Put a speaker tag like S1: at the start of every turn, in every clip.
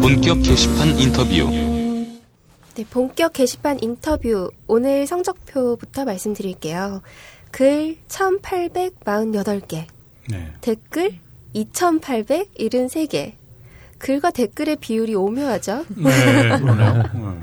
S1: 본격 게시판 인터뷰.
S2: 네, 본격 게시판 인터뷰. 오늘 성적표부터 말씀드릴게요. 글 1848개,
S3: 네.
S2: 댓글 2873개. 글과 댓글의 비율이 오묘하죠?
S3: 네, 그러네요. 네.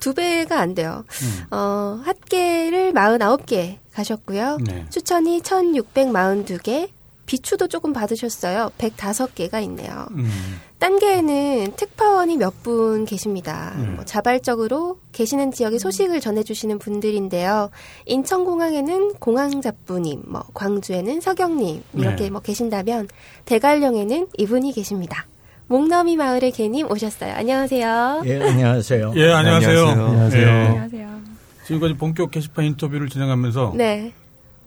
S2: 두 배가 안 돼요. 어, 핫게를 49개 가셨고요.
S3: 네.
S2: 추천이 1642개, 비추도 조금 받으셨어요. 105개가 있네요.
S3: 음,
S2: 단계에는 특파원이 몇 분 계십니다.
S3: 음.
S2: 뭐 자발적으로 계시는 지역의 소식을 전해주시는 분들인데요. 인천공항에는 공항잡부님, 뭐 광주에는 서경님 이렇게
S3: 네.
S2: 뭐 계신다면 대관령에는 이분이 계십니다. 목넘이 마을의 개님 오셨어요. 안녕하세요.
S4: 예, 안녕하세요.
S3: 예, 안녕하세요.
S4: 네, 안녕하세요.
S3: 예,
S5: 안녕하세요.
S3: 지금까지 본격 게시판 인터뷰를 진행하면서
S2: 네.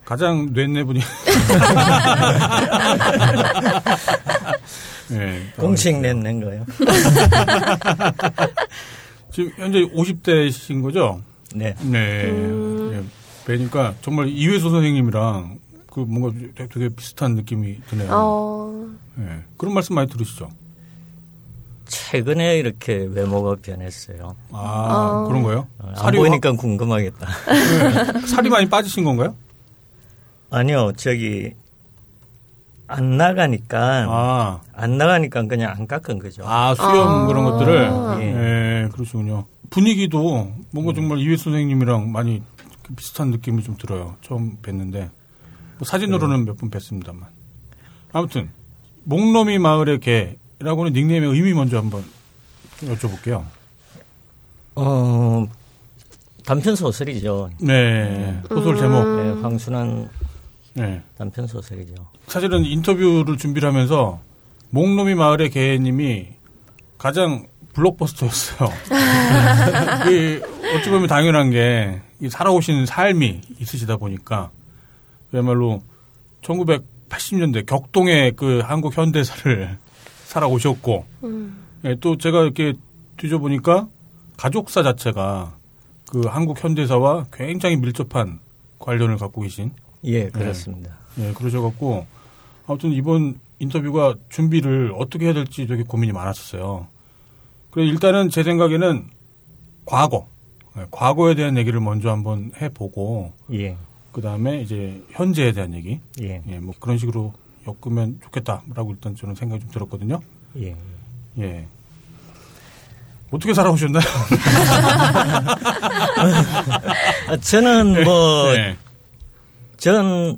S3: 가장 뇌내 네 분이. 예.
S4: 공식 냈는 거예요.
S3: 지금 현재 50대신 거죠?
S4: 네.
S3: 네.
S2: 음.
S3: 예, 뵈니까 정말 이회수 선생님이랑 그 뭔가 되게- 되게 비슷한 느낌이
S4: 음.
S3: 드네요.
S2: 어,
S3: 예. 그런 말씀 많이 들으시죠?
S4: 최근에 이렇게 외모가 변했어요.
S3: 아,
S2: 어.
S3: 그런 거예요?
S4: 어, 안
S3: 살이,
S4: 보이니까 궁금하겠다.
S3: 확- 살이 많이 빠지신 건가요?
S4: 아니요, 저기 안 나가니까
S3: 아,
S4: 안 나가니까 그냥 안 깎은 거죠.
S3: 아 수염
S2: 아.
S3: 그런 것들을
S4: 예.
S3: 예, 그러시군요. 분위기도 뭔가 정말 이회 선생님이랑 많이 비슷한 느낌이 좀 들어요. 처음 뵀는데 뭐 사진으로는 몇 분 뵀습니다만 아무튼 목놈이 마을의 개라고는 닉네임의 의미 먼저 한번 여쭤볼게요.
S4: 어, 단편 소설이죠.
S3: 네 소설 제목.
S4: 네, 황순한
S3: 네
S4: 단편 소설이죠.
S3: 사실은 인터뷰를 준비를 하면서 목놈이 마을의 개님이 가장 블록버스터였어요. 그 어찌 보면 당연한 게이 살아오신 삶이 있으시다 보니까 그야말로 1980년대 격동의 그 한국 현대사를 살아오셨고
S2: 음,
S3: 예, 또 제가 이렇게 뒤져보니까 가족사 자체가 그 한국 현대사와 굉장히 밀접한 관련을 갖고 계신
S4: 예, 그렇습니다.
S3: 네, 그러셔갖고 아무튼 이번 인터뷰가 준비를 어떻게 해야 될지 되게 고민이 많았었어요. 그래 일단은 제 생각에는 과거, 네, 과거에 대한 얘기를 먼저 한번 해보고
S4: 예,
S3: 그 다음에 이제 현재에 대한 얘기,
S4: 예,
S3: 예, 뭐 그런 식으로 엮으면 좋겠다라고 일단 저는 생각이 좀 들었거든요.
S4: 예.
S3: 예. 어떻게 살아오셨나요?
S4: 아, 저는 뭐,
S3: 네.
S4: 전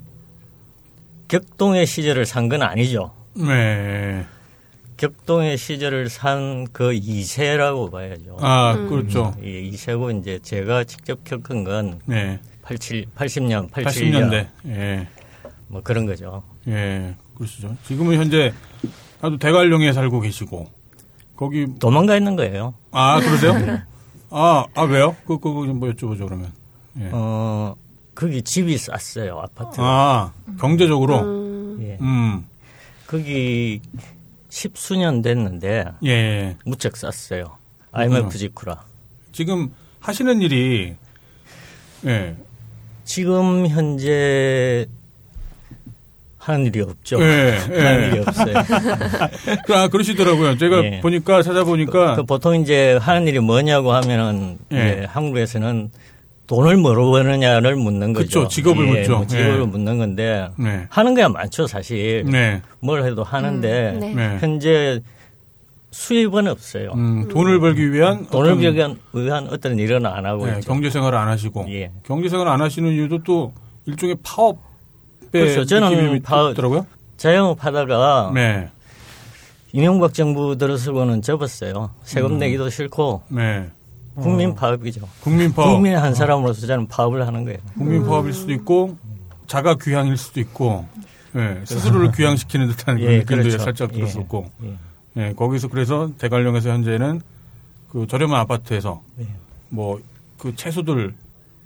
S4: 격동의 시절을 산 건 아니죠.
S3: 네.
S4: 격동의 시절을 산 그 2세라고 봐야죠.
S3: 아, 그렇죠.
S4: 예, 2세고 이제 제가 직접 겪은 건
S3: 네.
S4: 87, 80년, 87년
S3: 80년대. 예.
S4: 뭐 그런 거죠.
S3: 예, 그러시죠. 지금은 현재 아주 대관령에 살고 계시고 거기
S4: 도망가 있는 거예요.
S3: 아 그러세요? 아, 아 왜요? 그 그거 좀뭐 여쭤보죠 그러면. 예.
S4: 어, 거기 집이 쌌어요, 아파트.
S3: 아 경제적으로
S4: 예.
S3: 음,
S4: 거기 십수년 됐는데
S3: 예, 예.
S4: 무척 쌌어요.
S3: 그렇구나.
S4: IMF 직후라.
S3: 지금 하시는 일이 예,
S4: 지금 현재 하는 일이 없죠.
S3: 예,
S4: 하는
S3: 예.
S4: 일이 없어요.
S3: 아 그러시더라고요. 제가
S4: 예.
S3: 보니까 찾아보니까
S4: 그 보통 이제 하는 일이 뭐냐고 하면은
S3: 어. 예.
S4: 이제 한국에서는 돈을 뭐로 버느냐를 묻는 거죠.
S3: 그쵸, 직업을
S4: 예,
S3: 묻죠.
S4: 뭐 직업을
S3: 예.
S4: 묻는 건데
S3: 네,
S4: 하는 거야 많죠 사실.
S3: 네,
S4: 뭘 해도 하는데
S2: 음, 네.
S3: 네.
S4: 현재 수입은 없어요.
S3: 음, 돈을 벌기 위한
S4: 돈을
S3: 어떤-
S4: 벌기 위한 의한 어떤 일은 안 하고
S3: 예,
S4: 있죠.
S3: 경제 생활을 안 하시고
S4: 예.
S3: 경제 생활을 안 하시는 이유도 또 일종의 파업의
S4: 그렇죠. 저는
S3: 느낌이
S4: 파업- 어.
S3: 있더라고요.
S4: 자영업하다가
S3: 네.
S4: 이명박 정부 들어서고는 접었어요. 세금
S3: 음.
S4: 내기도 싫고
S3: 네.
S4: 국민 파업이죠.
S3: 국민 파업. 어. 국민,
S4: 국민의 한 사람으로서 저는 파업을 하는 거예요.
S3: 파업일 수도 있고 자가 귀향일 수도 있고 예, 스스로를 귀향시키는 듯한 네, 그런
S4: 예,
S3: 느낌도
S4: 그렇죠.
S3: 살짝
S4: 예.
S3: 들었었고
S4: 예.
S3: 예, 거기서 그래서 대관령에서 현재는 그 저렴한 아파트에서
S4: 예.
S3: 뭐 그 채소들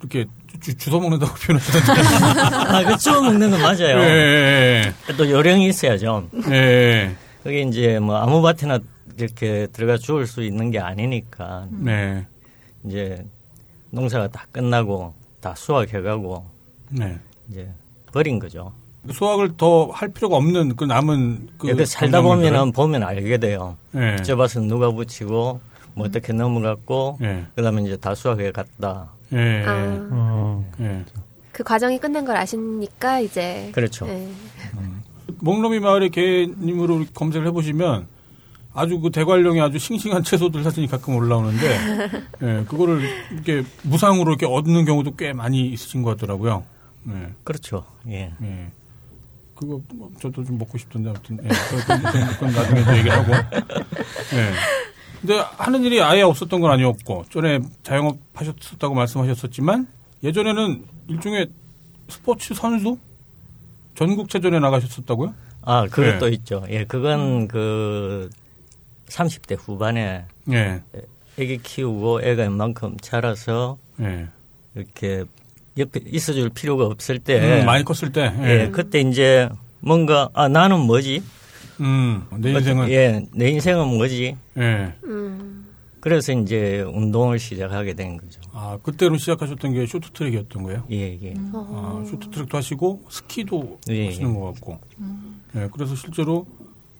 S3: 이렇게 주, 주워 먹는다고 표현하시던데
S4: 아, 그 주워 먹는 건 맞아요.
S3: 예,
S4: 또 요령이 있어야죠.
S3: 예, 예.
S4: 그게 이제 뭐 아무 밭에나 이렇게 들어가 주울 수 있는 게 아니니까
S3: 네.
S4: 이제 농사가 다 끝나고 다 수확해가고
S3: 네.
S4: 이제 버린 거죠.
S3: 소학을 더 할 필요가 없는 그 남은 그
S4: 예, 근데 살다
S3: 경험들은.
S4: 보면은 보면 알게 돼요.
S3: 예.
S4: 붙여봐서 누가 붙이고 뭐 어떻게 넘어갔고
S3: 예.
S4: 그다음에 이제 다수학에 갔다.
S3: 예. 예.
S2: 아,
S5: 어.
S3: 예.
S2: 그 과정이 끝난 걸 아시니까 이제
S4: 그렇죠.
S2: 예.
S3: 목놈이 마을의 개님으로 검색을 해보시면 아주 그 대관령에 아주 싱싱한 채소들 사진이 가끔 올라오는데 예, 그거를 이렇게 무상으로 이렇게 얻는 경우도 꽤 많이 있으신 것 같더라고요. 예,
S4: 그렇죠. 예.
S3: 예. 그거 뭐 저도 좀 먹고 싶던데 아무튼 예, 그건, 그건, 그건 나중에 또 얘기를 하고. 예. 근데 하는 일이 아예 없었던 건 아니었고 전에 자영업 하셨었다고 말씀하셨었지만 예전에는 일종의 스포츠 선수 전국체전에 나가셨었다고요?
S4: 아 그것도
S3: 예.
S4: 있죠. 예, 그건 그 30대 후반에
S3: 예.
S4: 애기 키우고 애가 이만큼 자라서
S3: 예. 이렇게
S4: 이렇게 옆에 있어줄 필요가 없을 때
S3: 음, 많이 컸을 때. 예.
S4: 예, 그때 이제 뭔가 아 나는 뭐지?
S3: 음, 내 인생은. 예.
S4: 예, 내 인생은 뭐지?
S2: 음,
S4: 그래서 이제 운동을 시작하게 된 거죠.
S3: 아, 그때로 시작하셨던 게 쇼트트랙이었던 거예요?
S4: 예, 예.
S3: 아, 쇼트트랙도 하시고 스키도
S4: 예,
S3: 하시는 것 같고. 예, 그래서 실제로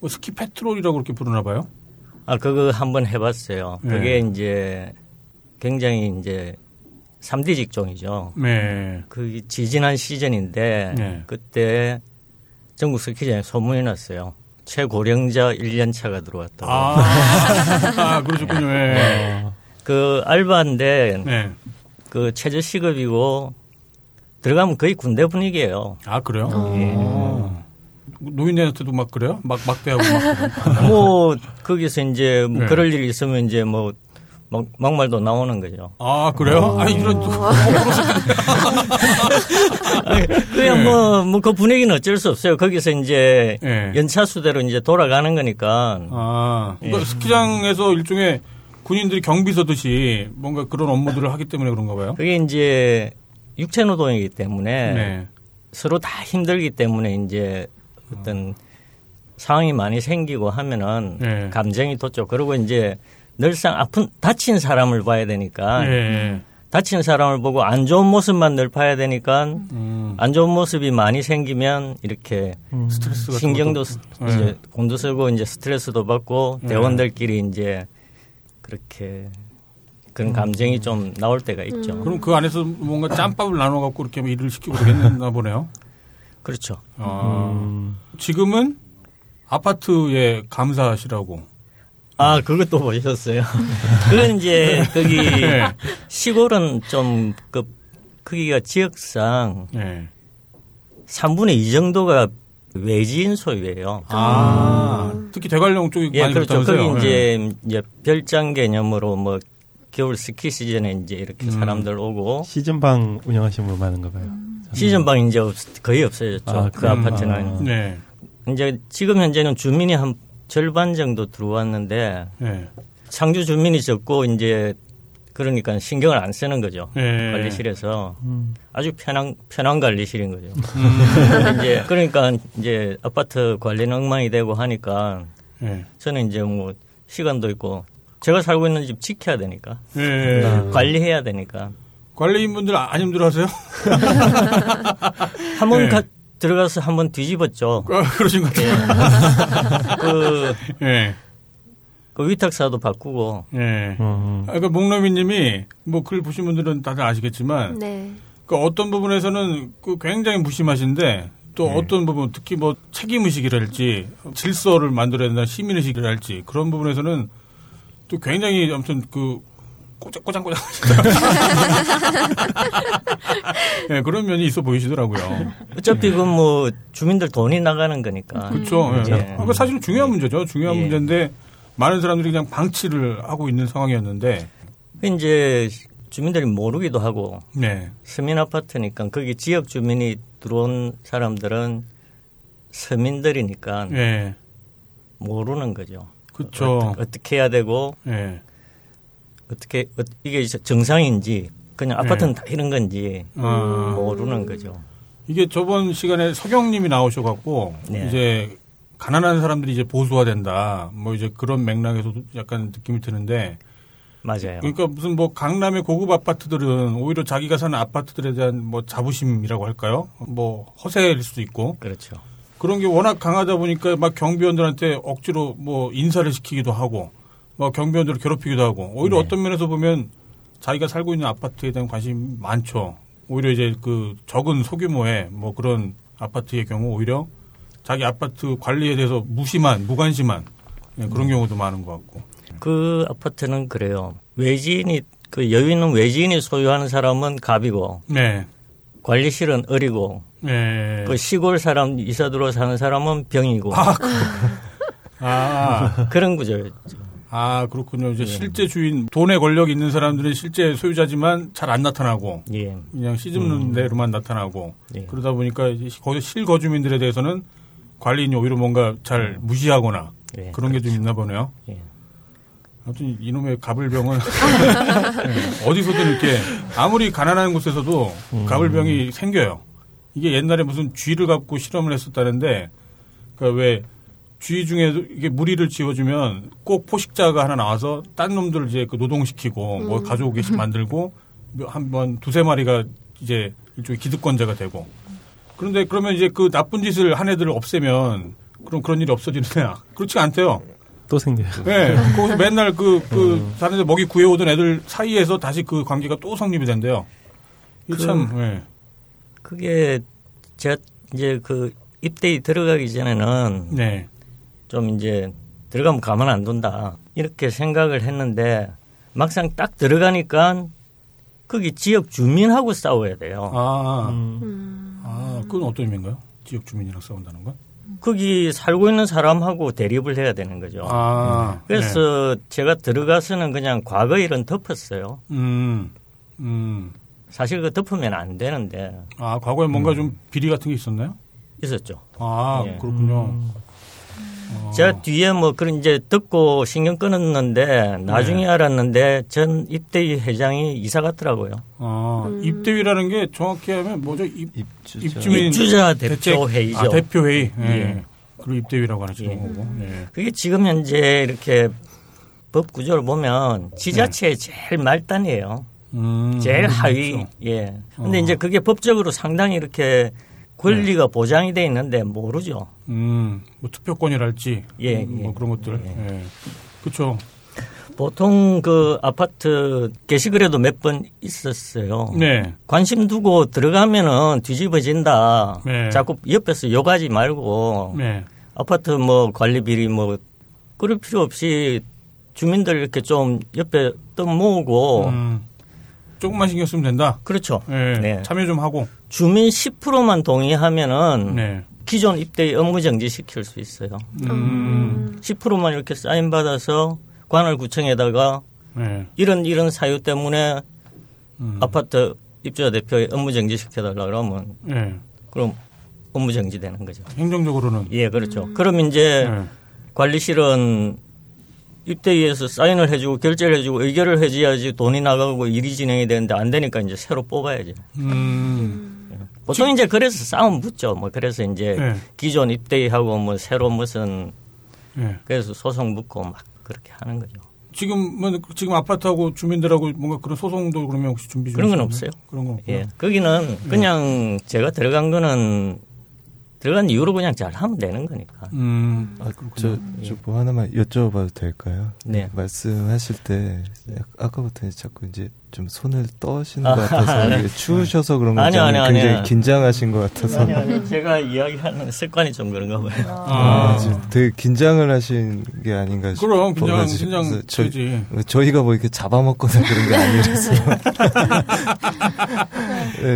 S3: 뭐 스키 페트롤이라고 그렇게 부르나 봐요.
S4: 아, 그거 한번 해봤어요.
S3: 예.
S4: 그게 이제 굉장히 이제 3D 직종이죠.
S3: 네.
S4: 그 지지난 시즌인데
S3: 예.
S4: 그때 전국 스키장에 소문이 났어요. 최고령자 1년차가 들어왔다고.
S3: 아, 아, 그러셨군요. 예.
S4: 그 알바인데
S3: 네.
S4: 그 최저 시급이고 들어가면 거의 군대 분위기예요.
S3: 아, 그래요? 어. 노인네한테도 막 그래요? 막, 막대하고 막. 그래요?
S4: 뭐 거기서 이제 뭐
S3: 네.
S4: 그럴 일이 있으면 이제 뭐 막, 막말도 나오는 거죠.
S3: 아, 그래요? 아니, 이런, 네.
S4: 그냥 뭐, 뭐 그 분위기는 어쩔 수 없어요. 거기서 이제
S3: 예.
S4: 연차수대로 이제 돌아가는 거니까.
S3: 아, 그러니까
S4: 예.
S3: 스키장에서 일종의 군인들이 경비 서듯이 뭔가 그런 업무들을 하기 때문에 그런가 봐요.
S4: 그게 이제 육체 노동이기 때문에
S3: 네.
S4: 서로 다 힘들기 때문에 이제 어떤 상황이 많이 생기고 하면은
S3: 네.
S4: 감정이 돋죠. 그리고 이제 늘상 아픈 다친 사람을 봐야 되니까 네.
S3: 예.
S4: 다친 사람을 보고 안 좋은 모습만 늘 봐야 되니까
S3: 음,
S4: 안 좋은 모습이 많이 생기면 이렇게
S3: 스트레스 같은
S4: 신경도
S3: 것도-
S4: 스-
S3: 예.
S4: 이제 곤두 쓰고 이제 스트레스도 받고 대원들끼리 이제 그렇게 그런 감정이 좀 나올 때가 있죠.
S3: 음. 그럼 그 안에서 뭔가 짬밥을 나눠 갖고 이렇게 뭐 일을 시키고 그랬나 보네요.
S4: 그렇죠.
S3: 아,
S4: 음.
S3: 지금은 아파트에 감사하시라고.
S4: 아, 그것도 보셨어요. 그건 이제 거기
S3: 예.
S4: 시골은 좀 그 크기가 지역상
S3: 예.
S4: 3분의 2 정도가 외지인 소유예요.
S3: 아, 특히 대관령 쪽이
S4: 예,
S3: 많이
S4: 그렇죠.
S3: 그렇다면서요.
S4: 거기
S3: 예.
S4: 이제 이제 별장 개념으로 뭐 겨울 스키 시즌에 이제 이렇게 사람들 오고
S5: 시즌방 운영하시는 분 많은가 봐요.
S4: 음. 시즌방 이제 없- 거의 없어졌죠.
S5: 아,
S4: 그
S5: 그럼.
S4: 아파트는.
S3: 네.
S4: 이제 지금 현재는 주민이 한 절반 정도 들어왔는데
S3: 예.
S4: 상주 주민이 적고 이제 그러니까 신경을 안 쓰는 거죠.
S3: 예.
S4: 관리실에서
S5: 음.
S4: 아주 편한 편한 관리실인 거죠.
S3: 음.
S4: 이제 그러니까 이제 아파트 관리는 엉망이 되고 하니까
S3: 예.
S4: 저는 이제 뭐 시간도 있고 제가 살고 있는 집 지켜야 되니까
S3: 예.
S4: 네. 관리해야 되니까
S3: 관리인분들 아, 안 힘들어하세요?
S4: 한번
S3: 예.
S4: 들어가서 한번 뒤집었죠.
S3: 그러신 것 같아요.
S4: 그,
S3: 예.
S4: 그 위탁사도 바꾸고
S3: 예.
S5: 어.
S3: 아, 그러니까 목노미님이 뭐 글 보신 분들은 다들
S4: 음.
S3: 아시겠지만
S2: 네.
S3: 그 어떤 부분에서는 그 굉장히 무심하신데 또 어떤 부분 특히 뭐 책임 의식이랄지 질서를 만들어야 된다 시민 의식이랄지 그런 부분에서는 또 굉장히 아무튼 그 꼬장꼬장꼬장 예 그런 면이 있어 보이시더라고요.
S4: 어차피 그건 뭐 주민들 돈이 나가는 거니까
S3: 그렇죠. 예.
S4: 그렇죠.
S3: 아, 그 사실은 중요한 문제죠. 중요한
S4: 예.
S3: 문제인데 많은 사람들이 그냥 방치를 하고 있는 상황이었는데
S4: 이제 주민들이 모르기도 하고
S3: 네.
S4: 서민 아파트니까 거기 지역 주민이 들어온 사람들은 서민들이니까
S3: 예.
S4: 모르는 거죠.
S3: 그렇죠.
S4: 어떻게 해야 되고
S3: 예.
S4: 어떻게 어- 이게 이제 정상인지 그냥
S3: 네.
S4: 아파트는 다 이런 건지
S3: 아.
S4: 모르는 거죠.
S3: 이게 저번 시간에 서경님이 나오셔갖고
S4: 네.
S3: 이제 가난한 사람들이 이제 보수화된다 뭐 이제 그런 맥락에서도 약간 느낌이 드는데
S4: 맞아요.
S3: 그러니까 무슨 뭐 강남의 고급 아파트들은 오히려 자기가 사는 아파트들에 대한 뭐 자부심이라고 할까요? 뭐 허세일 수도 있고
S4: 그렇죠.
S3: 그런 게 워낙 강하다 보니까 막 경비원들한테 억지로 뭐 인사를 시키기도 하고 뭐 경비원들을 괴롭히기도 하고 오히려
S4: 네.
S3: 어떤 면에서 보면 자기가 살고 있는 아파트에 대한 관심이 많죠. 오히려 이제 그 적은 소규모의 뭐 그런 아파트의 경우 오히려 자기 아파트 관리에 대해서 무심한 무관심한 예, 그런
S4: 네.
S3: 경우도 많은 것 같고
S4: 그 아파트는 그래요. 외지인이 그 여유 있는 외지인이 소유하는 사람은 갑이고
S3: 네,
S4: 관리실은 어리고
S3: 네,
S4: 그 시골 사람 이사 들어 사는 사람은 병이고
S3: 아
S4: 그런 구조였죠.
S3: 아 그렇군요.
S4: 네.
S3: 이제 실제 주인 돈의 권력 이 있는 사람들은 실제 소유자지만 잘 안 나타나고
S4: 예.
S3: 그냥 시집는 대로만 나타나고
S4: 예.
S3: 그러다 보니까 이제 시- 거기 실거주민들에 대해서는 관리인이 오히려 뭔가 잘 무시하거나
S4: 음. 예.
S3: 그런 게 좀 있나 보네요.
S4: 예.
S3: 아무튼 이놈의 가불병은 예, 어디서든 이렇게 아무리 가난한 곳에서도 가불병이 생겨요. 이게 옛날에 무슨 쥐를 갖고 실험을 했었다는데 그러니까 그왜 쥐 중에 이게 무리를 지어주면 꼭 포식자가 하나 나와서 딴 놈들을 이제 그 노동시키고 뭐 가져오게 만들고 뭐 한번 두세 마리가 이제 일종의 기득권자가 되고 그런데 그러면 이제 그 나쁜 짓을 한 애들을 없애면 그럼 그런 일이 없어지느냐 그렇지 않대요.
S5: 또 생겨요.
S3: 네. 거기서 맨날 그, 그, 다른 데 먹이 구해오던 애들 사이에서 다시 그 관계가 또 성립이 된대요. 이 참, 예.
S4: 그게 제가 이제 그 입대에 들어가기 전에는
S3: 네.
S4: 좀 이제 들어가면 가만 안 둔다 이렇게 생각을 했는데 막상 딱 들어가니까 거기 지역 주민하고 싸워야 돼요.
S3: 아,
S5: 음.
S3: 아, 그건 어떤 의미인가요? 지역 주민이랑 싸운다는 건?
S4: 거기 살고 있는 사람하고 대립을 해야 되는 거죠.
S3: 아, 네.
S4: 음. 그래서 제가 들어가서는 그냥 과거 일은 덮었어요.
S3: 음, 음.
S4: 사실 그 덮으면 안 되는데
S3: 아, 과거에 뭔가 좀 비리 같은 게 있었나요?
S4: 있었죠.
S3: 아,
S4: 음. 예.
S3: 그렇군요. 어,
S4: 제가 뒤에 뭐 그런 이제 듣고 신경 끊었는데
S3: 네.
S4: 나중에 알았는데 전 입대위 회장이 이사 갔더라고요.
S3: 아,
S4: 음.
S3: 입대위라는 게 정확히 하면 뭐죠? 입,
S5: 입주자.
S3: 입주민
S4: 입주자
S3: 대책-
S4: 대표 회의죠.
S3: 아, 대표회의. 예.
S4: 예.
S3: 그리고 입대위라고 하는
S4: 예.
S3: 거고. 예.
S4: 그게 지금 현재 이렇게 법 구조를 보면 지자체의 제일 말단이에요.
S3: 네. 음,
S4: 제일 하위.
S3: 그렇죠.
S4: 예. 근데
S3: 어. 네.
S4: 이제 그게 법적으로 상당히 이렇게 권리가 보장이 돼 있는데 모르죠.
S3: 음, 뭐 투표권이랄지,
S4: 예,
S3: 음,
S4: 예.
S3: 뭐 그런 것들. 예. 그렇죠.
S4: 보통 그 아파트 게시글에도 몇 번 있었어요.
S3: 네,
S4: 관심 두고 들어가면은 뒤집어진다.
S3: 네.
S4: 자꾸 옆에서 욕하지 말고
S3: 네,
S4: 아파트 뭐 관리 비리 뭐 그럴 필요 없이 주민들 이렇게 좀 옆에 떠 모으고
S3: 음, 조금만 신경 쓰면 된다.
S4: 그렇죠.
S3: 예,
S4: 네.
S3: 참여 좀 하고.
S4: 주민 10%만 동의하면은
S3: 네,
S4: 기존 입대 업무 정지 시킬 수 있어요.
S3: 음,
S4: 10%만 이렇게 사인 받아서 관할구청에다가
S3: 네,
S4: 이런 이런 사유 때문에
S3: 음.
S4: 아파트 입주자 대표에 업무 정지 시켜달라 그러면
S3: 네.
S4: 그럼 업무 정지되는 거죠.
S3: 행정적으로는.
S4: 예, 그렇죠. 그럼 이제
S3: 네.
S4: 관리실은 입대위에서 사인을 해주고 결제를 해주고 의결을 해줘야지 돈이 나가고 일이 진행이 되는데 안 되니까 이제 새로 뽑아야죠.
S3: 음,
S4: 보통 이제 그래서 싸움 붙죠. 뭐 그래서 이제
S3: 네.
S4: 기존 입대위하고 뭐 새로 무슨
S3: 예.
S4: 그래서 소송 붙고 막 그렇게 하는 거죠.
S3: 지금은 지금 아파트하고 주민들하고 뭔가 그런 소송도 그러면 혹시 준비 중
S4: 그런 건
S3: 있었나요?
S4: 없어요.
S3: 그런 건 없고요.
S4: 예. 거기는 그냥 제가 들어간 거는 들어간 이유로 그냥 잘 하면 되는 거니까.
S3: 음,
S5: 아, 저,
S4: 예.
S5: 저 뭐 하나만 여쭤봐도 될까요?
S4: 네.
S5: 말씀하실 때 약- 아까부터 이제 자꾸 이제 좀 손을 떠시는 것 같아서 이게 추우셔서 그런 건지
S4: 네. 아니요,
S5: 아니면
S4: 아니요,
S5: 굉장히
S4: 아니요.
S5: 긴장하신 것 같아서
S4: 네. 제가 이야기하는 습관이 좀 그런가 봐요.
S5: 아,
S3: 아,
S5: 지금 되게 긴장을 하신 게 아닌가
S3: 그럼
S5: 싶어요.
S3: 긴장 긴장 되지.
S5: 저희가 뭐 이렇게 잡아먹거나 그런 게 아니라서. 네,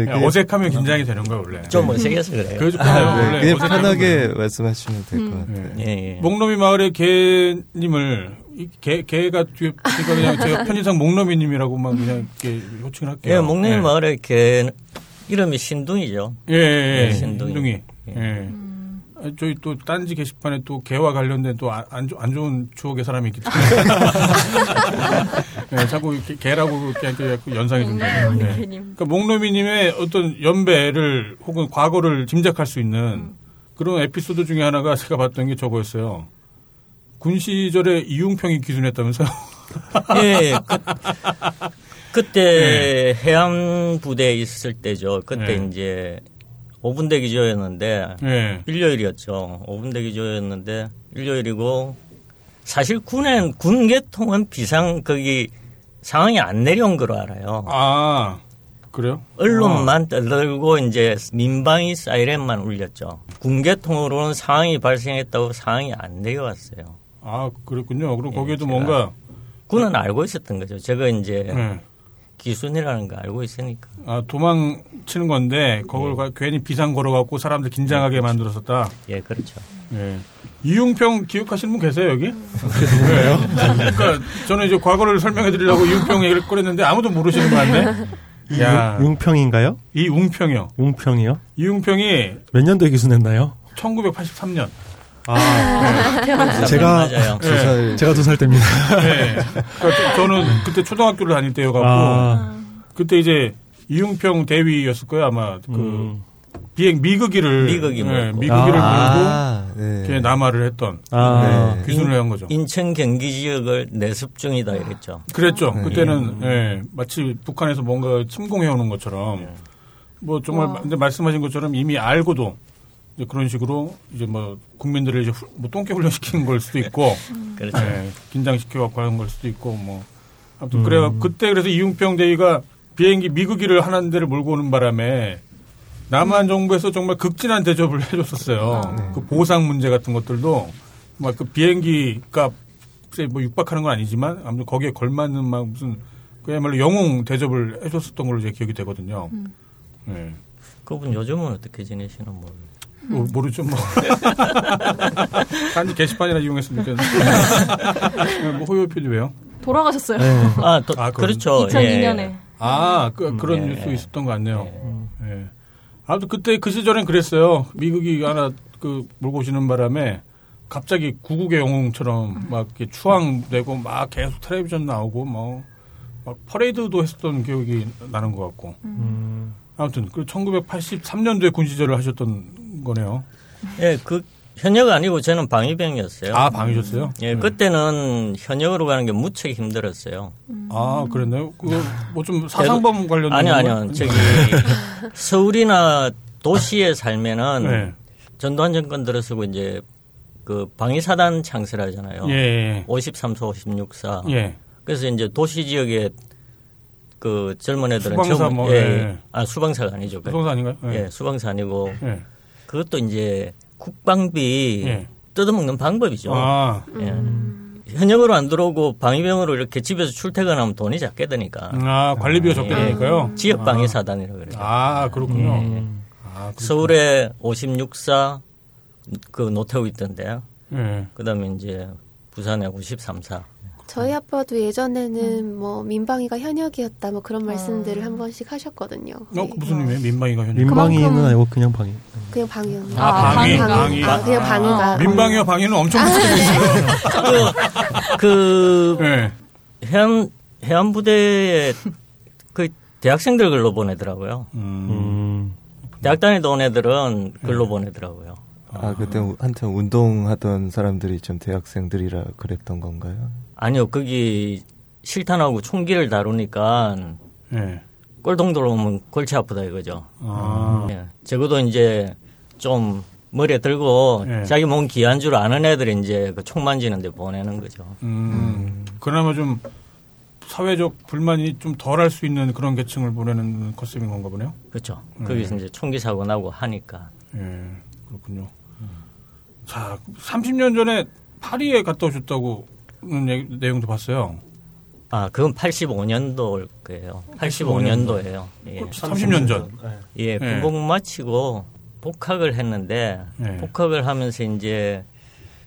S3: 야,
S5: 그냥-
S3: 어색하면 긴장이 되는 거야 원래.
S4: 좀 어색해서 그래요.
S3: 그래서
S5: 아,
S3: 그냥
S5: 네,
S3: 원래
S5: 그냥
S3: 어색하면
S5: 편하게 말씀하시면 될 것 같아요.
S3: 네.
S4: 예, 예.
S3: 목놈이 마을의 개님을 이 개, 개가 뒤에 제가 그냥 제가 편의상 목놈이님이라고만 그냥 이렇게 호칭을 할게요.
S4: 예, 목내
S3: 예.
S4: 마을에 이렇게 이름이 신둥이죠.
S3: 예, 예, 예.
S4: 네, 신동이.
S3: 신동이. 예.
S6: 음.
S3: 아, 저희 또 딴지 게시판에 또 개와 관련된 또 안 안 좋은 추억의 사람이 있기 때문에 예, 자꾸 이렇게 개라고 이렇게 자꾸 연상이 된다.
S6: 우리
S3: 네.
S6: 개님.
S3: 그러니까 목노미님의 어떤 연배를 혹은 과거를 짐작할 수 있는
S6: 음.
S3: 그런 에피소드 중에 하나가 제가 봤던 게 저거였어요. 군 시절에 이용평이 기준했다면서요?
S4: 예, 그, 때
S3: 예.
S4: 해양 부대에 있을 때죠. 그때
S3: 네.
S4: 이제 5분 대기조였는데
S3: 예.
S4: 일요일이었죠. 5분 대기조였는데 일요일이고 사실 군엔 군계통은 비상 거기 상황이 안 내려온 걸로 알아요.
S3: 아 그래요?
S4: 언론만 떠들고 이제 민방위 사이렌만 울렸죠. 군계통으로는 상황이 발생했다고 상황이 안 내려왔어요.
S3: 아 그랬군요. 그리고
S4: 예,
S3: 거기에도
S4: 제가-
S3: 뭔가
S4: 군은 알고 있었던 거죠. 제가 이제
S3: 예.
S4: 기순이라는 거 알고 있으니까.
S3: 아, 도망치는 건데 그걸
S6: 네.
S3: 가- 괜히 비상 걸어갖고 사람들 긴장하게 만들었었다.
S4: 예, 그렇죠.
S3: 예. 이용평 기억하시는 분 계세요 여기? 왜요? 그러니까 저는 이제 과거를 설명해드리려고 이용평 얘기를 꺼냈는데 아무도 모르시는 것 같네. 야,
S6: 용, 평인가요
S3: 이웅평이요.
S6: 용평이요?
S3: 이웅평이
S6: 몇 년도에 기순했나요?
S3: 1983년.
S6: 제가-
S4: 맞아요.
S3: 예.
S6: 제가 두 살 때입니다.
S3: 네. 그러니까 저- 저는 그때 초등학교를 다닐 때여갖고
S6: 아,
S3: 그때 이제 이웅평 대위였을 거예요 아마 그
S6: 음.
S3: 비행 미그기를
S4: 미그기
S3: 예,
S4: 몰고.
S3: 미그기를 몰고
S5: 아, 네.
S3: 이렇게 남하를 했던
S6: 아,
S5: 네.
S3: 귀순을 한 거죠.
S4: 인천 경기 지역을 내습 중이다 이랬죠.
S3: 그랬죠.
S5: 네.
S3: 그때는 예, 마치 북한에서 뭔가 침공해 오는 것처럼 뭐 정말
S2: 와.
S3: 근데 말씀하신 것처럼 이미 알고도 이제 그런 식으로 이제 뭐 국민들을 이제 훌- 뭐 똥개 훈련시킨 걸 수도 있고
S4: 그렇죠.
S3: 예, 긴장시켜 갖고 하는 걸 수도 있고 뭐 아무튼 그래 그때 그래서 이웅평 대위가 비행기 미국기를 하는 데를 몰고 오는 바람에 남한 정부에서 정말 극진한 대접을 해줬었어요. 그 보상 문제 같은 것들도 막 그 비행기 값에 뭐 육박하는 건 아니지만 아무튼 거기에 걸맞는 막 무슨 그야말로 영웅 대접을 해줬었던 걸로 제 기억이 되거든요. 예.
S4: 그분 요즘은 어떻게 지내시나 모르겠
S3: 뭐, 모르죠 뭐. 단지 게시판이나 이용했으면 좋겠는데. 뭐 호요 PD 왜요?
S7: 돌아가셨어요.
S4: 아, 또-
S3: 아, 그건-
S4: 그렇죠.
S7: 2002년에.
S4: 예.
S3: 아, 그, 그런
S4: 예,
S3: 뉴스
S4: 예.
S3: 있었던 거 같네요. 예. 아무튼 그때 그 시절엔 그랬어요. 미국이 하나 그 몰고 오시는 바람에 갑자기 구국의 영웅처럼 막 이렇게 추앙되고 막 계속 텔레비전 나오고 뭐 막 퍼레이드도 했었던 기억이 나는 것 같고.
S6: 음,
S3: 아무튼 그 1983년도에 군 시절을 하셨던 거네요.
S4: 예, 그 현역 아니고 저는 방위병이었어요.
S3: 아, 방이셨어요?
S4: 예,
S3: 네.
S4: 그때는 현역으로 가는 게 무척 힘들었어요.
S3: 아, 그랬나요? 그거 뭐 좀 사상범 관련된
S4: 음. 아니
S3: 건가요? 음.
S4: 아니요. 저기 서울이나 도시에 살면은
S3: 네.
S4: 전두환 정권 들어서고 이제 그 방위사단 창설하잖아요. 어, 네.
S3: 예, 예.
S4: 53소, 56사.
S3: 예.
S4: 그래서 이제 도시 지역에 그 젊은 애들은
S3: 수방사
S4: 전부-
S3: 뭐,
S4: 예,
S3: 예.
S4: 아 수방사가 아니죠. 그
S3: 부동산 아닌가요?
S4: 예, 수방사 아니고
S3: 예.
S4: 그것도 이제 국방비
S3: 예.
S4: 뜯어먹는 방법이죠.
S3: 아,
S4: 예. 현역으로 안 들어오고 방위병으로 이렇게 집에서 출퇴근하면 돈이 작게 드니까
S3: 아, 관리비가 적게
S4: 예.
S3: 되니까요.
S4: 지역 방위 사단이라고 그래요.
S3: 아, 그렇군요.
S4: 음.
S3: 아, 그렇군요.
S4: 서울에 56사 그 노태우 있던데요.
S3: 예.
S4: 그다음에 이제 부산에 53사.
S2: 저희
S4: 음.
S2: 아빠도 예전에는 뭐 민방위가 현역이었다 뭐
S4: 아.
S2: 그런 말씀들을 한 번씩 하셨거든요.
S3: 어,
S2: 네.
S3: 무슨 의미예요? 민방위가 현역.
S6: 민방위는
S7: 그만큼-
S6: 아니고 그냥 방위.
S2: 그냥 방위였나?
S7: 아, 어. 방위,
S3: 방위.
S2: 아, 그냥 방위가.
S3: 민방위와 방위는 엄청
S4: 아,
S3: 비슷해요.
S4: 그
S3: 예.
S4: 해안 해안 부대에 그 대학생들 글로 보내더라고요.
S3: 음.
S6: 음,
S4: 대학 다니다 온 애들은 글로 보내더라고요.
S5: 아, 그때 우- 한참 운동하던 사람들이 좀 대학생들이라 그랬던 건가요?
S4: 아니요, 거기 실탄하고 총기를 다루니까
S3: 예.
S4: 꼴통 들어오면 골치 아프다 이거죠.
S3: 아,
S4: 예. 적어도 이제 좀 머리에 들고
S3: 예.
S4: 자기 몸 귀한 줄 아는 애들이 이제 그 총 만지는데 보내는 거죠.
S3: 음. 그나마 좀 사회적 불만이 좀 덜 할 수 있는 그런 계층을 보내는 컨셉인 건가 보네요.
S4: 그렇죠. 거기서 이제 총기 사고 나고 하니까.
S3: 예, 그렇군요. 자, 30년 전에 파리에 갔다 오셨다고는 얘기- 내용도 봤어요.
S4: 아, 그건 85년도일 거예요. 85년도예요. 예.
S3: 30년 전.
S4: 예, 군복 마치고 복학을 했는데
S3: 예.
S4: 복학을 하면서 이제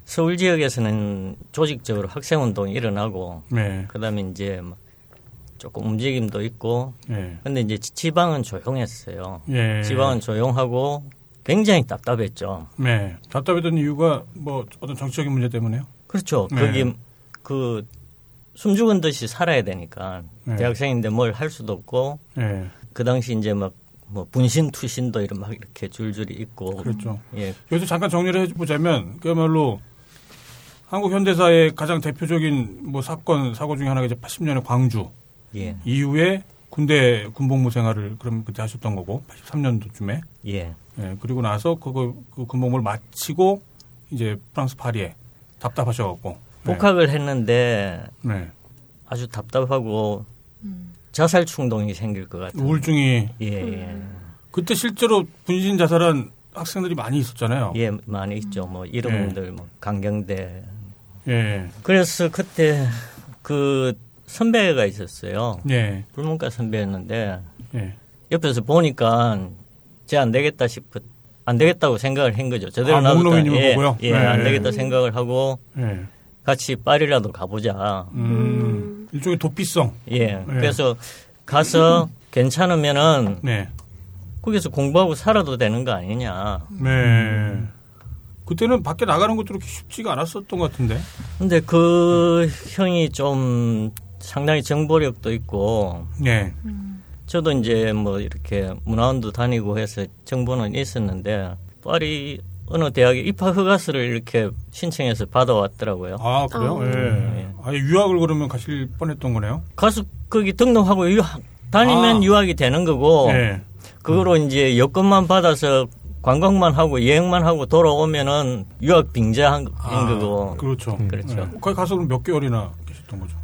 S4: 서울 지역에서는 조직적으로 학생 운동이 일어나고
S3: 네.
S4: 그다음에 이제 막 조금 움직임도 있고
S3: 예.
S4: 근데 이제 지- 지방은 조용했어요.
S3: 예.
S4: 지방은 조용하고 굉장히 답답했죠.
S3: 네. 답답했던 이유가 뭐 어떤 정치적인 문제 때문에요?
S4: 그렇죠.
S3: 네.
S4: 거기 그 숨죽은 듯이 살아야 되니까
S3: 네.
S4: 대학생인데 뭘 할 수도 없고
S3: 예.
S4: 그 당시 이제 막 뭐 분신 투신도 이런 막 이렇게 줄줄이 있고
S3: 그렇죠.
S4: 예
S3: 여기서 잠깐 정리를 해보자면 그야말로 한국 현대사의 가장 대표적인 뭐 사건 사고 중에 하나가 이제 80년에 광주
S4: 예,
S3: 이후에 군대 군복무 생활을 그럼 그때 하셨던 거고 83년도쯤에
S4: 예.
S3: 예, 그리고 나서 그거 그 군복무를 마치고 이제 프랑스 파리에 답답하셔갖고 네,
S4: 복학을 했는데
S3: 네.
S4: 아주 답답하고 자살 충동이 생길 것
S3: 음.
S4: 같아요.
S3: 우울증이
S4: 예, 예.
S3: 음. 그때 실제로 분신 자살한 학생들이 많이 있었잖아요.
S4: 예, 많이 있죠. 뭐
S3: 음.
S4: 이름들
S3: 네.
S4: 뭐 강경대.
S3: 예,
S4: 그래서 그때 그 선배가 있었어요.
S3: 예,
S4: 불문과 선배였는데
S3: 예.
S4: 옆에서 보니까 쟤 안 되겠다 싶어 안 되겠다고 생각을 한 거죠. 제대로
S3: 아,
S4: 놔뒀다.
S3: 목록이님을
S4: 예,
S3: 보고요?
S4: 예,
S3: 네.
S4: 안 되겠다 생각을 하고
S3: 예.
S4: 같이 파리라도 가보자.
S3: 음, 일종의 도피성.
S4: 예, 그래서 가서 괜찮으면은
S3: 네.
S4: 거기서 공부하고 살아도 되는 거 아니냐.
S3: 네. 그때는 밖에 나가는 것도 그렇게 쉽지가 않았었던 것 같은데.
S4: 근데 그 형이 좀 상당히 정보력도 있고
S3: 네.
S4: 저도 이제 뭐 이렇게 문화원도 다니고 해서 정보는 있었는데 파리 어느 대학에 입학 허가서를 이렇게 신청해서 받아왔더라고요.
S3: 아, 그래요?
S2: 어.
S3: 예. 아예 유학을 그러면 가실 뻔했던 거네요?
S4: 가서 거기 등록하고 유학 다니면
S3: 아.
S4: 유학이 되는 거고
S3: 예.
S4: 그거로 이제 여권만 받아서 관광만 하고 여행만 하고 돌아오면은 유학 빙자한
S3: 아,
S4: 거고
S3: 그렇죠.
S4: 그렇죠.
S3: 예. 거기 가서 그럼 몇 개월이나 계셨던 거죠?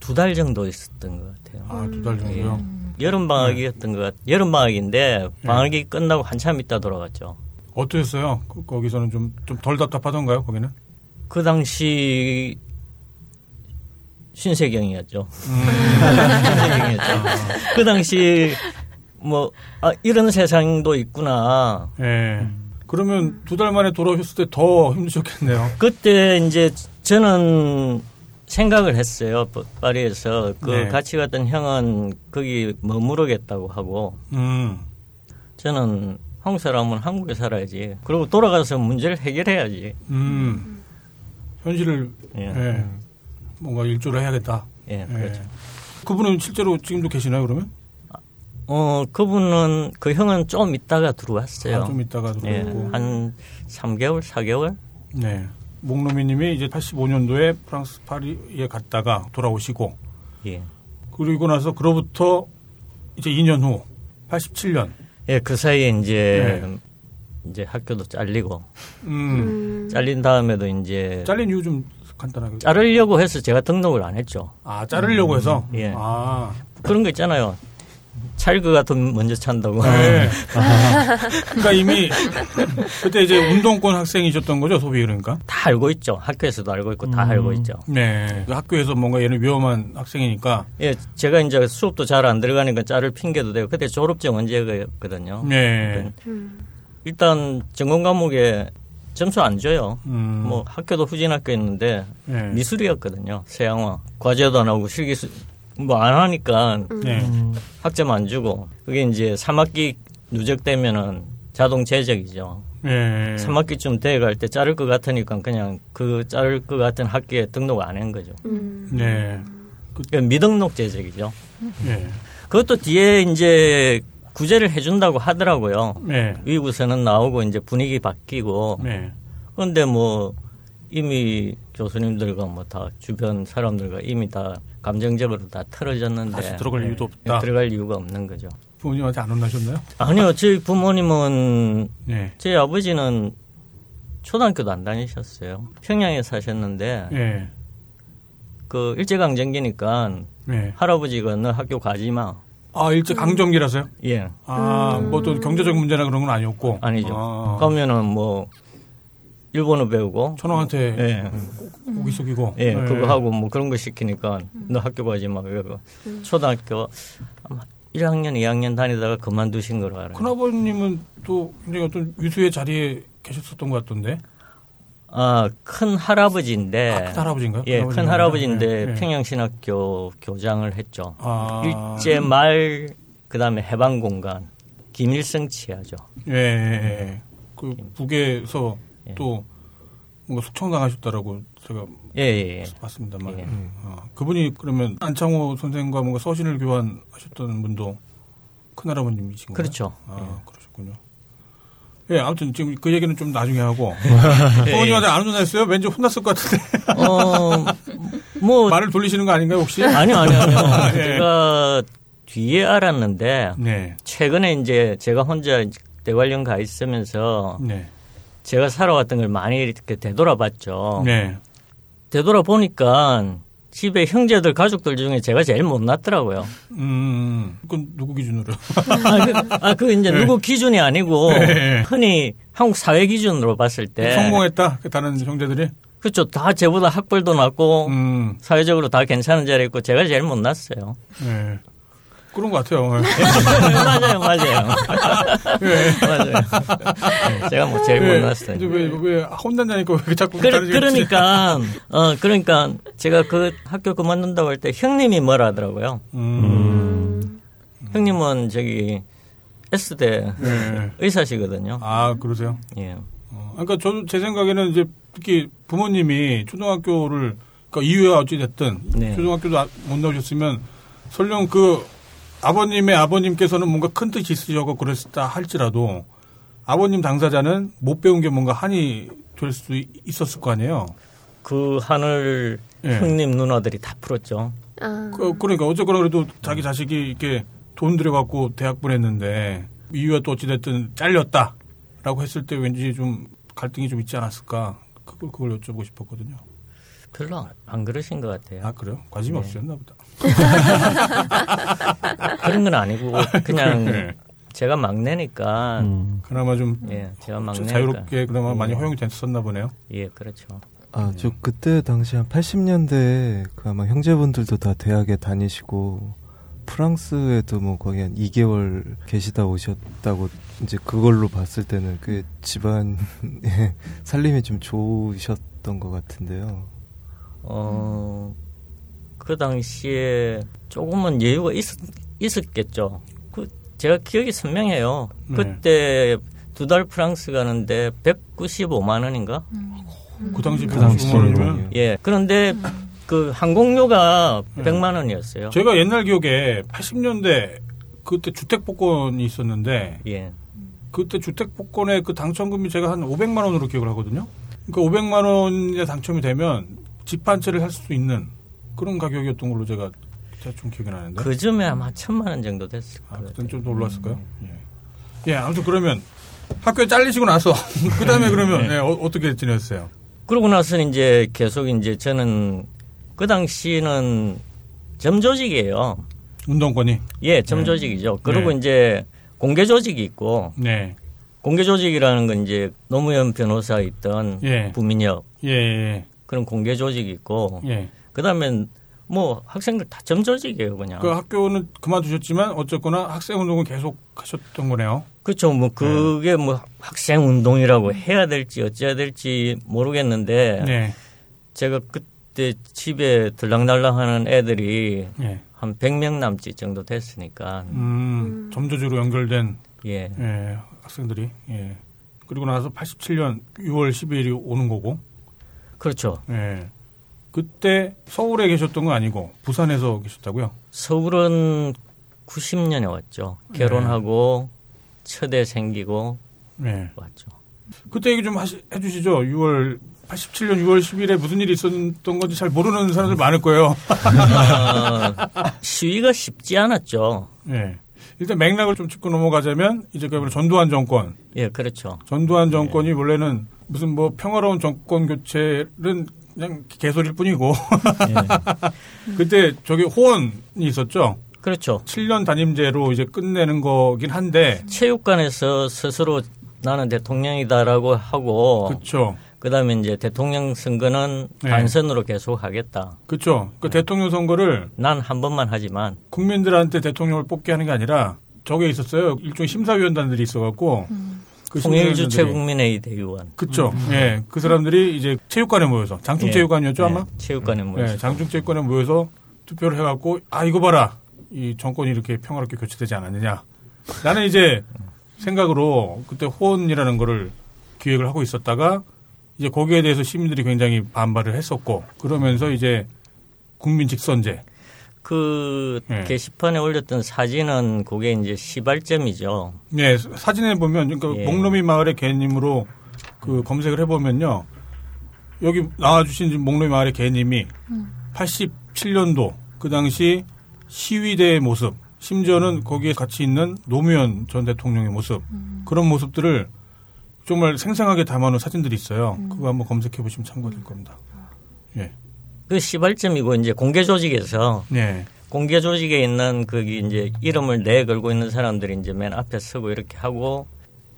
S4: 두 달 정도 있었던 것 같아요.
S3: 아, 두 달 정도요?
S4: 여름 방학이었던 것 같. 여름 방학인데 방학이 끝나고 한참 있다 돌아갔죠.
S3: 어떠셨어요? 거- 거기서는 좀, 좀 덜 답답하던가요, 거기는?
S4: 그 당시 신세경이었죠. 음. 신세경이었죠. 그 당시 뭐 아, 이런 세상도 있구나.
S3: 예. 그러면 두 달 만에 돌아오셨을 때 더 힘드셨겠네요.
S4: 그때 이제 저는 생각을 했어요. 파리에서 그
S3: 네.
S4: 같이 갔던 형은 거기 머무르겠다고 하고
S3: 음.
S4: 저는 한국 사람은 한국에 살아야지. 그리고 돌아가서 문제를 해결해야지.
S3: 음. 현실을,
S4: 예.
S3: 예. 뭔가 일조를 해야겠다.
S4: 예,
S3: 예.
S4: 그렇죠.
S3: 그분은 실제로 지금도 계시나요, 그러면?
S4: 어, 그분은 그 형은 좀 있다가 들어왔어요.
S3: 아, 좀 이따가
S4: 예,
S3: 들어오고.
S4: 한 3개월, 4개월?
S3: 네. 목노미님이 이제 85년도에 프랑스 파리에 갔다가 돌아오시고
S4: 예.
S3: 그리고 나서 그로부터 이제 2년 후 87년.
S4: 예, 그 사이에 이제
S3: 네.
S4: 이제 학교도 잘리고
S3: 음.
S4: 잘린 다음에도 이제
S3: 잘린 이유 좀 간단하게.
S4: 자르려고 해서 제가 등록을 안 했죠.
S3: 아 자르려고 해서.
S4: 예.
S3: 아.
S4: 그런 거 있잖아요. 찰그가 돈 먼저 찬다고.
S3: 네. 그러니까 이미 그때 이제 운동권 학생이셨던 거죠 소비 그러니까.
S4: 다 알고 있죠. 학교에서도 알고 있고
S3: 음.
S4: 다 알고 있죠.
S3: 네. 그 학교에서 뭔가 얘는 위험한 학생이니까.
S4: 예, 제가 이제 수업도 잘 안 들어가니까 자를 핑계도 되고 그때 졸업증 언제였거든요.
S3: 네.
S4: 일단 전공 과목에 점수 안 줘요.
S3: 음.
S4: 뭐 학교도 후진학교였는데
S3: 네.
S4: 미술이었거든요. 서양화 과제도 안 하고 실기수 뭐 안 하니까
S3: 네.
S6: 음.
S4: 학점 안 주고 그게 이제 3학기 누적되면은 자동 제적이죠.
S3: 네.
S4: 3학기쯤 돼갈 때 자를 것 같으니까 그냥 그 자를 것 같은 학기에 등록 안 한 거죠.
S3: 네.
S4: 그러니까 미등록 제적이죠.
S3: 네.
S4: 그것도 뒤에 이제 구제를 해준다고 하더라고요.
S3: 네.
S4: 위구서는 나오고 이제 분위기 바뀌고
S3: 네.
S4: 그런데 뭐 이미 교수님들과 뭐 다 주변 사람들과 이미 다 감정적으로 다
S3: 다시
S4: 틀어졌는데
S3: 들어갈 이유도 없다.
S4: 들어갈 이유가 없는 거죠.
S3: 부모님한테 안 혼나셨나요?
S4: 아니요, 저희 부모님은
S3: 네.
S4: 저희 아버지는 초등학교도 안 다니셨어요. 평양에 사셨는데
S3: 예.
S4: 그 일제 강점기니까
S3: 예.
S4: 할아버지가 너 학교 가지 마.
S3: 아, 일제 강점기라서요?
S4: 예,
S3: 아, 뭐 또 경제적 문제나 그런 건 아니었고.
S4: 아니죠.
S3: 아,
S4: 가면은 뭐 일본어 배우고
S3: 천황한테
S4: 예,
S3: 고기 속이고.
S4: 예,
S3: 네.
S4: 그거 하고 뭐 그런 거 시키니까 너 학교 가지 마. 그래서 초등학교 아마 1학년, 2학년 다니다가 그만두신 걸로 알아요.
S3: 큰아버님은 또 굉장히 어떤 유수의 자리에 계셨었던 것 같던데.
S4: 아, 큰 할아버지인데
S3: 아, 큰 할아버지인가요?
S4: 예, 큰 할아버지인데
S3: 예, 예.
S4: 평양신학교 교장을 했죠.
S3: 아,
S4: 일제 말 그다음에 해방 공간 김일성 치하죠.
S3: 예, 예, 예. 그 북에서
S4: 예.
S3: 또 뭔가 숙청당하셨다라고 제가
S4: 예, 예, 예.
S3: 봤습니다만.
S4: 예.
S3: 아, 그분이 그러면 안창호 선생과 뭔가 서신을 교환하셨던 분도 큰할아버님이신 가요
S4: 그렇죠.
S3: 아, 그러셨군요. 예, 아무튼 지금 그 얘기는 좀 나중에 하고.
S4: 예,
S3: 어머님한테 안 혼났어요? 왠지 혼났을 것 같은데.
S4: 어, 뭐
S3: 말을 돌리시는 거 아닌가요, 혹시?
S4: 아니요, 아니요, 아니요.
S3: 예.
S4: 제가 뒤에 알았는데
S3: 네.
S4: 최근에 이제 제가 혼자 이제 대관령 가 있으면서
S3: 네.
S4: 제가 살아왔던 걸 많이 이렇게 되돌아봤죠.
S3: 네.
S4: 되돌아보니까 집에 형제들 가족들 중에 제가 제일 못났더라고요.
S3: 음, 그건 누구 기준으로?
S4: 아, 그 이제 누구 기준이 아니고
S3: 네.
S4: 흔히 한국 사회 기준으로 봤을 때
S3: 성공했다? 그 다른 형제들이?
S4: 그렇죠. 다 제보다 학벌도 낮고
S3: 음,
S4: 사회적으로 다 괜찮은 자리 있고 제가 제일 못났어요.
S3: 네. 그런 것 같아요.
S4: 맞아요, 맞아요.
S3: 예.
S4: 맞아요. 네. 제가 뭐 제일
S3: 예.
S4: 못났어요.
S3: 근데 왜, 왜, 혼난다니까 왜 자꾸
S4: 그러,
S3: 다른 얘기 했지?
S4: 그러니까 어 그러니까 제가 그 학교 그만둔다고 할 때 형님이 뭐라 하더라고요.
S3: 음.
S4: 형님은 저기 S대
S3: 예.
S4: 의사시거든요.
S3: 아, 그러세요?
S4: 예.
S3: 어, 그러니까 저제 생각에는 이제 특히 부모님이 초등학교를 그러니까 이유가 어찌 됐든
S4: 네.
S3: 초등학교도 아- 못 나오셨으면 설령 그 아버님의 아버님께서는 뭔가 큰 뜻이 있으셔고 그랬다 할지라도 아버님 당사자는 못 배운 게 뭔가 한이 될 수도 이- 있었을 거 아니에요.
S4: 그 한을
S3: 예.
S4: 형님 누나들이 다 풀었죠.
S2: 아,
S3: 그, 러니까 어쨌거나 그래도 자기 자식이 이렇게 돈 들여갖고 대학 보냈는데 이유가 또 어찌 됐든 잘렸다라고 했을 때 왠지 좀 갈등이 좀 있지 않았을까 그걸 그걸 여쭤보고 싶었거든요.
S4: 별로 안 그러신 것 같아요.
S3: 아 그래요? 관심이 없으셨나 보다.
S4: 그런 건 아니고 그냥
S3: 네.
S4: 제가 막내니까
S3: 그나마 음. 좀
S4: 예, 제가 막내니까
S3: 자유롭게 그나마 많이 허용이 됐었나 보네요.
S4: 예, 그렇죠.
S5: 아, 저 그때 당시 한 80년대에 그 아마 형제분들도 다 대학에 다니시고 프랑스에도 뭐 거의 한 2개월 계시다 오셨다고 이제 그걸로 봤을 때는 그 집안 예, 살림이 좀 좋으셨던 것 같은데요.
S4: 어, 그 당시에 조금은 여유가 있었, 있었겠죠. 그, 제가 기억이 선명해요.
S3: 네.
S4: 그때 두 달 프랑스 가는데 195만 원인가?
S7: 음.
S3: 그 당시
S5: 그 당시
S3: 면
S5: 돈으로요.
S4: 예. 그런데 그 항공료가
S3: 음.
S4: 100만 원이었어요.
S3: 제가 옛날 기억에 80년대 그때 주택 복권이 있었는데
S4: 예.
S3: 그때 주택 복권의 그 당첨금이 제가 한 500만 원으로 기억을 하거든요. 그러니까 500만 원에 당첨이 되면 집 한 채를 살 수 있는 그런 가격이었던 걸로 제가 대충 기억이 나는데.
S4: 그 즈음에 아마 천만 원 정도 됐을
S3: 아,
S4: 거예요.
S3: 그땐 좀더 올랐을까요? 예. 예, 아무튼 그러면 학교에 잘리시고 나서 그다음에 그러면 예, 어, 떻게 지냈어요?
S4: 그러고 나서는 이제 계속 이제 저는 그 당시는 점조직이에요.
S3: 운동권이.
S4: 예, 점조직이죠. 그리고
S3: 네.
S4: 이제 공개조직이 있고
S3: 네.
S4: 공개조직이라는 건 이제 노무현 변호사 있던
S3: 예.
S4: 부민혁
S3: 예, 예,
S4: 그런 공개조직이 있고
S3: 예. 예.
S4: 그다음에 뭐 학생들 다 점조직이에요 그냥
S3: 그 학교는 그만두셨지만 어쨌거나 학생 운동은 계속 하셨던 거네요.
S4: 그렇죠 뭐 그게 뭐 학생 운동이라고 해야 될지 어찌해야 될지 모르겠는데
S3: 네.
S4: 제가 그때 집에 들락날락하는 애들이
S3: 예.
S4: 한 100명 남짓 정도 됐으니까
S3: 음, 점조주로 연결된
S4: 예
S3: 예, 학생들이 예. 그리고 나서 87년 6월 12일이 오는 거고.
S4: 그렇죠
S3: 예. 그때 서울에 계셨던 건 아니고 부산에서 계셨다고요?
S4: 서울은 90년에 왔죠
S3: 네.
S4: 결혼하고 첫애 생기고
S3: 예.
S4: 왔죠
S3: 그때 얘기 좀 하시, 해주시죠. 6월 87년 6월 10일에 무슨 일이 있었던 건지 잘 모르는 사람들 많을 거예요.
S4: 아, 시위가 쉽지 않았죠
S3: 예. 일단 맥락을 좀 짚고 넘어가자면 이제 그 전두환 정권,
S4: 예 그렇죠
S3: 전두환 정권이 원래는 무슨 뭐 평화로운 정권 교체는 그냥 개소리일 뿐이고 그때 저기 호언이 있었죠.
S4: 그렇죠
S3: 7년 단임제로 이제 끝내는 거긴 한데
S4: 체육관에서 스스로 나는 대통령이다라고 하고
S3: 그렇죠.
S4: 그다음에 이제 대통령 선거는
S3: 네.
S4: 단선으로 계속 하겠다.
S3: 그렇죠. 그
S4: 네.
S3: 대통령 선거를
S4: 난 한 번만 하지만
S3: 국민들한테 대통령을 뽑게 하는 게 아니라 저게 있었어요. 일종의 심사위원단들이 있어갖고 그
S4: 통일 주최
S3: 심사위원단들이.
S4: 국민회의 대의원.
S3: 그쵸. 예. 그 사람들이 이제 체육관에 모여서
S4: 음. 예.
S3: 장충체육관이었죠
S4: 예,
S3: 아마.
S4: 체육관에 모여서.
S3: 예. 장충체육관에 모여서 투표를 해갖고 아 이거 봐라 이 정권이 이렇게 평화롭게 교체되지 않았느냐. 나는 이제 생각으로 그때 호언이라는 거를 기획을 하고 있었다가 이제 거기에 대해서 시민들이 굉장히 반발을 했었고 그러면서 이제 국민 직선제
S4: 그
S3: 예.
S4: 게시판에 올렸던 사진은 그게 이제 시발점이죠.
S3: 예, 사진에 보면 그러니까
S4: 예.
S3: 목놈이 마을의 개님으로 그 검색을 해보면요 여기 나와주신 지금 목놈이 마을의 개님이 87년도 그 당시 시위대의 모습, 심지어는 거기에 같이 있는 노무현 전 대통령의 모습 그런 모습들을 정말 생생하게 담아놓은 사진들이 있어요. 그거 한번 검색해 보시면 참고가 될 겁니다. 예,
S4: 그 시발점이고 이제 공개 조직에서
S3: 네,
S4: 공개 조직에 있는 거기 이제 이름을 내 걸고 있는 사람들이 이제 맨 앞에 서고 이렇게 하고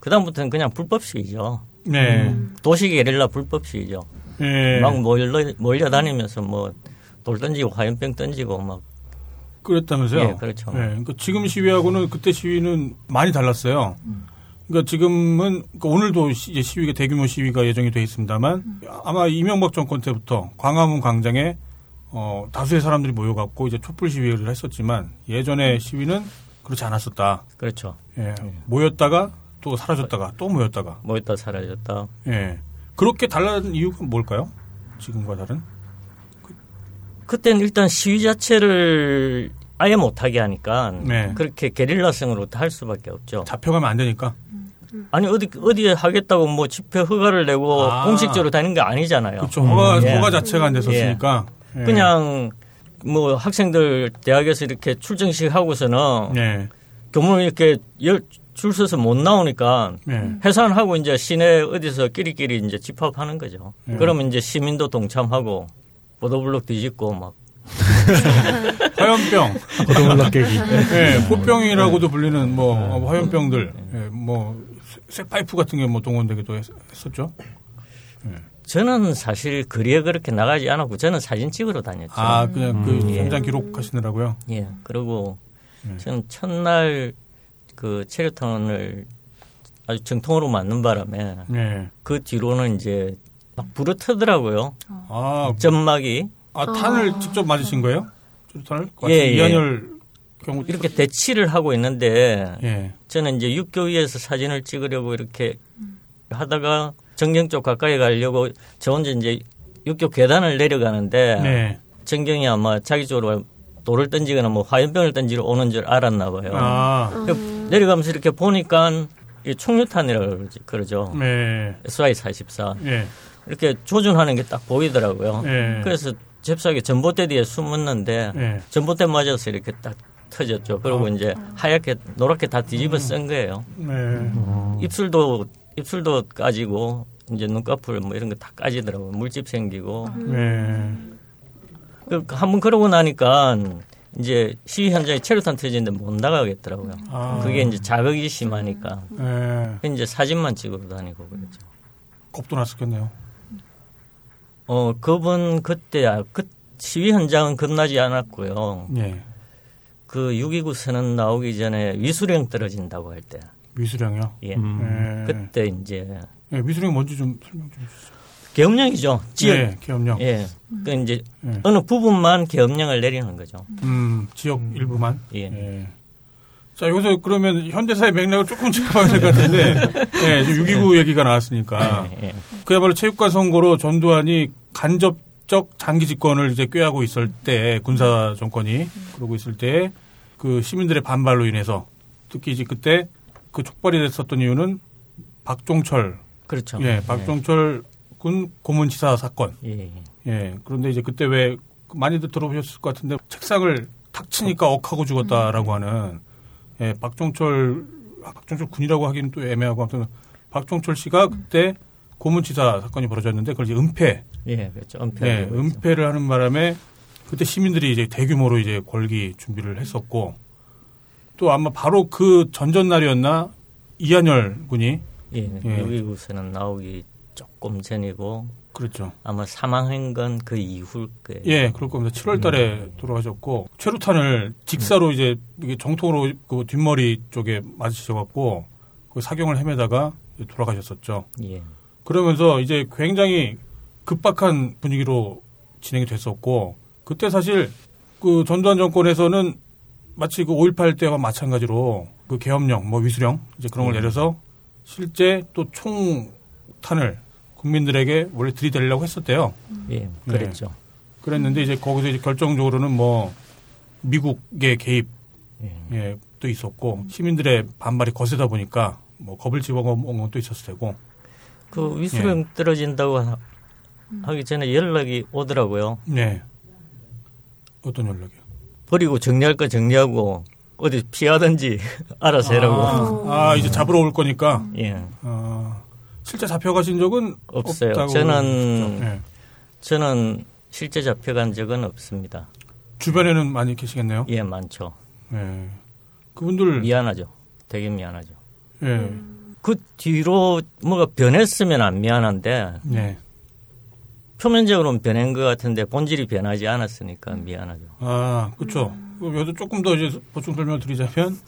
S4: 그다음부터는 그냥 불법 시위죠.
S3: 네,
S4: 도시 게릴라 불법 시위죠.
S3: 예.
S4: 음. 막 몰려 몰려다니면서 뭐 돌 던지고 화염병 던지고 막
S3: 그랬다면서요?
S4: 예, 그렇죠.
S3: 예, 그러니까 지금 시위하고는 그때 시위는 많이 달랐어요. 그러니까 지금은 그러니까 오늘도 시, 이제 시위가 대규모 시위가 예정이 돼 있습니다만 아마 이명박 정권 때부터 광화문 광장에 어, 다수의 사람들이 모여갖고 이제 촛불 시위를 했었지만 예전의 시위는 그렇지 않았었다.
S4: 그렇죠.
S3: 예, 모였다가 또 사라졌다가 또 모였다가
S4: 모였다 사라졌다.
S3: 예. 그렇게 달라진 이유가 뭘까요? 지금과 다른?
S4: 그때는 일단 시위 자체를 아예 못하게 하니까
S3: 네.
S4: 그렇게 게릴라성으로 다 할 수밖에 없죠.
S3: 잡혀가면 안 되니까.
S4: 아니 어디 어디에 하겠다고 뭐 집회 허가를 내고
S3: 아.
S4: 공식적으로 다니는 게 아니잖아요.
S3: 그렇죠. 허가,
S4: 예.
S3: 허가 자체가 안 됐었으니까. 예.
S4: 그냥 뭐 학생들 대학에서 이렇게 출정식 하고서는
S3: 예.
S4: 교문 이렇게 열, 줄 서서 못 나오니까
S3: 예.
S4: 해산하고 이제 시내 어디서 끼리끼리 이제 집합하는 거죠.
S3: 네.
S4: 그러면 이제 시민도 동참하고 보도블록 뒤집고 막
S3: 화염병,
S6: 거동올라 깨기.
S3: 예,
S4: 음. 네.
S3: 포병이라고도 불리는 뭐 어, 화염병들, 예, 뭐 쇠파이프 같은 게 뭐 동원되기도 했, 었죠
S4: 저는 사실 거리에 그렇게 나가지 않았고 저는 사진 찍으러 다녔죠.
S3: 아, 그냥 그
S4: 예.
S3: 현장 기록하시느라고요.
S4: 예. 그리고
S3: 예.
S4: 저는 첫날 그 체류탄을 아주 정통으로 맞는 바람에
S3: 예.
S4: 그 뒤로는 이제 막 불어 터더라고요.
S3: 아,
S4: 점막이
S3: 아 탄을 직접 맞으신 거예요? 탄을? 그
S4: 예, 예.
S3: 이한열 경우
S4: 이렇게 대치를 하고 있는데
S3: 예.
S4: 저는 이제 육교 위에서 사진을 찍으려고 이렇게 하다가 정경 쪽 가까이 가려고 저 혼자 이제 육교 계단을 내려가는데
S3: 네.
S4: 정경이 아마 자기 쪽으로 돌을 던지거나 뭐 화염병을 던지러 오는 줄 알았나 봐요.
S3: 아,
S4: 그 내려가면서 이렇게 보니까 이 총류탄이라고 그러지- 그러죠.
S3: 네.
S4: SY44
S3: 예.
S4: 이렇게 조준하는 게 딱 보이더라고요.
S3: 네.
S4: 어. 그래서 잽싸게 전봇대 뒤에 숨었는데
S3: 예. 아.
S4: 전봇대 맞아서 이렇게 딱 터졌죠. 그리고 이제 하얗게 노랗게 다 뒤집어
S3: 음.
S4: 쓴 거예요.
S3: 네.
S4: 음. 입술도 입술도 까지고 이제 눈꺼풀 뭐 이런 거 다 까지더라고요. 물집 생기고
S3: 네.
S4: 그 한번 그러고 나니까 이제 시위 현장에 체류탄 터지는데 못 나가겠더라고요.
S3: 아.
S4: 그게 이제 자극이 심하니까
S3: 예.
S4: 이제 사진만 찍으러 다니고 그랬죠.
S3: 겁도 났었겠네요.
S4: 어 그분 그때 아, 그 시위 현장은 겁나지 않았고요.
S3: 예.
S4: 그 6.29 선언 나오기 전에 위수령 떨어진다고 할 때,
S3: 미수령이요.
S4: 예
S3: 예.
S4: 그때 이제
S3: 예, 미수령 뭔지 좀 설명 좀 해주세요.
S4: 계엄령이죠. 지역
S3: 예, 기업령.
S4: 예. 그 이제
S3: 예.
S4: 어느 부분만 계엄령을 내리는 거죠.
S3: 음, 지역 일부만.
S4: 예.
S3: 예. 자, 여기서 그러면 현대사의 맥락을 조금 잡아야 될 것 같은데, 예, 지금 6.29 얘기가 나왔으니까.
S4: 예, 예.
S3: 그야말로 체육관 선거로 전두환이 간접적 장기 집권을 이제 꾀하고 있을 때, 군사 정권이 그러고 있을 때, 그 시민들의 반발로 인해서, 특히 이제 그때 그 촉발이 됐었던 이유는 박종철,
S4: 그렇죠.
S3: 예, 박종철 군 고문치사 사건.
S4: 예, 예.
S3: 예. 그런데 이제 그때 왜 많이들 들어보셨을 것 같은데 책상을 탁 치니까 억하고
S4: 음.
S3: 죽었다라고 하는 예, 박종철 아, 박종철 군이라고 하기는 또 애매하고 아무튼 박종철
S4: 음.
S3: 씨가 그때 고문치사 사건이 벌어졌는데 그걸 이제 은폐,
S4: 예, 그렇죠.
S3: 예,
S4: 은폐하려고 했죠.
S3: 은폐를 하는 바람에 그때 시민들이 이제 대규모로 이제 걸기 준비를 했었고 또 아마 바로 그 전전날이었나 이한열 군이
S4: 예,
S3: 예.
S4: 여기고서는 나오기 조금 전이고
S3: 그렇죠.
S4: 아마 사망한 건 그 이후일 거예요.
S3: 예, 그럴 겁니다. 7월 달에 돌아가셨고, 최루탄을 직사로 이제 이게 정통으로 그 뒷머리 쪽에 맞으셔갖고, 그 사경을 헤매다가 이제 돌아가셨었죠.
S4: 예.
S3: 그러면서 이제 굉장히 급박한 분위기로 진행이 됐었고, 그때 사실 그 전두환 정권에서는 마치 그 5.18 때와 마찬가지로 그 계엄령, 뭐 위수령, 이제 그런 걸 내려서 실제 또 총탄을 국민들에게 원래 들이대려고 했었대요.
S4: 예, 그랬죠.
S3: 그랬는데 이제 거기서 이제 결정적으로는 뭐 미국의 개입 예, 도 있었고 시민들의 반발이 거세다 보니까 뭐 겁을 집어먹은 것도 있었을 테고
S4: 그
S3: 예.
S4: 위수령 떨어진다고 하- 하기 전에 연락이 오더라고요.
S3: 네 어떤 연락이요?
S4: 버리고 정리할 거 정리하고 어디 피하든지 알아서 해라고.
S3: 아, 아, 이제 잡으러 올 거니까
S4: 예.
S3: 아, 실제 잡혀가신 적은
S4: 없어요. 저는-
S3: 없다고 그러셨죠? 예.
S4: 저는 실제 잡혀간 적은 없습니다.
S3: 주변에는 많이 계시겠네요.
S4: 예, 많죠.
S3: 예. 그분들
S4: 미안하죠. 되게 미안하죠.
S3: 예.
S4: 그 뒤로 뭐가 변했으면 안 미안한데
S3: 네.
S4: 표면적으로는 변한 것 같은데 본질이 변하지 않았으니까 미안하죠.
S3: 아, 그렇죠. 여기서 조금 더 이제 보충 설명을 드리자면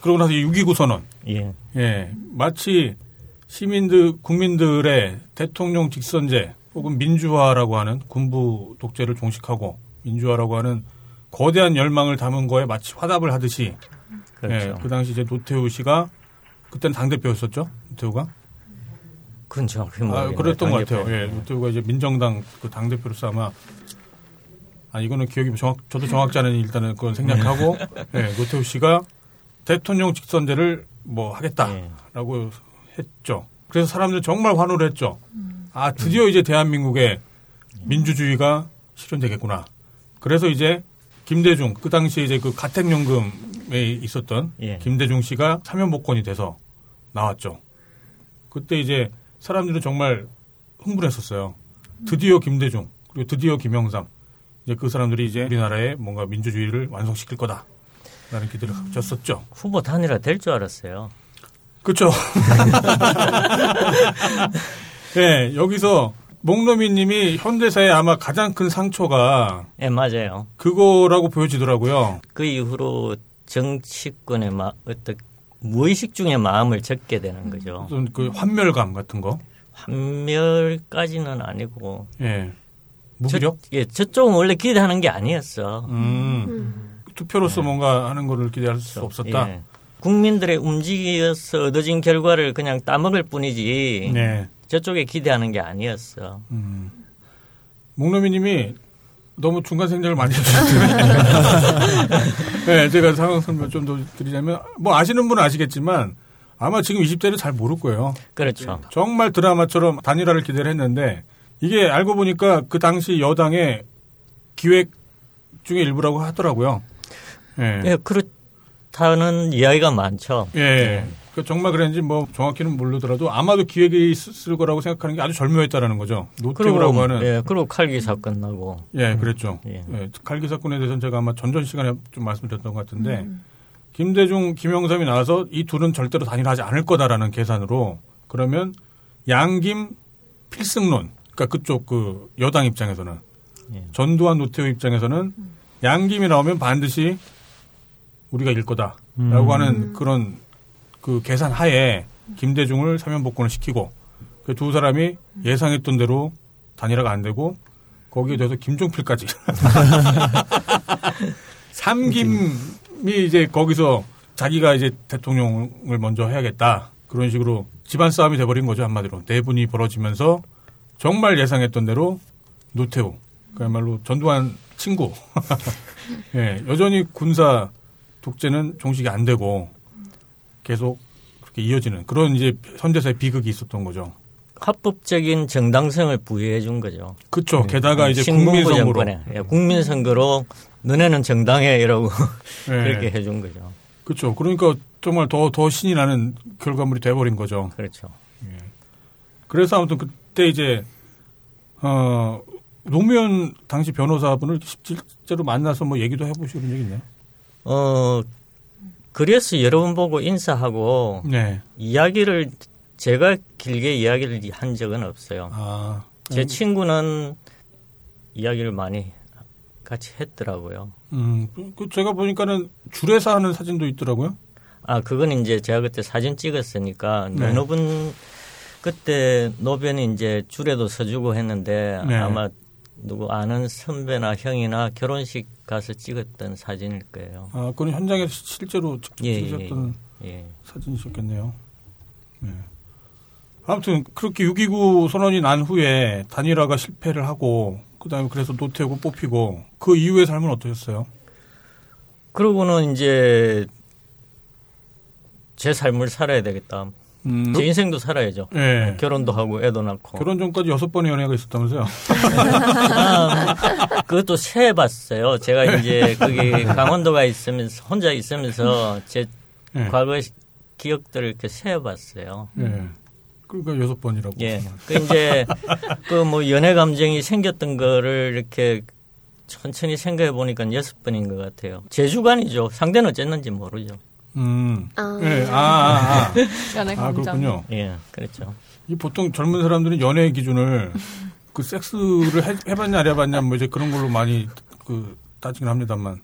S3: 그러고 나서 6.29 선언.
S4: 예.
S3: 예. 마치 시민들 국민들의 대통령 직선제 혹은 민주화라고 하는 군부 독재를 종식하고 민주화라고 하는 거대한 열망을 담은 거에 마치 화답을 하듯이
S4: 그렇죠.
S3: 예, 그 당시 이제 노태우 씨가 그때는 당 대표였었죠. 노태우가
S4: 그건 정확히
S3: 아,
S4: 모르겠네요.
S3: 그랬던 것
S4: 음, 당뇨병.
S3: 같아요. 예, 노태우가 이제 민정당 그 당대표로서 아마 아 이거는 기억이 정확 저도 정확지 않으니 일단은 그건 생략하고
S4: 네.
S3: 예, 노태우 씨가 대통령 직선제를 뭐
S4: 예.
S3: 하겠다라고 했죠. 그래서 사람들 정말 환호를 했죠. 아 드디어 이제 대한민국의 민주주의가 실현되겠구나. 그래서 이제 김대중 그 당시에 이제 그 가택연금에 있었던
S4: 예.
S3: 김대중 씨가 사면복권이 돼서 나왔죠. 그때 이제 사람들은 정말 흥분했었어요. 드디어 김대중 그리고 드디어 김영삼 이제 그 사람들이 이제 우리나라의 뭔가 민주주의를 완성시킬 거다. 라는 기대를 가졌었죠.
S4: 후보 단일화 될 줄 알았어요.
S3: 그렇죠. 예, 여기서 목노미님이 현대사에 아마 가장 큰 상처가
S4: 예, 맞아요.
S3: 그거라고 보여지더라고요.
S4: 그 이후로 정치권의 마, 어떤 무의식 중에 마음을 적게 되는 거죠.
S3: 어떤 그 환멸감 같은 거.
S4: 환멸까지는 아니고
S3: 예. 무기력?
S4: 저, 예, 저쪽은 원래 기대하는 게 아니었어.
S3: 음. 투표로서 뭔가 하는 거를 기대할 수 없었다.
S4: 예. 국민들의 움직여서 얻어진 결과를 그냥 따먹을 뿐이지
S3: 네.
S4: 저쪽에 기대하는 게 아니었어.
S3: 음. 목노미님이 너무 중간 생략을 많이 해주셨어요. 네, 제가 상황 설명 좀 더 드리자면, 뭐 아시는 분은 아시겠지만, 아마 지금 20대는 잘 모를 거예요.
S4: 그렇죠.
S3: 정말 드라마처럼 단일화를 기대를 했는데 이게 알고 보니까 그 당시 여당의 기획 중에 일부라고 하더라고요. 예.
S4: 예, 그렇다는 이야기가 많죠.
S3: 예. 그 정말 그랬는지 뭐 정확히는 모르더라도 아마도 기획이 있을 거라고 생각하는 게 아주 절묘했다라는 거죠. 노태우라고 하는 예,
S4: 예, 그리고 칼기 사건 나고
S3: 그랬죠.
S4: 예.
S3: 예, 칼기 사건에 대해서는 제가 아마 전전 시간에 좀 말씀드렸던 것 같은데 김대중, 김영삼이 나와서 이 둘은 절대로 단일하지 않을 거다라는 계산으로 그러면 양김 필승론 그러니까 그쪽 그 여당 입장에서는
S4: 예.
S3: 전두환 노태우 입장에서는 양김이 나오면 반드시 우리가 일 거다라고
S6: 음.
S3: 하는 그런 그 계산 하에 김대중을 사면 복권을 시키고 그 두 사람이 예상했던 대로 단일화가 안 되고 거기에 대해서 김종필까지 삼김이 이제 거기서 자기가 이제 대통령을 먼저 해야겠다 그런 식으로 집안 싸움이 돼버린 거죠 한마디로 네 내분이 벌어지면서 정말 예상했던 대로 노태우 그야말로 전두환 친구 예 여전히 군사 독재는 종식이 안 되고 계속 그렇게 이어지는 그런 이제 현대사의 비극이 있었던 거죠.
S4: 합법적인 정당성을 부여해 준 거죠. 음,
S3: 그렇죠. 게다가 이제
S4: 신군부
S3: 국민선거로
S4: 정권에. 예, 국민선거로 너네는 정당해 이라고 그렇게
S3: 예.
S4: 해 준 거죠.
S3: 그렇죠. 그러니까 정말 더 더 신이 나는 결과물이 돼버린 거죠.
S4: 그렇죠.
S3: 그래서 아무튼 그때 이제 어 노무현 당시 변호사분을 실제로 만나서 뭐 얘기도 해보시고 그런 얘기 있나요?
S4: 어 그래서 여러 번 보고 인사하고
S3: 네.
S4: 이야기를 제가 길게 이야기를 한 적은 없어요.
S3: 아.
S4: 제 친구는 이야기를 많이 같이 했더라고요.
S3: 음. 그 제가 보니까는 줄에서 하는 사진도 있더라고요.
S4: 아 그건 이제 제가 그때 사진 찍었으니까
S3: 네.
S4: 노노분 그때 노변이 이제 줄에도 서주고 했는데
S3: 네.
S4: 아마 누구 아는 선배나 형이나 결혼식 가서 찍었던 사진일 거예요.
S3: 아, 그건 현장에서 실제로 직접
S4: 예,
S3: 찍으셨던
S4: 예.
S3: 사진이셨겠네요. 네. 아무튼 그렇게 6.29 선언이 난 후에 단일화가 실패를 하고 그다음에 그래서 노태우고 뽑히고 그 이후의 삶은 어떠셨어요?
S4: 그러고는 이제 제 삶을 살아야 되겠다.
S3: 음,
S4: 제 인생도 살아야죠.
S3: 예.
S4: 결혼도 하고 애도 낳고.
S3: 결혼 전까지 여섯 번의 연애가 있었다면서요?
S4: 아, 그것도 세 봤어요. 제가 이제 거기 강원도가 있으면서 혼자 있으면서 제
S3: 예.
S4: 과거 시- 기억들을 이렇게 세 봤어요.
S3: 예. 그러니까 여섯 번이라고.
S4: 예. 그 이제 그 뭐 연애 감정이 생겼던 거를 이렇게 천천히 생각해 보니까 여섯 번인 것 같아요. 제 주관이죠. 상대는 어쨌는지 모르죠.
S3: 음.
S2: 아.
S3: 예. 아, 아,
S4: 네.
S3: 아.
S7: 연애
S3: 아,
S7: 네, 감정.
S3: 그렇군요.
S4: 예, 그렇죠.
S3: 이 보통 젊은 사람들은 연애 기준을 그 섹스를 해, 해봤냐 안 해봤냐 뭐 이제 그런 걸로 많이 그 따지긴 합니다만.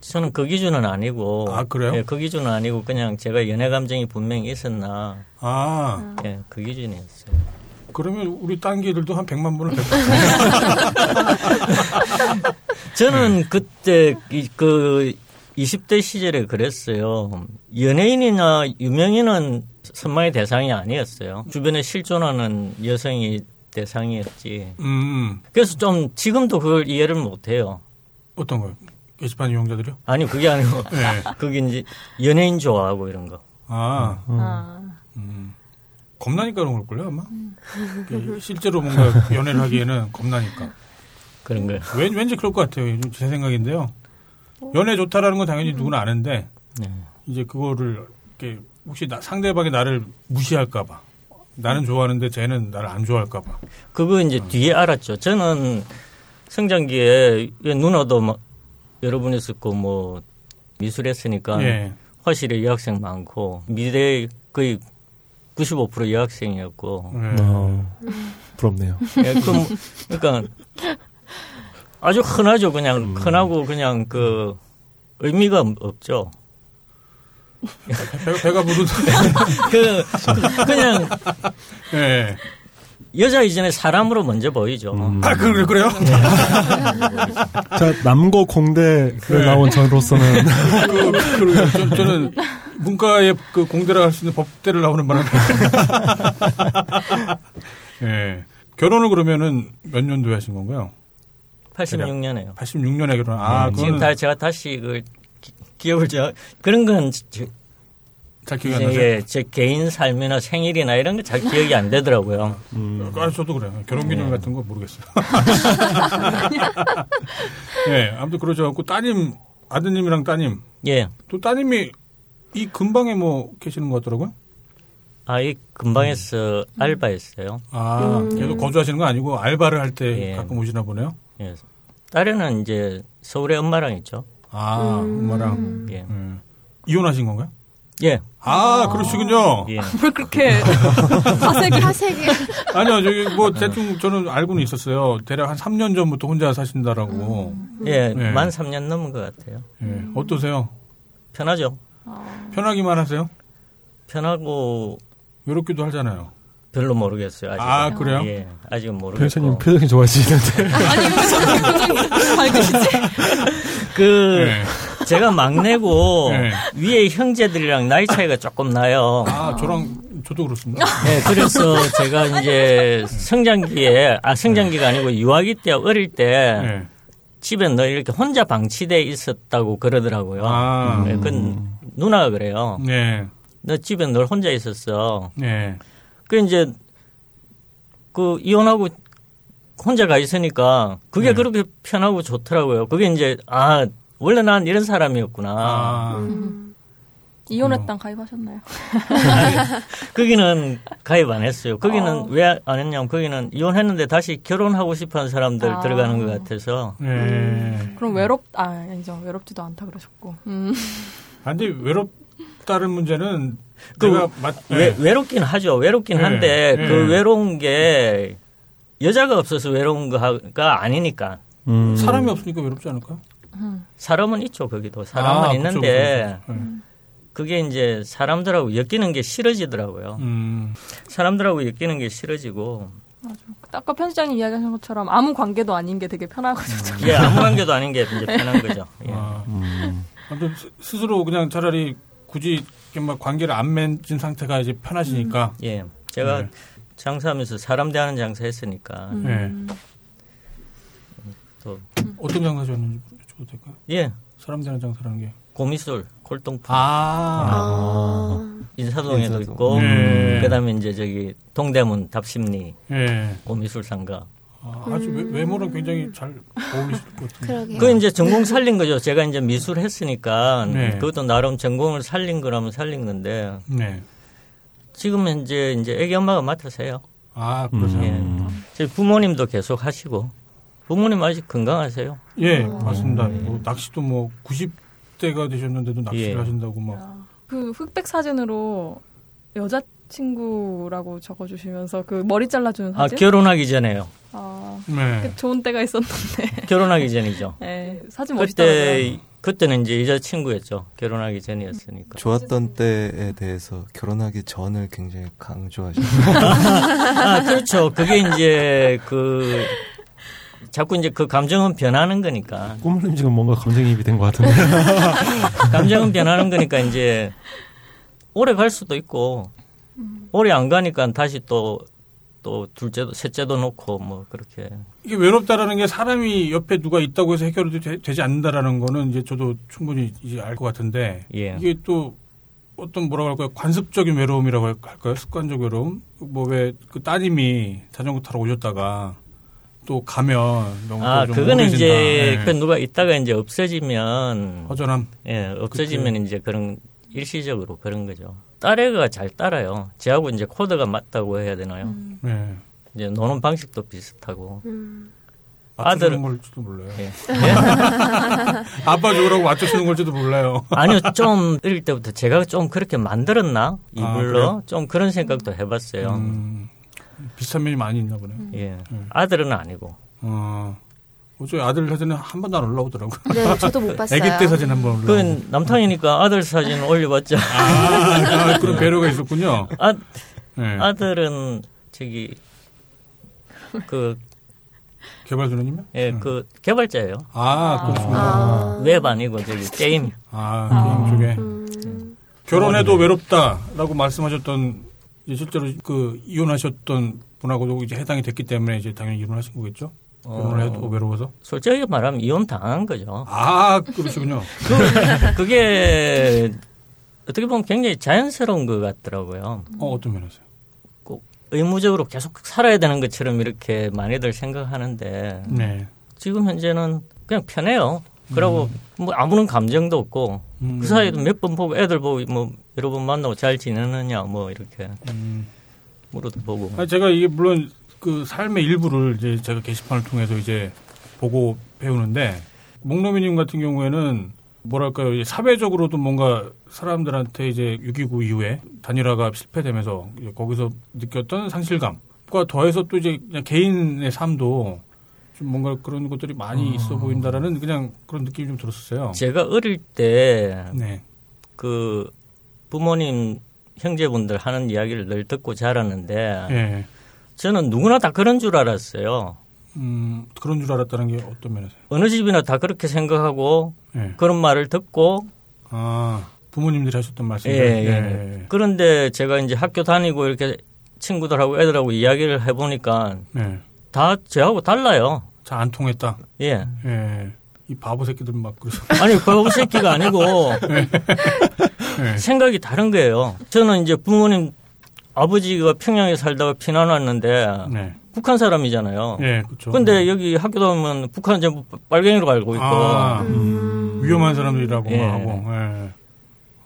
S4: 저는 그 기준은 아니고.
S3: 아, 그래요?
S4: 예, 그 기준은 아니고 그냥 제가 연애 감정이 분명히 있었나.
S3: 아.
S4: 예, 그 기준이었어요.
S3: 그러면 우리 딴기들도 한 100만 번을 뵙고
S4: 저는 그때 이- 그 20대 시절에 그랬어요. 연예인이나 유명인은 선망의 대상이 아니었어요. 주변에 실존하는 여성이 대상이었지.
S3: 음,
S4: 그래서 좀 지금도 그걸 이해를 못해요.
S3: 어떤 거요? 게시판 이용자들이요?
S4: 아니 그게 아니고
S3: 네.
S4: 그게 이제 연예인 좋아하고 이런 거.
S3: 아,
S7: 아,
S3: 겁나니까 그런 걸걸요, 아마? 그 실제로 뭔가 연애를 하기에는 겁나니까.
S4: 그런 거요.
S3: 왠, 왠지 그럴 것 같아요. 제 생각인데요. 연애 좋다라는 건 당연히 누구나 아는데,
S4: 네.
S3: 이제 그거를, 이렇게 혹시 나- 상대방이 나를 무시할까봐. 나는 좋아하는데 쟤는 나를 안 좋아할까봐.
S4: 그거 이제 뒤에 알았죠. 저는 성장기에 왜 누나도 막 여러 분 있었고 뭐 미술했으니까
S3: 예.
S4: 화실에 여학생 많고 미대 거의 95% 여학생이었고
S3: 예.
S6: 어, 부럽네요.
S4: 예, 그럼 그러니까 아주 흔하죠 그냥
S3: 음.
S4: 흔하고 그냥 그 의미가 없- 없죠
S3: 배, 배가 부르다.
S4: 그 그냥
S3: 예.
S4: 여자 이전에 사람으로 먼저 보이죠
S3: 아, 그, 그래요?
S6: 자, 남고 공대를
S3: 네.
S6: 나온 저로서는
S3: 그, 그러게요. 저, 저는 문과의 그 공대라 할 수 있는 법대를 나오는 바람에. 예. 결혼을 그러면은 몇 년도에 하신 건가요?
S4: 86년에요
S3: 86년에 결혼. 아,
S4: 네, 지금
S3: 그거는
S4: 다 제가 다시 그 기- 기억을 제가 그런 건 제,
S3: 잘 기억이 안 나세요?
S4: 제, 제 개인 삶이나 생일이나 이런 거 잘 기억이 안 되더라고요
S3: 아, 저도 그래요. 결혼기념일
S4: 네.
S3: 같은 거 모르겠어요. 예, 아무튼 그러셔갖고 따님, 아드님이랑 따님.
S4: 예
S3: 또 따님이 이 근방에 뭐 계시는 것 같더라고요.
S4: 아이 근방에서
S3: 음.
S4: 알바했어요
S3: 아, 계속 거주하시는 거 아니고 알바를 할 때
S4: 예.
S3: 가끔 오시나 보네요.
S4: 예. 딸에는 이제 서울의 엄마랑 있죠.
S3: 아, 엄마랑.
S4: 예.
S3: 예. 이혼하신 건가요?
S4: 예.
S3: 아, 그러시군요.
S4: 예.
S7: 뭘 그렇게 사색을
S2: 사색이
S3: 아니요, 저기 뭐 대충 저는 알고는 있었어요. 대략 한 3년 전부터 혼자 사신다라고.
S4: 예.
S3: 예.
S4: 만 3년 넘은 것 같아요.
S3: 예. 어떠세요?
S4: 편하죠.
S3: 편하기만 하세요?
S4: 편하고
S3: 요렇게도 하잖아요.
S4: 별로 모르겠어요. 아직은.
S3: 아, 그래요? 그,
S4: 예. 아직은
S6: 변호사님
S4: 모르겠고.
S6: 표정이 좋아지는데.
S7: 밝으시지?
S4: 그
S3: 예.
S4: 제가 막내고
S3: 예.
S4: 위에 형제들이랑 나이 차이가 조금 나요.
S3: 아, 저랑 저도 그렇습니다.
S4: 예. 그래서 제가 이제 성장기에 아 성장기가 아니고 유아기 때 어릴 때
S3: 예.
S4: 집에 너 이렇게 혼자 방치돼 있었다고 그러더라고요.
S3: 아.
S4: 예, 그건 누나가 그래요.
S3: 네.
S4: 너 집에 널 혼자 있었어.
S3: 네.
S4: 그 이제 그 이혼하고 혼자 가 있으니까 그게
S3: 네.
S4: 그렇게 편하고 좋더라고요. 그게 이제 아 원래 난 이런 사람이었구나.
S3: 아,
S7: 이혼했당 가입하셨나요?
S4: 거기는 가입 안 했어요. 거기는
S7: 어.
S4: 왜 안 했냐면 거기는 이혼했는데 다시 결혼하고 싶어하는 사람들
S7: 아.
S4: 들어가는 것 같아서
S3: 예.
S7: 그럼 외롭 아 아니죠 외롭지도 않다 그러셨고 음.
S3: 아, 근데 외롭다는 문제는
S4: 그
S3: 내가 맞, 예.
S4: 외, 외롭긴 하죠. 외롭긴
S3: 네.
S4: 한데
S3: 네.
S4: 그 외로운 게 여자가 없어서 외로운 거가 아니니까
S6: 음.
S3: 네. 사람이 없으니까 외롭지 않을까요?
S4: 사람은 있죠. 거기도 사람은
S3: 아, 그쵸,
S4: 있는데
S3: 그쵸, 그쵸. 예.
S4: 그게 이제 사람들하고 엮이는 게 싫어지더라고요.
S3: 음.
S4: 사람들하고 엮이는 게 싫어지고
S7: 맞아. 아까 음. 편집장님 이야기하신 것처럼 아무 관계도 아닌 게 되게 편하고 좋죠.
S4: 이게 예, 아무 관계도 아닌 게 이제 편한 거죠. 예.
S3: 아. 아무튼 스- 스스로 그냥 차라리 굳이 이렇게 막 관계를 안 맺은 상태가 이제 편하시니까.
S4: 예. 제가
S3: 네.
S4: 장사하면서 사람 대하는 장사 했으니까
S3: 예.
S4: 또
S3: 어떤 장사셨는지 여쭤도 될까요?
S4: 예.
S3: 사람 되는 장사라는 게.
S4: 고미술 콜동파
S3: 아,
S2: 아.
S4: 인사동에도
S6: 인사동.
S4: 있고
S3: 예.
S4: 그다음에 이제 저기 동대문 답심리
S3: 예.
S4: 고미술 상가
S3: 아, 아주 외- 외모랑 굉장히 잘 어울리실 것 같은데.
S2: 그러게요.
S4: 그 이제 전공 살린 거죠. 제가 이제 미술 했으니까
S3: 네.
S4: 그것도 나름 전공을 살린 거라면 살린 건데
S3: 네.
S4: 지금 현재 이제 애기 엄마가 맡으세요.
S3: 아, 그러세요.
S4: 음. 저희 예. 부모님도 계속 하시고 부모님 아직 건강하세요.
S3: 예, 맞습니다. 뭐 낚시도 뭐 90대가 되셨는데도 낚시를
S4: 예.
S3: 하신다고 막.
S7: 그 흑백 사진으로 여자친구라고 적어주시면서 그 머리 잘라주는
S4: 아
S7: 사진?
S4: 결혼하기 전에요.
S7: 아,
S3: 네.
S7: 그 좋은 때가 있었는데.
S4: 결혼하기 전이죠.
S7: 예, 사진 멋있더라고요.
S4: 그때 그때는 이제 여자친구였죠. 결혼하기 전이었으니까.
S5: 좋았던 때에 대해서 결혼하기 전을 굉장히 강조하셨어요.
S4: 아 그렇죠. 그게 이제 그 자꾸 이제 그 감정은 변하는 거니까
S6: 꼬물님 지금 뭔가 감정이입이 된 것 같은데.
S4: 감정은 변하는 거니까 이제 오래 갈 수도 있고 오래 안 가니까 다시 또 또 둘째도 셋째도 놓고 뭐 그렇게
S3: 이게 외롭다라는 게 사람이 옆에 누가 있다고 해서 해결이 되- 되지 않는다라는 거는 이제 저도 충분히 이제 알 것 같은데
S4: 예.
S3: 이게 또 어떤 뭐라고 할까요? 관습적인 외로움이라고 할- 할까요? 습관적 외로움? 뭐 왜 그 따님이 자전거 타러 오셨다가 또 가면 너무
S4: 아
S3: 또
S4: 그거는
S3: 우울해진다.
S4: 이제
S3: 아, 예.
S4: 그 누가 있다가 이제 없어지면
S3: 허전함.
S4: 예 없어지면 이제 그런 일시적으로 그런 거죠. 딸애가 잘 따라요. 저하고 이제 코드가 맞다고 해야 되나요?
S3: 예.
S4: 이제 노는 방식도 비슷하고
S3: 맞추는
S4: 아들은-
S3: 걸지도 몰라요.
S4: 예.
S3: 아빠 죽으라고 맞춰주는 걸지도 몰라요.
S4: 아니요, 좀 어릴 때부터 제가 좀 그렇게 만들었나 이불로
S3: 아, 그래요?
S4: 좀 그런 생각도 해봤어요.
S3: 음, 비슷한 면이 많이 있나 보네요.
S4: 예, 아들은 아니고
S3: 어, 어제 아들 사진은 한 번도 안 올라오더라고요.
S2: 네, 저도 못 봤어요.
S3: 아기 때 사진 한 번 올라오고.
S4: 그건 남탕이니까 아들 사진 올려봤자
S3: 아, 그런 배려가 있었군요.
S4: 아,
S3: 네.
S4: 아들은 저기 그,
S3: 개발 누나님이요?
S4: 예, 그 개발자예요.
S3: 아, 그렇습니다.
S2: 아.
S4: 웹 아니고 저기 게임.
S3: 아, 게임 쪽에. 결혼해도 외롭다라고 말씀하셨던, 이제 실제로 그 이혼하셨던 분하고도 이제 해당이 됐기 때문에 이제 당연히 이혼하신 거겠죠? 결혼을 해도 외로워서?
S4: 솔직히 말하면 이혼 당한 거죠.
S3: 아, 그러시군요.
S4: 그, 그게 어떻게 보면 굉장히 자연스러운 것 같더라고요.
S3: 어, 어떤 면에서요?
S4: 꼭 의무적으로 계속 살아야 되는 것처럼 이렇게 많이들 생각하는데
S3: 네.
S4: 지금 현재는 그냥 편해요. 그러고 뭐 아무런 감정도 없고
S3: 음.
S4: 그 사이에도 몇 번 보고 애들 보고 뭐 여러 번 만나고 잘 지내느냐 뭐 이렇게
S3: 음.
S4: 물어도 보고
S3: 아, 제가 이게 물론 그 삶의 일부를 이제 제가 게시판을 통해서 이제 보고 배우는데 목노미님 같은 경우에는 뭐랄까요 이제 사회적으로도 뭔가 사람들한테 이제 6.29 이후에 단일화가 실패되면서 이제 거기서 느꼈던 상실감과 더해서 또 이제 그냥 개인의 삶도 좀 뭔가 그런 것들이 많이 있어 보인다라는 그냥 그런 느낌이 좀 들었었어요.
S4: 음. 제가 어릴 때 그
S3: 네,
S4: 부모님 형제분들 하는 이야기를 늘 듣고 자랐는데
S3: 예,
S4: 저는 누구나 다 그런 줄 알았어요.
S3: 음 그런 줄 알았다는 게 어떤 면에서요?
S4: 어느 집이나 다 그렇게 생각하고
S3: 예,
S4: 그런 말을 듣고
S3: 아 부모님들이 하셨던 말씀.
S4: 예, 예, 예. 그런데 제가 이제 학교 다니고 이렇게 친구들하고 애들하고 이야기를 해보니까
S3: 예.
S4: 다
S3: 다
S4: 저하고 달라요.
S3: 잘 안 통했다.
S4: 예.
S3: 예. 이 바보 새끼들 막 그래서.
S4: 아니, 바보 새끼가 아니고
S3: 예.
S4: 생각이 다른 거예요. 저는 이제 부모님 아버지가 평양에 살다가 피난 왔는데
S3: 네.
S4: 북한 사람이잖아요.
S3: 예, 그렇죠.
S4: 어. 근데 여기 학교 다니면 북한 전부 빨갱이로 알고 있고
S3: 아, 위험한 사람들이라고
S4: 예.
S3: 막 하고. 예.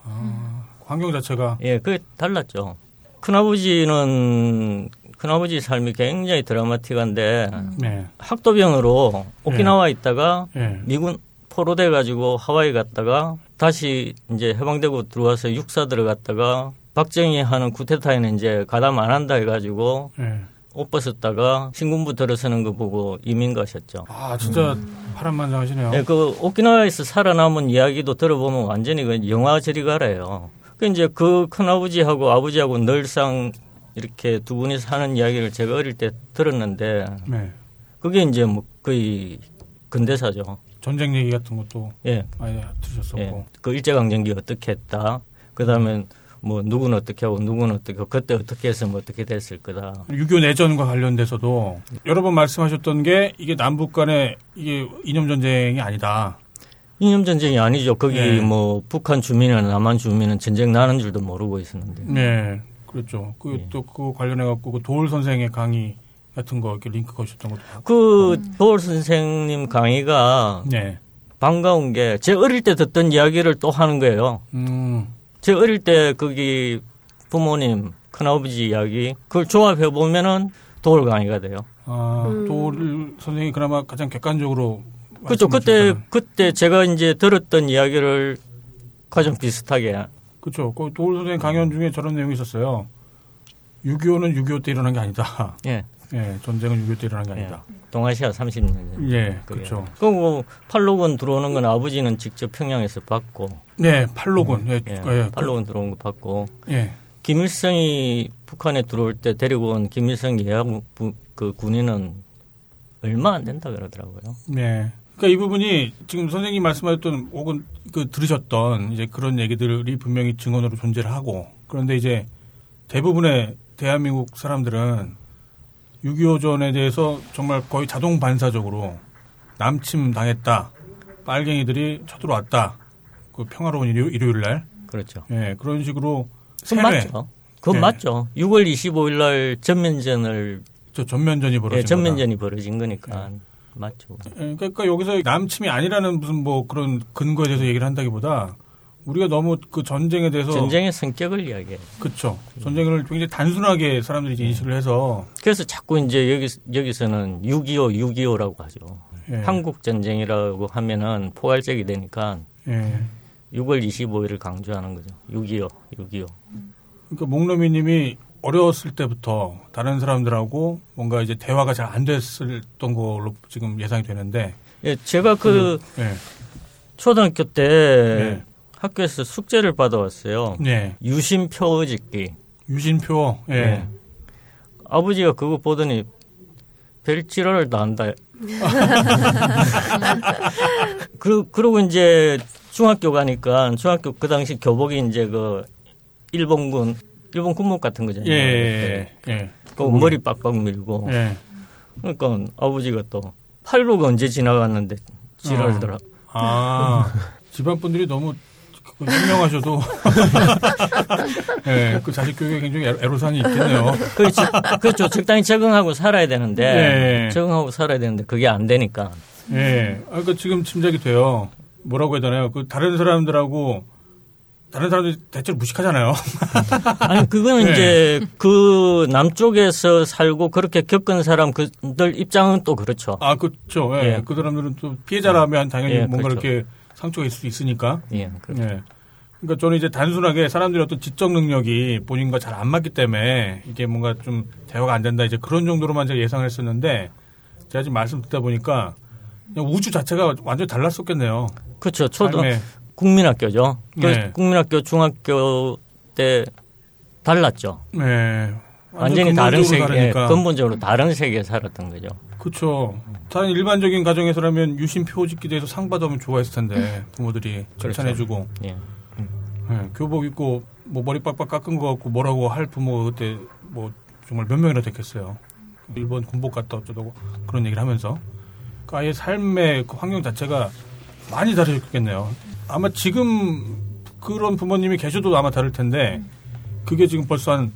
S3: 아, 환경 자체가
S4: 예, 그게 달랐죠. 큰아버지는 큰아버지 삶이 굉장히 드라마틱한데
S3: 네.
S4: 학도병으로 오키나와 에 있다가
S3: 예.
S4: 미군 포로돼 가지고 하와이 갔다가 다시 이제 해방되고 들어와서 육사 들어갔다가 박정희 하는 쿠데타에는 이제 가담 안 한다 해가지고
S3: 예.
S4: 옷 벗었다가 신군부 들어서는 거 보고 이민 가셨죠.
S3: 아, 진짜 파란만장하시네요.
S4: 예, 그 오키나와에서 살아남은 이야기도 들어보면 완전히 그 영화 저리가래요. 그 이제 그 큰아버지하고 아버지하고 늘상 이렇게 두 분이 사는 이야기를 제가 어릴 때 들었는데
S3: 네.
S4: 그게 이제 뭐 거의 근대사죠.
S3: 전쟁 얘기 같은 것도
S4: 예,
S3: 많이 들으셨었고.
S4: 예. 그 일제강점기 어떻게 했다. 그 다음에 뭐 누구는 어떻게 하고 누구는 어떻게 하고 그때 어떻게 했으면 어떻게 됐을 거다.
S3: 6.25 내전과 관련돼서도 여러 번 말씀하셨던 게 이게 남북 간의 이게 이념 전쟁이 아니다.
S4: 이념 전쟁이 아니죠. 거기
S3: 예.
S4: 뭐 북한 주민이나 남한 주민은 전쟁 나는 줄도 모르고 있었는데. 음.
S3: 네,
S4: 예.
S3: 그렇죠. 그 또 그 관련해 갖고 그 도울 선생의 강의 같은 거 이렇게 링크 거셨던 것도 봤고.
S4: 그 도울 선생님 강의가
S3: 네.
S4: 반가운 게 제 어릴 때 듣던 이야기를 또 하는 거예요.
S3: 음.
S4: 제 어릴 때 거기 부모님 큰아버지 이야기 그걸 조합해 보면은 도울 강의가 돼요.
S3: 아,
S2: 음.
S3: 도울 선생이 그나마 가장 객관적으로
S4: 그렇죠. 그죠 그때
S3: 말씀하셨잖아요.
S4: 그때 제가 이제 들었던 이야기를 가장 비슷하게
S3: 그렇죠. 그 도울 선생 강연 중에 저런 내용이 있었어요. 6.25는 6.25 때 일어난 게 아니다.
S4: 예
S3: 예, 전쟁은 6.25때 일어난 게 아니다.
S4: 동아시아 30년.
S3: 예, 그렇죠.
S4: 그리고 뭐 팔로군 들어오는 건 아버지는 직접 평양에서 받고
S3: 네, 팔로군. 예,
S4: 예,
S3: 예,
S4: 팔로군 들어온 거 받고
S3: 예,
S4: 김일성이 북한에 들어올 때 데리고 온 김일성 예하부 그 군인은 얼마 안 된다 그러더라고요.
S3: 네. 그러니까 이 부분이 지금 선생님 말씀하셨던 혹은 그 들으셨던 이제 그런 얘기들이 분명히 증언으로 존재를 하고 그런데 이제 대부분의 대한민국 사람들은 6.25전에 대해서 정말 거의 자동 반사적으로 남침 당했다. 빨갱이들이 쳐들어왔다. 그 평화로운 일요, 일요일 날.
S4: 그렇죠.
S3: 예, 그런 식으로
S4: 그건
S3: 세뇌.
S4: 맞죠. 그건
S3: 네.
S4: 맞죠. 6월 25일 날 전면전을
S3: 저 전면전이
S4: 예,
S3: 벌어진 거다.
S4: 전면전이 벌어진 거니까 맞죠.
S3: 예, 그러니까 여기서 남침이 아니라는 무슨 뭐 그런 근거에 대해서 얘기를 한다기보다 우리가 너무 그 전쟁에 대해서
S4: 전쟁의 성격을 이야기해요.
S3: 그렇죠 전쟁을 굉장히 단순하게 사람들이 이제 인식을 해서
S4: 그래서 자꾸 이제 여기 여기서는 6.25, 6.25라고 하죠.
S3: 예,
S4: 한국 전쟁이라고 하면은 포괄적이 되니까
S3: 예.
S4: 6월 25일을 강조하는 거죠. 6.25, 6.25.
S3: 그러니까 목노미님이 어려웠을 때부터 다른 사람들하고 뭔가 이제 대화가 잘 안 됐었던 걸로 지금 예상이 되는데
S4: 예, 제가 그
S3: 예,
S4: 초등학교 때
S3: 네.
S4: 학교에서 숙제를 받아왔어요.
S3: 예.
S4: 유심표 짓기.
S3: 유신표 예.
S4: 네. 아버지가 그거 보더니 별지랄을 난다. 그러, 그러고 이제 중학교 가니까 중학교 그 당시 교복이 이제 그 일본군 일본 군복 같은 거잖아요.
S3: 예, 예, 예, 예,
S4: 그 머리 빡빡 밀고
S3: 예.
S4: 그러니까 아버지가 또 팔로가 언제 지나갔는데 지랄더라.
S3: 아, 집안 분들이 너무 그 현명하셔도 예, 그 자식 교육에 굉장히 애로- 애로사항이 있겠네요.
S4: 그렇죠. 그렇죠. 적당히 적응하고 살아야 되는데
S3: 예.
S4: 적응하고 살아야 되는데 그게 안 되니까.
S3: 예. 아, 그 지금 짐작이 돼요. 뭐라고 해야 되나요? 그 다른 사람들하고 다른 사람들이 대체로 무식하잖아요.
S4: 아니 그거는
S3: 네.
S4: 이제 그 남쪽에서 살고 그렇게 겪은 사람들 입장은 또 그렇죠.
S3: 아, 그렇죠. 예.
S4: 예.
S3: 그 사람들은 또 피해자라면 당연히
S4: 예,
S3: 뭔가
S4: 그렇죠.
S3: 이렇게 상처가 있을 수 있으니까.
S4: 예, 그렇죠.
S3: 예. 그러니까 저는 이제 단순하게 사람들의 어떤 지적 능력이 본인과 잘 안 맞기 때문에 이게 뭔가 좀 대화가 안 된다 이제 그런 정도로만 제가 예상을 했었는데 제가 지금 말씀 듣다 보니까 그냥 우주 자체가 완전히 달랐었겠네요.
S4: 그렇죠. 초등
S3: 삶의.
S4: 국민학교죠. 그
S3: 네.
S4: 국민학교 중학교 때 달랐죠.
S3: 네.
S4: 완전히 다른 세계, 예,
S3: 다르니까.
S4: 근본적으로 다른 세계에 살았던 거죠.
S3: 그렇죠. 다른 일반적인 가정에서라면 유심 표짓기 대해서 상 받으면 좋아했을 텐데
S4: 음.
S3: 부모들이 칭찬해주고
S4: 예.
S3: 예, 교복 입고 뭐 머리 빡빡 깎은 거 같고 뭐라고 할 부모가 그때 뭐 정말 몇 명이나 됐겠어요. 일본 군복 갔다 어쩌고 그런 얘기를 하면서 그러니까 아예 삶의 그 환경 자체가 많이 다르셨겠네요. 아마 지금 그런 부모님이 계셔도 아마 다를 텐데 그게 지금 벌써 한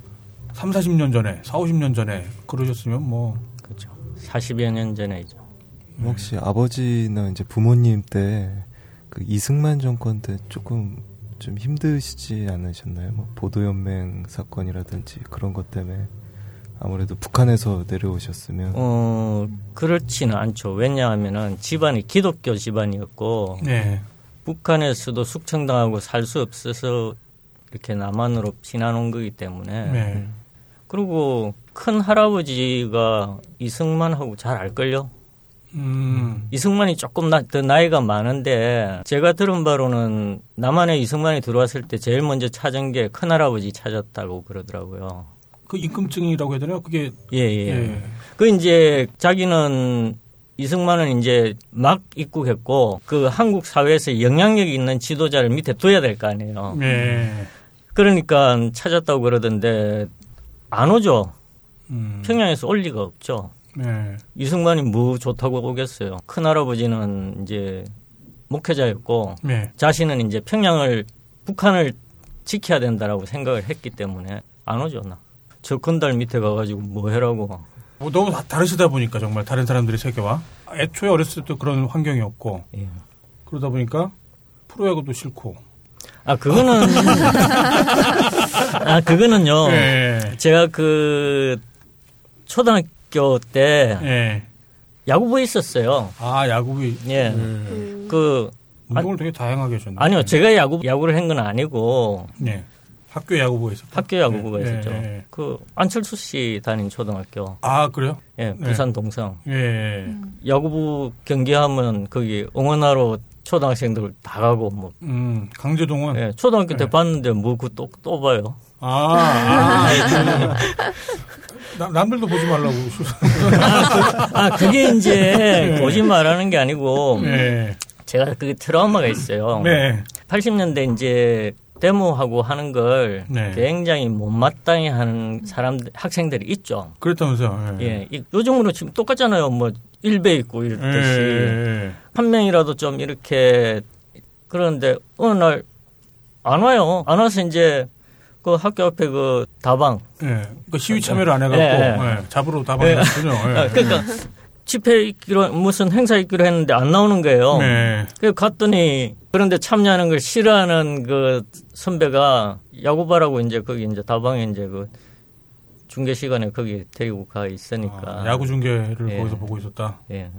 S3: 3, 40년 전에, 4, 50년 전에 그러셨으면 뭐
S4: 그렇죠. 40여 년 전에죠.
S5: 음. 혹시 아버지나 이제 부모님 때 그 이승만 정권 때 조금 좀 힘드시지 않으셨나요? 뭐 보도연맹 사건이라든지 그런 것 때문에 아무래도 북한에서 내려오셨으면
S4: 어, 그렇지는 않죠. 왜냐하면은 집안이 기독교 집안이었고
S3: 네.
S4: 북한에서도 숙청당하고 살 수 없어서 이렇게 남한으로 피난온 거기 때문에
S3: 네.
S4: 그리고 큰 할아버지가 이승만하고 잘 알걸요.
S3: 음.
S4: 이승만이 조금 나, 더 나이가 많은데 제가 들은 바로는 남한에 이승만이 들어왔을 때 제일 먼저 찾은 게 큰 할아버지 찾았다고 그러더라고요.
S3: 그 임금증이라고 해야 되나요? 그게
S4: 예, 예.
S3: 예.
S4: 그 이제 자기는 이승만은 이제 막 입국했고 그 한국 사회에서 영향력 있는 지도자를 밑에 둬야 될 거 아니에요.
S3: 예.
S4: 그러니까 찾았다고 그러던데 안 오죠.
S3: 음.
S4: 평양에서 올 리가 없죠.
S3: 예.
S4: 이승만이 뭐 좋다고 오겠어요. 큰할아버지는 이제 목회자였고
S3: 네.
S4: 자신은 이제 평양을 북한을 지켜야 된다라고 생각을 했기 때문에 안 오죠 나. 저 건달 밑에 가가지고 뭐 해라고.
S3: 뭐 너무 다, 다르시다 보니까 정말 다른 사람들의 세계와 애초에 어렸을 때 그런 환경이었고
S4: 예.
S3: 그러다 보니까 프로야구도 싫고
S4: 아 그거는 아 그거는요.
S3: 예.
S4: 제가 그 초등학교 때
S3: 예.
S4: 야구부에 있었어요.
S3: 아 야구비
S4: 예. 그
S3: 운동을 되게 다양하게 하셨네
S4: 아니요 제가 야구 야구를 한 건 아니고
S3: 네. 학교 야구부에 있었고
S4: 학교 야구부가
S3: 예,
S4: 있었죠.
S3: 예, 예.
S4: 그 안철수 씨 다닌 초등학교.
S3: 아 그래요?
S4: 예, 부산 동성.
S3: 예, 예.
S4: 음. 야구부 경기하면 거기 응원하러 초등학생들 다 가고 뭐
S3: 음 강제동원
S4: 예, 초등학교 때
S3: 예.
S4: 봤는데 뭐그또또 봐요.
S3: 아, 아, 그, 나- 남들도 보지 말라고
S4: 아, 그게 이제 네. 거짓말하는 게 아니고
S3: 네.
S4: 제가 그 트라우마가 있어요.
S3: 네.
S4: 80년대 이제 데모하고 하는 걸
S3: 네.
S4: 굉장히 못마땅히 하는 사람 학생들이 있죠.
S3: 그렇다면서요.
S4: 예, 이- 요즘으로 지금 똑같잖아요. 뭐 일배 있고 이랬듯이
S3: 예.
S4: 한 명이라도 좀 이렇게 그런데 어느 날 안 와요. 안 와서 이제 그 학교 앞에 그 다방
S3: 예. 그러니까 시위 참여를 안 해갖고
S4: 예,
S3: 예, 잡으러 다방했군요.
S4: 아,
S3: 예.
S4: 그러니까 집회 있기로 무슨 행사 있기로 했는데 안 나오는 거예요.
S3: 네.
S4: 그래서 갔더니 그런데 참여하는 걸 싫어하는 그 선배가 야구바라고 이제 거기 이제 다방에 이제 그 중계 시간에 거기 데리고 가 있으니까
S3: 아, 야구 중계를
S4: 그러니까. 예.
S3: 거기서 보고 있었다.
S4: 예.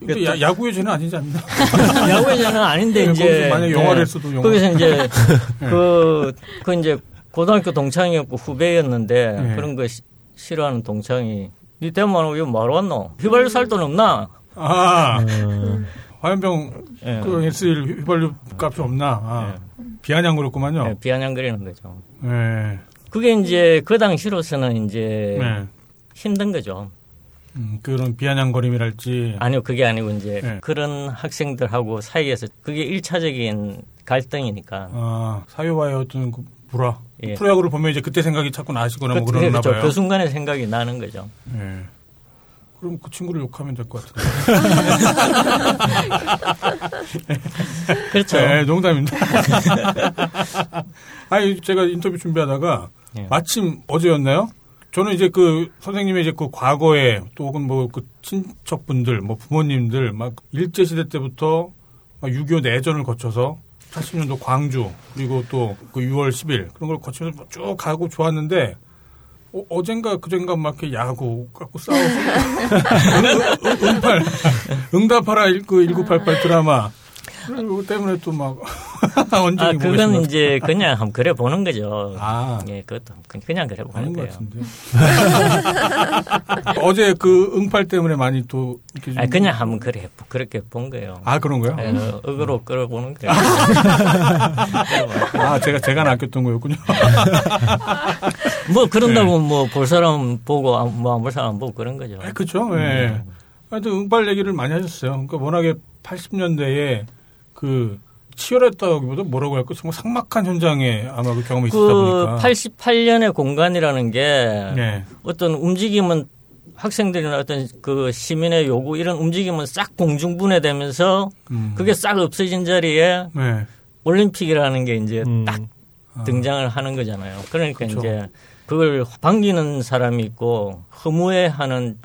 S3: 근데 야, 야구의 죄는 아니지 않나?
S4: 야구의 자는 아닌데
S3: 예,
S4: 이제
S3: 거기서 만약
S4: 예.
S3: 영화를 했어도 네. 영화.
S4: 거기서 이제 그, 그 이제 고등학교 동창이었고 후배였는데
S3: 네.
S4: 그런 거 시- 싫어하는 동창이 니 대만하고 이거 뭐하러 왔노? 휘발유 살 돈 없나?
S3: 아,
S4: 음.
S3: 화염병
S4: 예.
S3: 그 S1 휘발유 값이 없나? 아,
S4: 네.
S3: 비아냥거렸구만요.
S4: 예, 비아냥거리는 거죠.
S3: 예.
S4: 그게 이제 그 당시로서는 이제
S3: 예.
S4: 힘든 거죠.
S3: 음, 그런 비아냥거림이랄지.
S4: 아니요, 그게 아니고 이제
S3: 네.
S4: 그런 학생들하고 사이에서 그게 일차적인 갈등이니까.
S3: 아, 사회와의 어떤 그 불화.
S4: 예.
S3: 프로야구를 보면 이제 그때 생각이 자꾸 나시거나 뭐
S4: 그,
S3: 그러나
S4: 그렇죠.
S3: 봐요.
S4: 그 순간의 생각이 나는 거죠.
S3: 예. 그럼 그 친구를 욕하면 될 것 같은데.
S4: 그렇죠.
S3: 네, 농담입니다. 아니, 제가 인터뷰 준비하다가
S4: 예.
S3: 마침 어제였나요? 저는 이제 그 선생님의 이제 그 과거에 또 혹은 뭐 그 친척분들, 뭐 부모님들 막 일제시대 때부터 막6.25 아, 내전을 거쳐서 80년도 광주 그리고 또 그 6월 10일 그런 걸 거치면서 쭉 가고 좋았는데 어, 어젠가 그젠가 막 이렇게 야구 갖고 싸우고 응- 응- 응팔 응답하라 1988 드라마 그리고 때문에 또 막 언제
S4: 아,
S3: 아,
S4: 그건 이제 그냥 한번 그래 보는 거죠.
S3: 아
S4: 예, 그것도 그- 그냥 그래
S3: 아닌
S4: 보는
S3: 것
S4: 거예요.
S3: 같은데 어제 그 응팔 때문에 많이 또 이렇게 좀-
S4: 아, 그냥 한번 그래 그렇게 본 거예요.
S3: 아 그런 거요?
S4: 예, 어, 억으로 끌어보는 거예요.
S3: 아 제가 제가 낚였던 거였군요.
S4: 뭐 그런다고 뭐 볼 사람 보고 뭐안볼 사람 안 보고 그런 거죠.
S3: 네. 아, 그죠. 예. 하여튼 응팔 얘기를 많이 하셨어요. 그러니까 워낙에 80년대에 그 치열했다기보다 뭐라고 할까 정말 삭막한 현장에 아마 그 경험이 있었다
S4: 그
S3: 보니까.
S4: 88년의 공간이라는 게
S3: 네.
S4: 어떤 움직임은 학생들이나 어떤 그 시민의 요구 이런 움직임은 싹 공중분해되면서
S3: 음.
S4: 그게 싹 없어진 자리에
S3: 네.
S4: 올림픽이라는 게 이제
S6: 음.
S4: 딱 등장을 하는 거잖아요. 그러니까
S3: 그쵸.
S4: 이제 그걸 반기는 사람이 있고 허무해하는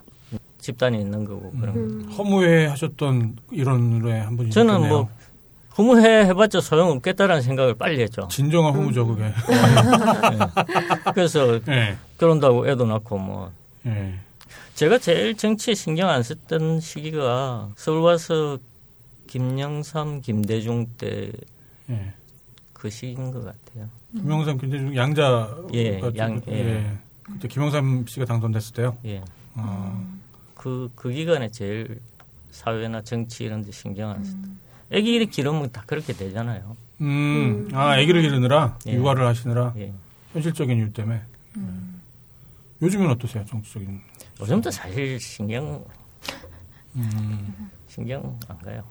S4: 집단이 있는 거고 그런 거.
S3: 허무해 하셨던 이런 노래 한번
S4: 저는 뭐 허무해 해봤자 소용없겠다라는 생각을 빨리 했죠.
S3: 진정한 허무죠 그게.
S4: 음. 그래서
S3: 예.
S4: 결혼도 하고 애도 낳고 뭐
S3: 예.
S4: 제가 제일 정치에 신경 안 썼던 시기가 서울 와서 김영삼, 김대중 때 그
S3: 예.
S4: 시기인 것 같아요.
S3: 김영삼 굉장히 양자
S4: 예,
S3: 같은-
S4: 양- 예.
S3: 그때 김영삼 씨가 당선됐을 때요.
S4: 예,
S3: 아,
S4: 그, 그 기간에 제일 사회나 정치 이런 데 신경 안 썼다. 애기를 기르면 다 그렇게 되잖아요.
S3: 음, 아, 아기를 기르느라
S4: 예.
S3: 육아를 하시느라
S4: 예.
S3: 현실적인 이유 때문에. 네. 요즘은 어떠세요, 정치적인?
S4: 요즘도 사실 신경
S3: 음,
S4: 신경 안 가요.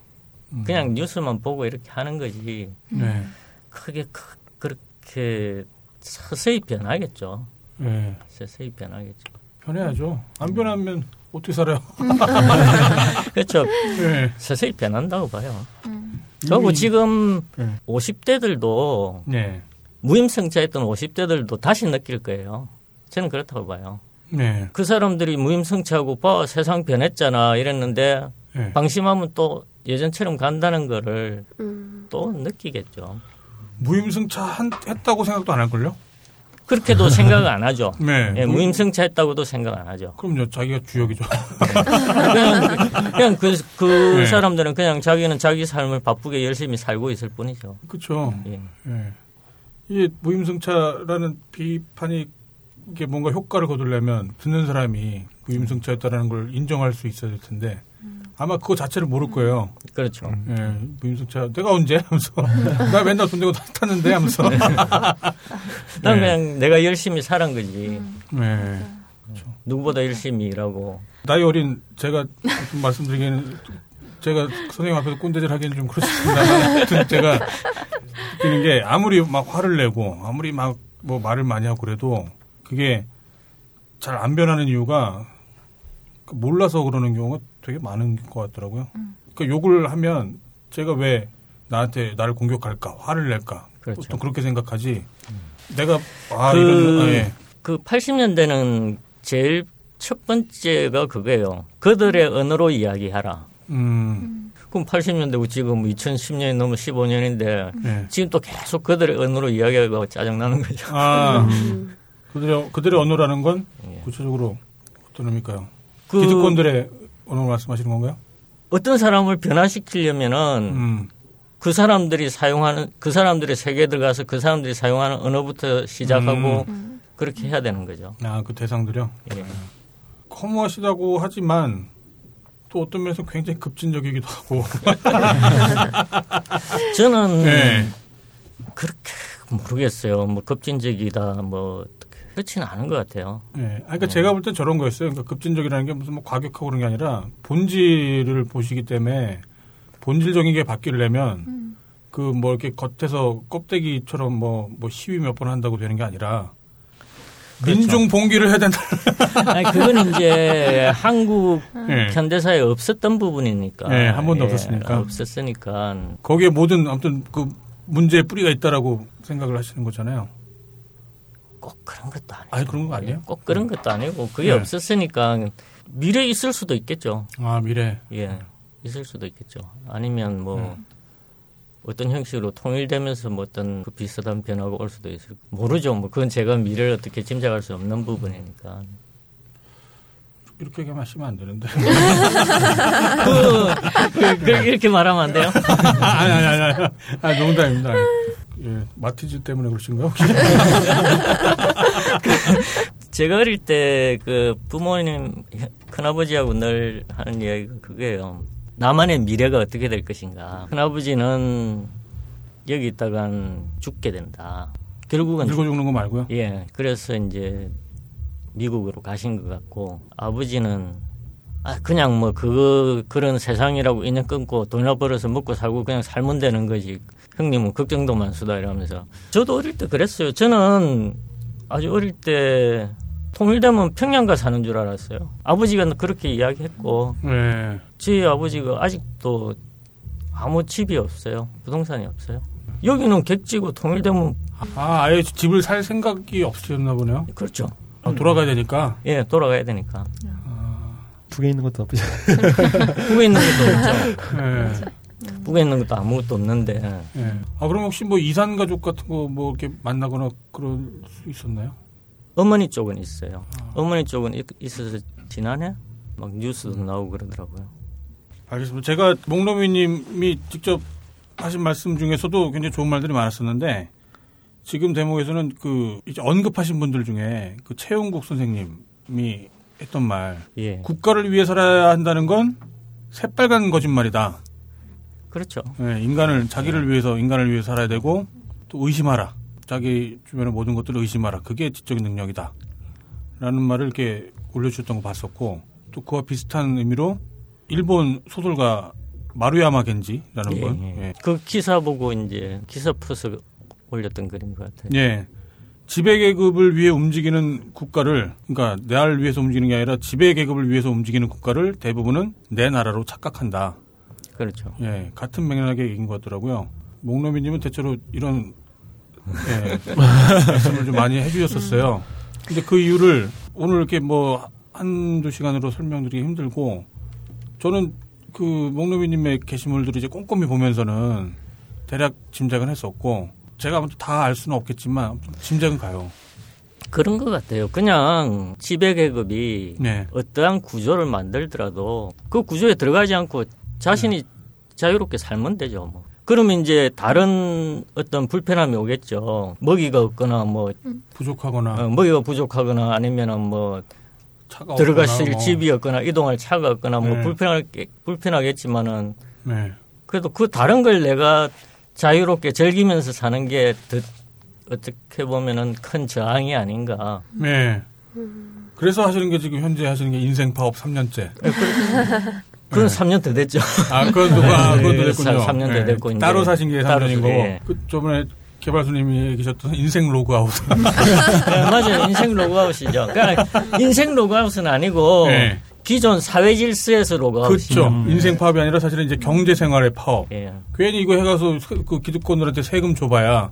S4: 그냥 뉴스만 보고 이렇게 하는 거지
S3: 네.
S4: 크게 크- 그렇게 서서히 변하겠죠.
S3: 예.
S4: 서서히 변하겠죠.
S3: 변해야죠. 안 변하면 어떻게 살아요?
S4: 그렇죠.
S3: 네.
S4: 서서히 변한다고 봐요.
S7: 음.
S4: 그리고 지금
S3: 네.
S4: 50대들도
S3: 네.
S4: 무임승차했던 50대들도 다시 느낄 거예요. 저는 그렇다고 봐요.
S3: 네.
S4: 그 사람들이 무임승차하고 봐 세상 변했잖아 이랬는데
S3: 네.
S4: 방심하면 또 예전처럼 간다는 거를
S2: 음.
S4: 또 느끼겠죠.
S3: 무임승차 한, 했다고 생각도 안 할걸요?
S4: 그렇게도 생각을 안 하죠.
S3: 네.
S4: 예,
S3: 무-
S4: 무임승차했다고도 생각 안 하죠.
S3: 그럼요. 자기가 주역이죠.
S4: 그냥 그, 그
S3: 네.
S4: 사람들은 그냥 자기는 자기 삶을 바쁘게 열심히 살고 있을 뿐이죠.
S3: 그렇죠.
S4: 예.
S3: 예. 이게 무임승차라는 비판이 이게 뭔가 효과를 거두려면 듣는 사람이 무임승차였다라는 걸 인정할 수 있어야 될 텐데 아마 그거 자체를 모를 거예요.
S4: 그렇죠.
S3: 예, 무임승차 내가 언제 하면서 나 맨날 돈 내고 탔는데 하면서
S4: 난
S3: 네.
S4: 그냥 내가 열심히 살은 거지.
S3: 예.
S4: 누구보다 열심히 일하고.
S3: 나이 어린 제가 좀 말씀드리기에는 제가 선생님 앞에서 꼰대질 하기는 좀 그렇습니다. 아무튼 제가 느끼는 게 아무리 막 화를 내고 아무리 막 뭐 말을 많이 하고 그래도 그게 잘 안 변하는 이유가 그 몰라서 그러는 경우가 되게 많은 것 같더라고요. 그러니까 욕을 하면 제가 왜 나한테 나를 공격할까 화를 낼까
S4: 그렇죠. 음.
S3: 보통 그렇게 생각하지 내가 아
S4: 그-
S3: 이런 아, 예.
S4: 그 80년대는 제일 첫 번째가 그거예요. 그들의 언어로 이야기하라.
S3: 음
S4: 그럼 80년대고 지금 2010년이 넘어 15년인데
S3: 예.
S4: 지금 또 계속 그들의 언어로 이야기하고 짜증나는 거죠.
S3: 아
S2: 음.
S3: 그들의, 그들의 언어라는 건
S4: 예.
S3: 구체적으로 어떤 의미일까요?
S4: 그
S3: 기득권들의 언어를 말씀하시는 건가요?
S4: 어떤 사람을 변화시키려면은
S3: 음.
S4: 그 사람들이 사용하는 그 사람들의 세계에 들어가서 그 사람들이 사용하는 언어부터 시작하고
S3: 음.
S4: 그렇게 해야 되는 거죠.
S3: 아, 그 대상들이요?
S4: 예.
S3: 허무하시다고 하지만 또 어떤 면에서 굉장히 급진적이기도 하고.
S4: 저는
S3: 네.
S4: 그렇게 모르겠어요. 뭐 급진적이다 뭐 그렇지는 않은 것 같아요.
S3: 네. 아, 그러니까 제가 볼 땐 저런 거였어요. 그러니까 급진적이라는 게 무슨 뭐 과격하고 그런 게 아니라 본질을 보시기 때문에 본질적인 게 바뀌려면 그 뭐 이렇게 겉에서 껍데기처럼 뭐, 뭐 시위 몇 번 한다고 되는 게 아니라 민중 봉기를 해야 된다.
S4: 아니, 그건 이제 한국
S3: 예.
S4: 현대사에 없었던 부분이니까.
S3: 예, 한 번도 없었으니까.
S4: 없었으니까.
S3: 거기에 모든 아무튼 그 문제의 뿌리가 있다라고 생각을 하시는 거잖아요.
S4: 꼭 그런 것도 아니고.
S3: 아니, 그런 거 아니에요?
S4: 꼭 그런 것도 아니고 그게
S3: 예.
S4: 없었으니까 미래 있을 수도 있겠죠.
S3: 아 미래.
S4: 예, 있을 수도 있겠죠. 아니면 뭐 어떤 형식으로 통일되면서 뭐 어떤 그 비슷한 변화가 올 수도 있을 모르죠. 뭐 그건 제가 미래를 어떻게 짐작할 수 없는 부분이니까.
S3: 이렇게 얘기하시면 안 되는데.
S4: 그, 그, 이렇게 말하면 안 돼요?
S3: 아니, 아니, 아니, 아니. 아, 농담입니다. 아니. 예, 마티즈 때문에 그러신가요? 혹시?
S4: 제가 어릴 때 그 부모님 큰아버지하고 늘 하는 이야기가 그거예요. 나만의 미래가 어떻게 될 것인가. 큰아버지는 여기 있다간 죽게 된다. 결국은
S3: 늙어 죽는 거 말고요.
S4: 예, 그래서 이제 미국으로 가신 것 같고 아버지는 아 그냥 뭐 그거 그런 세상이라고 인연 끊고 돈이나 벌어서 먹고 살고 그냥 살면 되는 거지 형님은 뭐 걱정도 많수다 이러면서 저도 어릴 때 그랬어요. 저는 아주 어릴 때 통일되면 평양가 사는 줄 알았어요. 아버지가 그렇게 이야기했고
S3: 예.
S4: 저희 아버지가 아직도 아무 집이 없어요. 부동산이 없어요. 여기는 객지고 통일되면
S3: 아, 아예 집을 살 생각이 없으셨나 보네요.
S4: 그렇죠.
S3: 아, 돌아가야 되니까.
S4: 예, 돌아가야 되니까.
S6: 아, 북에 있는 것도 나쁘지 않아요. 네.
S4: 북에 있는 것도
S3: 예.
S4: 없죠. 북에 있는 것도 아무것도 없는데.
S3: 예. 아, 그럼 혹시 뭐 이산 가족 같은 거 뭐 이렇게 만나거나 그럴 수 있었나요?
S4: 어머니 쪽은 있어요.
S6: 아.
S4: 어머니 쪽은 있- 있어서 지난해 막 뉴스도 나오고 그러더라고요.
S3: 알겠습니다. 제가 목노미님이 직접 하신 말씀 중에서도 굉장히 좋은 말들이 많았었는데 지금 대목에서는 그 이제 언급하신 분들 중에 그 최용국 선생님이 했던 말
S4: 예.
S3: 국가를 위해 살아야 한다는 건 새빨간 거짓말이다.
S4: 그렇죠.
S3: 예, 인간을 자기를 위해서 인간을 위해 살아야 되고 또 의심하라. 자기 주변의 모든 것들을 의심하라. 그게 지적인 능력이다. 라는 말을 이렇게 올려주셨던 거 봤었고 또 그와 비슷한 의미로 일본 소설가 마루야마 겐지라는
S4: 예,
S3: 분.
S4: 예.
S3: 예.
S6: 네.
S4: 그 기사 보고 이제 기사 풀어서 올렸던 글인 것 같아요.
S3: 예. 지배 계급을 위해 움직이는 국가를 그러니까 내 나라를 위해서 움직이는 게 아니라 지배 계급을 위해서 움직이는 국가를 대부분은 내 나라로 착각한다.
S4: 그렇죠.
S3: 예, 같은 맥락의 얘기인 것 같더라고요. 목노미님은 대체로 이런 예, 말씀을 좀 많이 해주셨었어요. 근데 그 이유를 오늘 이렇게 뭐 한두 시간으로 설명드리기 힘들고 저는 그 목노미님의 게시물들을 이제 꼼꼼히 보면서는 대략 짐작은 했었고 제가 아무튼 다 알 수는 없겠지만 아무튼 짐작은 가요.
S4: 그런 것 같아요. 그냥 지배 계급이
S3: 네,
S4: 어떠한 구조를 만들더라도 그 구조에 들어가지 않고
S3: 네.
S4: 자신이 자유롭게 살면 되죠. 뭐. 그러면 이제 다른 어떤 불편함이 오겠죠. 먹이가 없거나 뭐
S3: 네. 부족하거나
S4: 어, 먹이가 부족하거나 아니면은 뭐
S3: 차가
S4: 들어가실
S3: 없거나 뭐.
S4: 집이 없거나 이동할 차가 없거나 뭐
S3: 네.
S4: 불편할 불편하겠지만은
S3: 네,
S4: 그래도 그 다른 걸 내가 자유롭게 즐기면서 사는 게 더, 어떻게 보면은 큰 저항이 아닌가.
S3: 네. 그래서 하시는 게 지금 현재 하시는 게 인생 파업 3년째. 네.
S4: 그건 3년 더 됐죠.
S3: 아, 그건 누가,
S4: 네,
S3: 그건
S4: 네,
S3: 됐군요.
S4: 삼- 삼년더 됐고, 이제
S3: 따로 사신 게
S4: 따로
S3: 3년인 거고.
S4: 예.
S3: 그, 저번에 개발수님이 얘기하셨던 인생 로그아웃.
S4: 네, 맞아요. 인생 로그아웃이죠. 그러니까 인생 로그아웃은 아니고
S3: 네.
S4: 기존 사회 질서에서 로그아웃이죠.
S3: 그렇죠. 인생 파업이 아니라 사실은 이제 경제 생활의 파업.
S4: 음, 네. 예.
S3: 괜히 이거 해가서 세- 그 기득권들한테 세금 줘봐야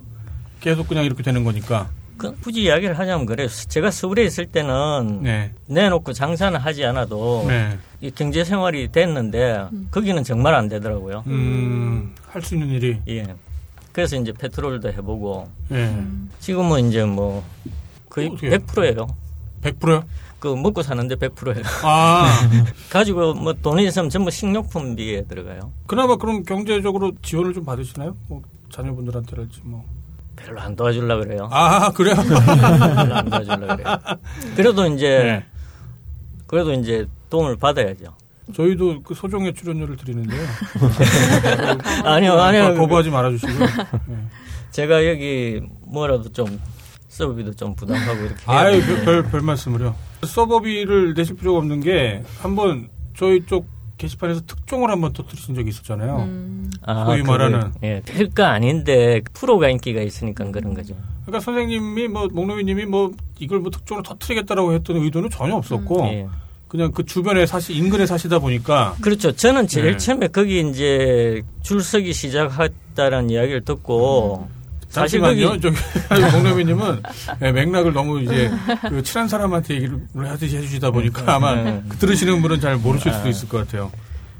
S3: 계속 그냥 이렇게 되는 거니까.
S4: 그 굳이 이야기를 하자면 그래요. 제가 서울에 있을 때는
S3: 네.
S4: 내놓고 장사는 하지 않아도
S3: 네.
S4: 이 경제 생활이 됐는데 거기는 정말 안 되더라고요.
S3: 음, 할 수 있는 일이.
S4: 예. 그래서 이제 페트롤도 해보고
S3: 예.
S4: 지금은 이제 뭐 거의
S3: 어떻게?
S4: 100%예요.
S3: 100%요?
S4: 그 먹고 사는데 100%예요.
S3: 아.
S4: 가지고 뭐 돈이 있으면 전부 식료품비에 들어가요.
S3: 그나마 그럼 경제적으로 지원을 좀 받으시나요? 뭐, 자녀분들한테랄지 뭐.
S4: 별로 안 도와주려 그래요.
S3: 아, 그래요?
S4: 별로 안 도와주려 그래요. 그래도 이제
S3: 네.
S4: 그래도 이제 도움을 받아야죠.
S3: 저희도 그 소정의 출연료를 드리는데요.
S4: 예, 아니요,
S3: 그걸
S4: 아니요.
S3: 거부하지 말아주시고. 예.
S4: 제가 여기 뭐라도 좀 서비도 좀 부담하고 이렇게. 해야
S3: 아유,
S4: 되는데.
S3: 별, 별, 별 말씀을요. 서버비를 내실 필요가 없는 게, 한번 저희 쪽 게시판에서 특종을 한번 터뜨리신 적이 있었잖아요.
S4: 아,
S3: 소위
S4: 그거요?
S3: 말하는.
S4: 예, 별거 아닌데 프로가 인기가 있으니까 그런 거죠.
S3: 그러니까 선생님이 뭐, 목노미님이 뭐, 이걸 뭐 특종으로 터뜨리겠다라고 했던 의도는 전혀 없었고,
S4: 예.
S3: 그냥 그 주변에 사시, 인근에 사시다 보니까,
S4: 그렇죠. 저는 제일
S3: 네.
S4: 처음에 거기 이제 줄서기 시작했다는 이야기를 듣고 사실
S3: 음. 잠시만요.
S4: 거기-
S3: 저기, 목노미님은 예, 맥락을 너무 이제, 그 친한 사람한테 얘기를 하듯이 해주시다 보니까 아마
S4: 네.
S3: 그 들으시는 분은 잘 모르실 수도 있을 것 같아요.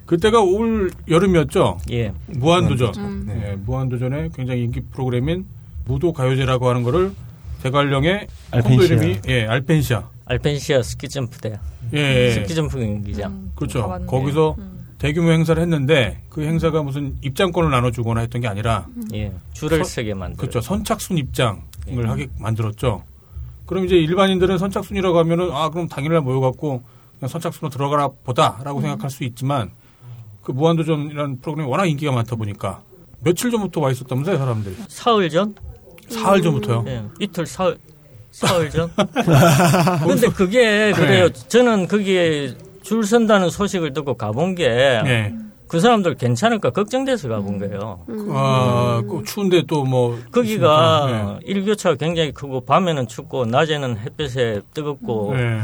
S3: 그때가 올 여름이었죠?
S4: 예,
S3: 무한도전.
S7: 음.
S3: 네. 무한도전의 굉장히 인기 프로그램인 무도 가요제라고 하는 거를 대관령의 콘도
S6: 알펜시아.
S3: 이름이 예, 알펜시아.
S4: 알펜시아 스키 점프대
S3: 예, 예.
S4: 스키 점프 경기장.
S3: 그렇죠.
S7: 가봤네.
S3: 거기서
S7: 음.
S3: 대규모 행사를 했는데 그 행사가 무슨 입장권을 나눠주거나 했던 게 아니라
S4: 예, 줄을
S3: 서-
S4: 서게 만들.
S3: 그렇죠. 선착순 입장을
S4: 예.
S3: 하게 만들었죠. 그럼 이제 일반인들은 선착순이라고 하면은 아 그럼 당일날 모여갖고 그냥 선착순으로 들어가라 보다라고 생각할 수 있지만 그 무한도전이라는 프로그램이 워낙 인기가 많다 보니까 며칠 전부터 와 있었다면서요 사람들이
S4: 사흘 전?
S3: 사흘 전부터요.
S4: 예, 이틀 사흘 사흘 전. 근데 그게 그래요.
S3: 네.
S4: 저는 거기에 줄 선다는 소식을 듣고 가본 게 그
S3: 예.
S4: 사람들 괜찮을까 걱정돼서
S7: 음.
S4: 가본 거예요.
S3: 아, 그 추운데 또 뭐
S4: 그 거기가
S3: 네.
S4: 일교차가 굉장히 크고 밤에는 춥고 낮에는 햇볕에 뜨겁고
S3: 네. 예.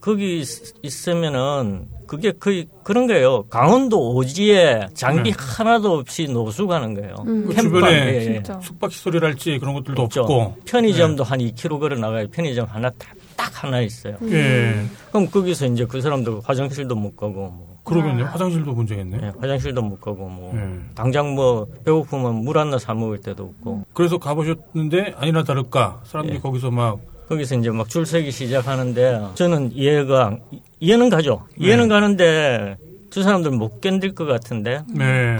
S4: 거기 있- 있으면은 그게 거의 그런 거예요. 강원도 오지에 장비
S3: 네.
S4: 하나도 없이 노수 가는 거예요.
S3: 그
S4: 캠빵,
S3: 주변에
S4: 예, 예.
S7: 음. 진짜.
S3: 숙박 시설이랄지 그런 것들도
S4: 없죠.
S3: 없고 네.
S4: 편의점도 한 2km 걸어 나가요. 편의점 하나 딱, 딱 하나
S7: 음.
S4: 있어요.
S3: 예
S4: 그럼 거기서 이제 그 사람들 화장실도 못 가고 뭐
S3: 그러겠네요 화장실도 문제겠네
S4: 예, 화장실도 못 가고 뭐
S3: 예.
S4: 당장 뭐 배고프면 물 하나 사 먹을 때도 없고
S3: 그래서 가보셨는데 아니나 다를까 사람들이
S4: 예.
S3: 거기서 막
S4: 거기서 이제 막 줄 서기 시작하는데 저는 이해가 안- 이- 이해는 가죠. 이해는 가는데 저 사람들 못 견딜 것 같은데
S3: 네.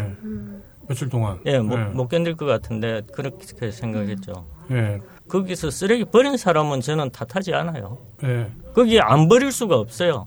S3: 며칠 동안
S4: 예, 못,
S3: 예.
S4: 못 견딜 것 같은데 그렇게 생각했죠.
S3: 예.
S4: 거기서 쓰레기 버린 사람은 저는 탓하지 않아요.
S3: 예.
S4: 거기 안 버릴 수가 없어요.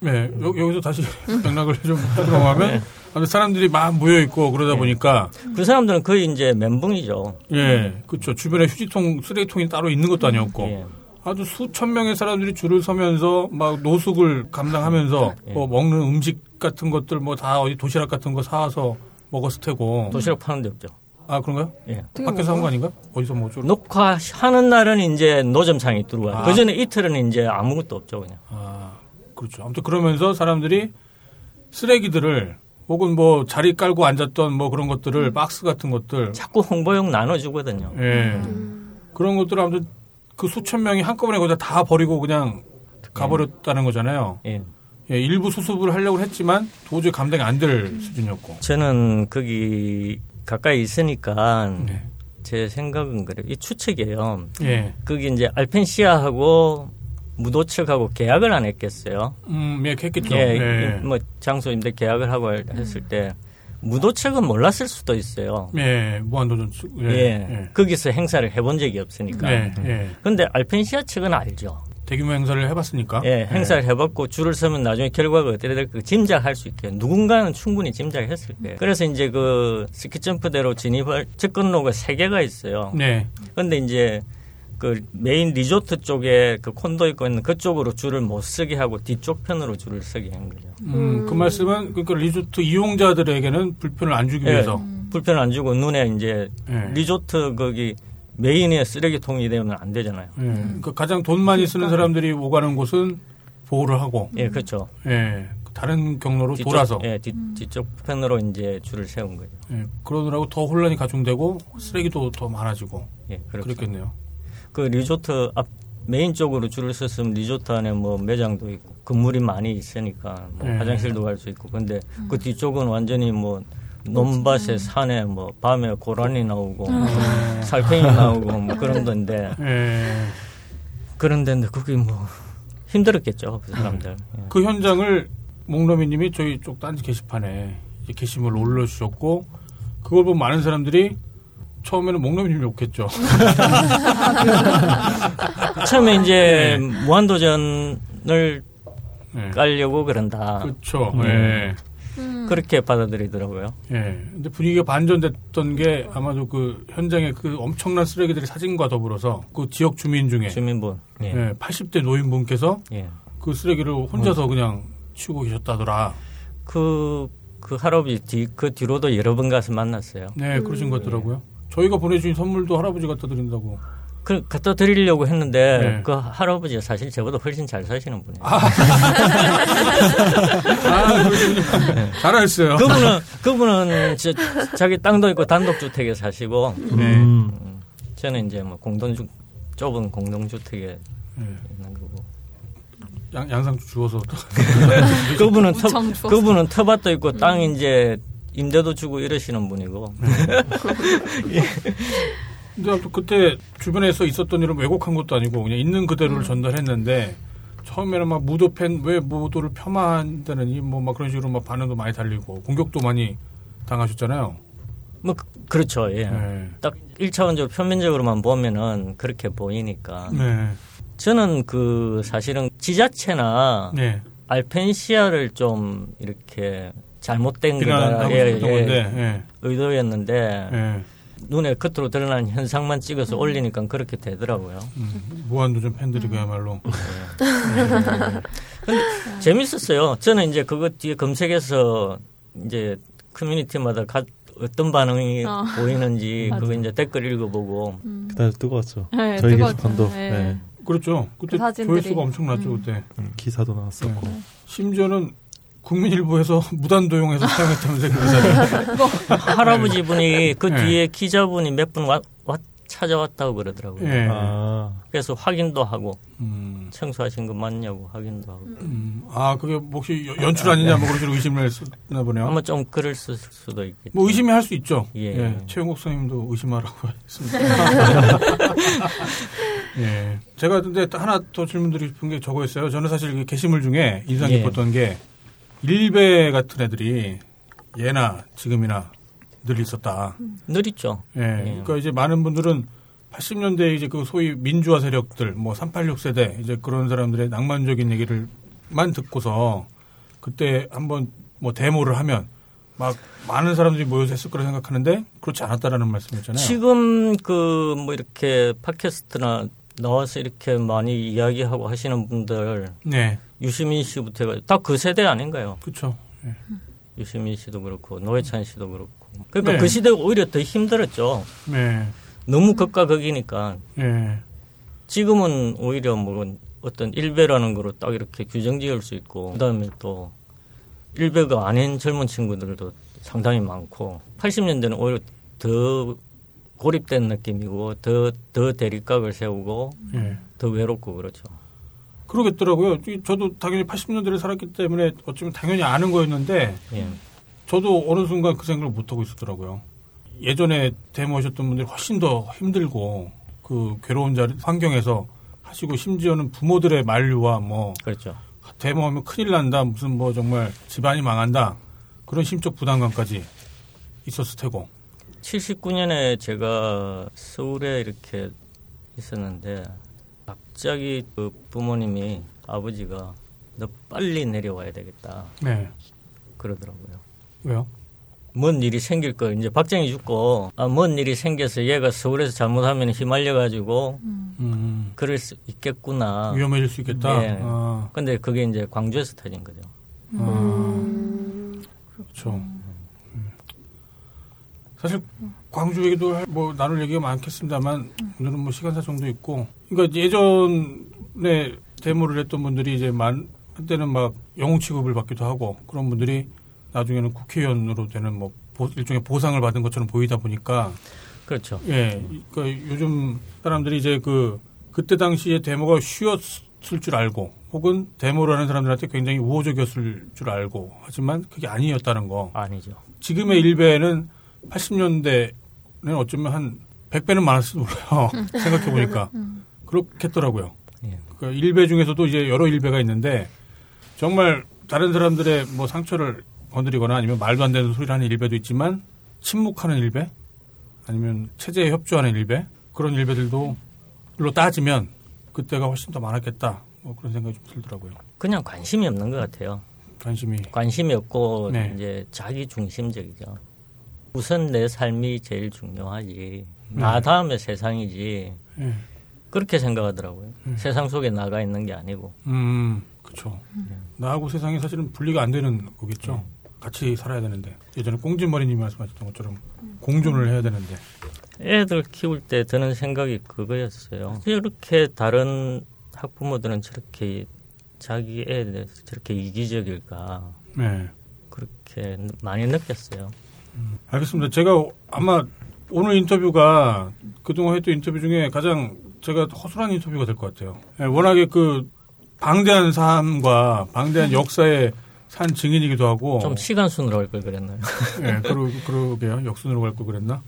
S3: 네, 여, 기서 다시 맥락을 좀
S4: 네.
S3: 들어가면 아무튼 사람들이 막 모여 있고 그러다 보니까
S4: 그 사람들은 거의 이제 멘붕이죠.
S3: 예, 그렇죠. 주변에 휴지통, 쓰레기통이 따로 있는 것도 아니었고
S4: 네. 예.
S3: 아주 수천 명의 사람들이 줄을 서면서 막 노숙을 감당하면서
S4: 예.
S3: 뭐 먹는 음식 같은 것들 뭐 다 어디 도시락 같은 거 사와서 먹었을 테고
S4: 도시락 파는 데 없죠.
S3: 아 그런가요?
S4: 예.
S7: 되게
S3: 밖에서 한 거
S7: 뭔가-
S3: 아닌가? 어디서 뭐 좀.
S4: 녹화하는 날은 이제 노점상이 들어와요.
S3: 아.
S4: 그 전에 이틀은 이제 아무것도 없죠, 그냥.
S3: 아 그렇죠. 아무튼 그러면서 사람들이 쓰레기들을 혹은 뭐 자리 깔고 앉았던 뭐 그런 것들을 박스 같은 것들
S4: 자꾸 홍보용 나눠주거든요.
S3: 예 그런 것들을 아무튼 그 수천 명이 한꺼번에 거기다 다 버리고 그냥 가버렸다는 거잖아요.
S4: 예.
S3: 예, 일부 수습을 하려고 했지만 도저히 감당이 안
S4: 음.
S3: 될 수준이었고.
S4: 저는 거기 가까이 있으니까
S3: 네.
S4: 제 생각은 그래요. 이 추측이에요.
S3: 예.
S4: 거기 이제 알펜시아하고 무도 측하고 계약을 안 했겠어요.
S3: 음, 예, 했겠죠.
S4: 예,
S3: 예.
S4: 뭐 장소인데 계약을 하고 할- 했을 때 무도 측은 몰랐을 수도 있어요.
S3: 예, 무한도전 수-
S4: 예.
S3: 예.
S4: 그러니까.
S3: 예.
S4: 거기서 행사를 해본 적이 없으니까. 음.
S3: 예, 예.
S4: 근데 알펜시아 측은 알죠.
S3: 대규모 행사를 해봤으니까. 네.
S4: 예, 행사를 해봤고 줄을 서면 나중에 결과가 어떻게 될까 짐작할 수 있게 누군가는 충분히 짐작했을
S3: 네.
S4: 거예요. 그래서 이제 그 스키점프대로 진입할 접근로가 세 개가 있어요.
S3: 네.
S4: 근데 이제 그 메인 리조트 쪽에 그 콘도 있고 있는 그쪽으로 줄을 못 쓰게 하고 뒤쪽 편으로 줄을 쓰게 한 거죠.
S3: 음, 그 말씀은 그러니까 리조트 이용자들에게는 불편을 안
S4: 예.
S3: 주기 음. 위해서.
S4: 불편 안 주고 눈에 이제
S3: 예.
S4: 리조트 거기 메인의 쓰레기통이 되면 안 되잖아요.
S3: 예. 그 가장 돈 많이 쓰는 사람들이 오가는 곳은 보호를 하고,
S4: 그러니까. 예, 그렇죠.
S3: 예. 다른 경로로
S4: 뒤쪽,
S3: 돌아서, 예.
S4: 예, 뒤, 뒤쪽 편으로 이제 줄을 세운 거죠.
S3: 그러느라고 더 혼란이 가중되고 쓰레기도 더 많아지고
S4: 예,
S3: 그
S4: 그
S3: 렇겠네요
S4: 그 리조트 앞 메인 쪽으로 줄을 섰으면 리조트 안에 뭐 매장도 있고 건물이 많이 있으니까 뭐
S3: 예.
S4: 화장실도 갈 수 있고 근데 그 뒤쪽은 완전히 뭐 논밭에 산에 뭐 밤에 고란이 나오고 뭐 살팽이 나오고 뭐 그런 건데
S3: 예.
S4: 그런 데인데 그게 뭐 힘들었겠죠 그 사람들 예.
S3: 그 현장을 목노미님이 저희 쪽 딴지 게시판에 이제 게시물을 올려주셨고 그걸 본 많은 사람들이 처음에는 목노미님이 욕했죠.
S4: 예. 처음에 이제 무한도전을
S3: 네.
S4: 깔려고 그런다
S3: 그렇죠.
S4: 음.
S3: 예.
S4: 그렇게 받아들이더라고요
S3: 예. 근데 분위기가 반전됐던 게 아마도 그 현장에 그 엄청난 쓰레기들의 사진과 더불어서 그 지역 주민 중에
S4: 주민분 예.
S3: 예, 80대 노인분께서
S4: 예.
S3: 그 쓰레기를 혼자서 그냥 치우고 계셨다더라.
S4: 그, 그 할아버지 뒤, 그 뒤로도 여러 번 가서 만났어요.
S3: 네, 그러신 것 같더라고요. 저희가 보내주신 선물도 할아버지 갖다 드린다고.
S4: 그, 갖다 드리려고 했는데,
S3: 네.
S4: 그 할아버지가 사실 저보다 훨씬 잘 사시는 분이에요.
S3: 아, 그러시군요. 잘하셨어요.
S4: 그분은, 그분은 진짜 자기 땅도 있고 단독주택에 사시고,
S3: 네.
S6: 음.
S4: 저는 이제 뭐 공동주, 좁은 공동주택에
S3: 네.
S4: 있는 거고.
S3: 양, 양상 주워서
S4: 그분은 터,
S7: 우창 주웠어.
S4: 그분은 터밭도 있고 땅 이제 임대도 주고 이러시는 분이고.
S3: 네. 근데 아무튼 그때 주변에서 있었던 일을 왜곡한 것도 아니고 그냥 있는 그대로를 전달했는데 처음에는 막 무도팬 왜 무도를 폄하한다느니 뭐 막 그런 식으로 막 반응도 많이 달리고 공격도 많이 당하셨잖아요.
S4: 뭐, 그- 그렇죠. 예.
S3: 네.
S4: 딱 1차원적으로 표면적으로만 보면은 그렇게 보이니까.
S3: 네.
S4: 저는 그 사실은 지자체나
S3: 네.
S4: 아. 알펜시아를 좀 이렇게 잘못된 거다
S3: 비난한다고
S4: 예,
S3: 했던
S4: 예, 네.
S3: 건데.
S4: 의도였는데
S3: 예. 예.
S4: 눈에 겉으로 드러나는 현상만 찍어서 올리니까 그렇게 되더라고요.
S3: 음, 무한도전 팬들이 그야말로
S4: 재밌었어요. 저는 이제 그거 뒤에 검색해서 이제 커뮤니티마다 가- 어떤 반응이
S7: 어.
S4: 보이는지 그거 이제 댓글 읽어보고
S6: 그날 뜨거웠죠.
S7: 네,
S6: 저희
S7: 뜨거웠죠.
S6: 게시판도
S7: 네.
S6: 네,
S3: 그렇죠. 그때
S7: 그 사진들이.
S3: 조회수가 엄청났죠 그때.
S5: 음.
S6: 기사도 나왔었고
S3: 심지어는 국민일보에서 무단 도용해서 사용했다면서 그 기사를.
S4: 할아버지 분이 그
S3: 예.
S4: 뒤에 기자분이 몇 분 와, 와- 찾아왔다고 그러더라고요.
S3: 예.
S6: 아,
S4: 그래서 확인도 하고
S3: 음.
S4: 청소하신 거 맞냐고 확인도 하고
S3: 음, 아, 그게 혹시 여- 연출 아니냐, 뭐 그런 식으로 의심을 했나 보네요.
S4: 아마 좀 글을 쓸 수도 있겠죠.
S3: 뭐 의심이 할 수 있죠.
S4: 예.
S3: 최영국 선생님도 의심하라고 했습니다. 예. 제가 근데 또 하나 더 질문드리고 싶은 게 저거였어요. 저는 사실 그 게시물 중에 인상
S4: 예.
S3: 깊었던 게 일베 같은 애들이 예나 지금이나 늘 있었다.
S4: 느리죠.
S3: 예. 그러니까 이제 많은 분들은 80년대 이제 그 소위 민주화 세력들 뭐 386 세대 이제 그런 사람들의 낭만적인 얘기를만 듣고서 그때 한번 뭐 데모를 하면 막 많은 사람들이 모여서 했을 거라 생각하는데 그렇지 않았다라는 말씀이잖아요.
S4: 지금 그 뭐 이렇게 팟캐스트나 나와서 이렇게 많이 이야기하고 하시는 분들
S3: 네,
S4: 유시민 씨부터 다 그 세대 아닌가요?
S3: 그렇죠. 예.
S4: 유시민 씨도 그렇고 노회찬 씨도 그렇고 그러니까
S3: 네.
S4: 그 시대가 오히려 더 힘들었죠.
S3: 네.
S4: 너무 극과 극이니까
S3: 예.
S4: 지금은 오히려 뭐 어떤 일배라는 거로 딱 이렇게 규정 지을 수 있고 그다음에 또 일배가 아닌 젊은 친구들도 상당히 많고 80년대는 오히려 더 고립된 느낌이고 더 더 대립각을 세우고
S3: 예.
S4: 더 외롭고 그렇죠.
S3: 그러겠더라고요. 이- 저도 당연히 80년대를 살았기 때문에 어쩌면 당연히 아는 거였는데
S4: 예.
S3: 저도 어느 순간 그 생각을 못 하고 있었더라고요. 예전에 데모하셨던 분들이 훨씬 더 힘들고 그 괴로운 자리 환경에서 하시고 심지어는 부모들의 만류와 뭐
S4: 그렇죠.
S3: 데모하면 큰일 난다 무슨 뭐 정말 집안이 망한다 그런 심적 부담감까지 있었을 테고
S4: 79년에 제가 서울에 이렇게 있었는데 갑자기 그 부모님이 아버지가 너 빨리 내려와야 되겠다
S3: 네
S4: 그러더라고요.
S3: 왜요?
S4: 뭔 일이 생길 걸 이제 박정희 죽고 아, 뭔 일이 생겨서 얘가 서울에서 잘못하면 휘말려 가지고
S3: 음,
S4: 그럴 수 있겠구나.
S3: 위험해질 수 있겠다.
S4: 예.
S3: 아,
S4: 근데 그게 이제 광주에서 터진 거죠.
S7: 음,
S3: 그렇죠. 음. 사실 광주 얘기도 할- 뭐 나눌 얘기가 많겠습니다만 오늘은 뭐 시간사 정도 있고 그러니까 예전에 데모를 했던 분들이 이제 만 한때는 막 영웅 취급을 받기도 하고 그런 분들이 나중에는 국회의원으로 되는 뭐 보- 일종의 보상을 받은 것처럼 보이다 보니까
S4: 그렇죠.
S3: 예, 그러니까 요즘 사람들이 이제 그 그때 당시에 데모가 쉬웠을 줄 알고 혹은 데모를 하는 사람들한테 굉장히 우호적이었을 줄 알고 하지만 그게 아니었다는 거.
S4: 아니죠.
S3: 지금의 일베는 80년대는 어쩌면 한 100배는 많았을지 몰라요. 생각해 보니까 그렇겠더라고요.
S4: 예.
S3: 그 일베 중에서도 이제 여러 일베가 있는데 정말 다른 사람들의 뭐 상처를 건드리거나 아니면 말도 안 되는 소리를 하는 일베도 있지만 침묵하는 일베 아니면 체제에 협조하는 일베 그런 일베들도 로 따지면 그때가 훨씬 더 많았겠다 뭐 그런 생각이 좀 들더라고요
S4: 그냥 관심이 없는 것 같아요.
S3: 관심이
S4: 관심이 없고
S3: 네.
S4: 이제 자기 중심적이죠. 우선 내 삶이 제일 중요하지. 나 다음에 세상이지.
S3: 예.
S4: 그렇게 생각하더라고요. 세상 속에 나가 있는 게 아니고.
S3: 음 그렇죠 나하고 세상이 사실은 분리가 안 되는 거겠죠 같이 살아야 되는데 예전에 꽁진머리님이 말씀하셨던 것처럼 공존을 해야 되는데
S4: 애들 키울 때 드는 생각이 그거였어요. 이렇게 다른 학부모들은 저렇게 자기 애에 대해서 저렇게 이기적일까.
S3: 네.
S4: 그렇게 많이 느꼈어요.
S3: 알겠습니다. 제가 아마 오늘 인터뷰가 그동안 했던 인터뷰 중에 가장 제가 허술한 인터뷰가 될 것 같아요. 예, 워낙에 그 방대한 삶과 방대한 역사에 산 증인이기도 하고
S4: 좀 시간 순으로 할 걸 그랬나요?
S3: 예, 그러, 그러게요. 역순으로 갈 걸 그랬나?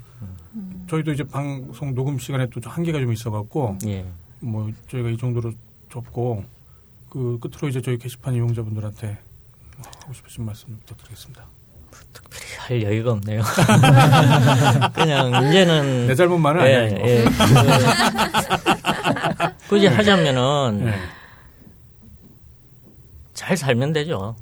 S3: 저희도 이제 방송 녹음 시간에 또 한계가 좀 있어갖고
S4: 예.
S3: 뭐 저희가 이 정도로 접고 그 끝으로 이제 저희 게시판 이용자분들한테 하고 싶으신 말씀 부탁드리겠습니다.
S4: 할 여유가 없네요. 그냥 이제는
S3: 내 잘못만은 아니에요. 이거.
S4: 예. 그- 굳이 하자면은
S3: 예,
S4: 잘 살면 되죠.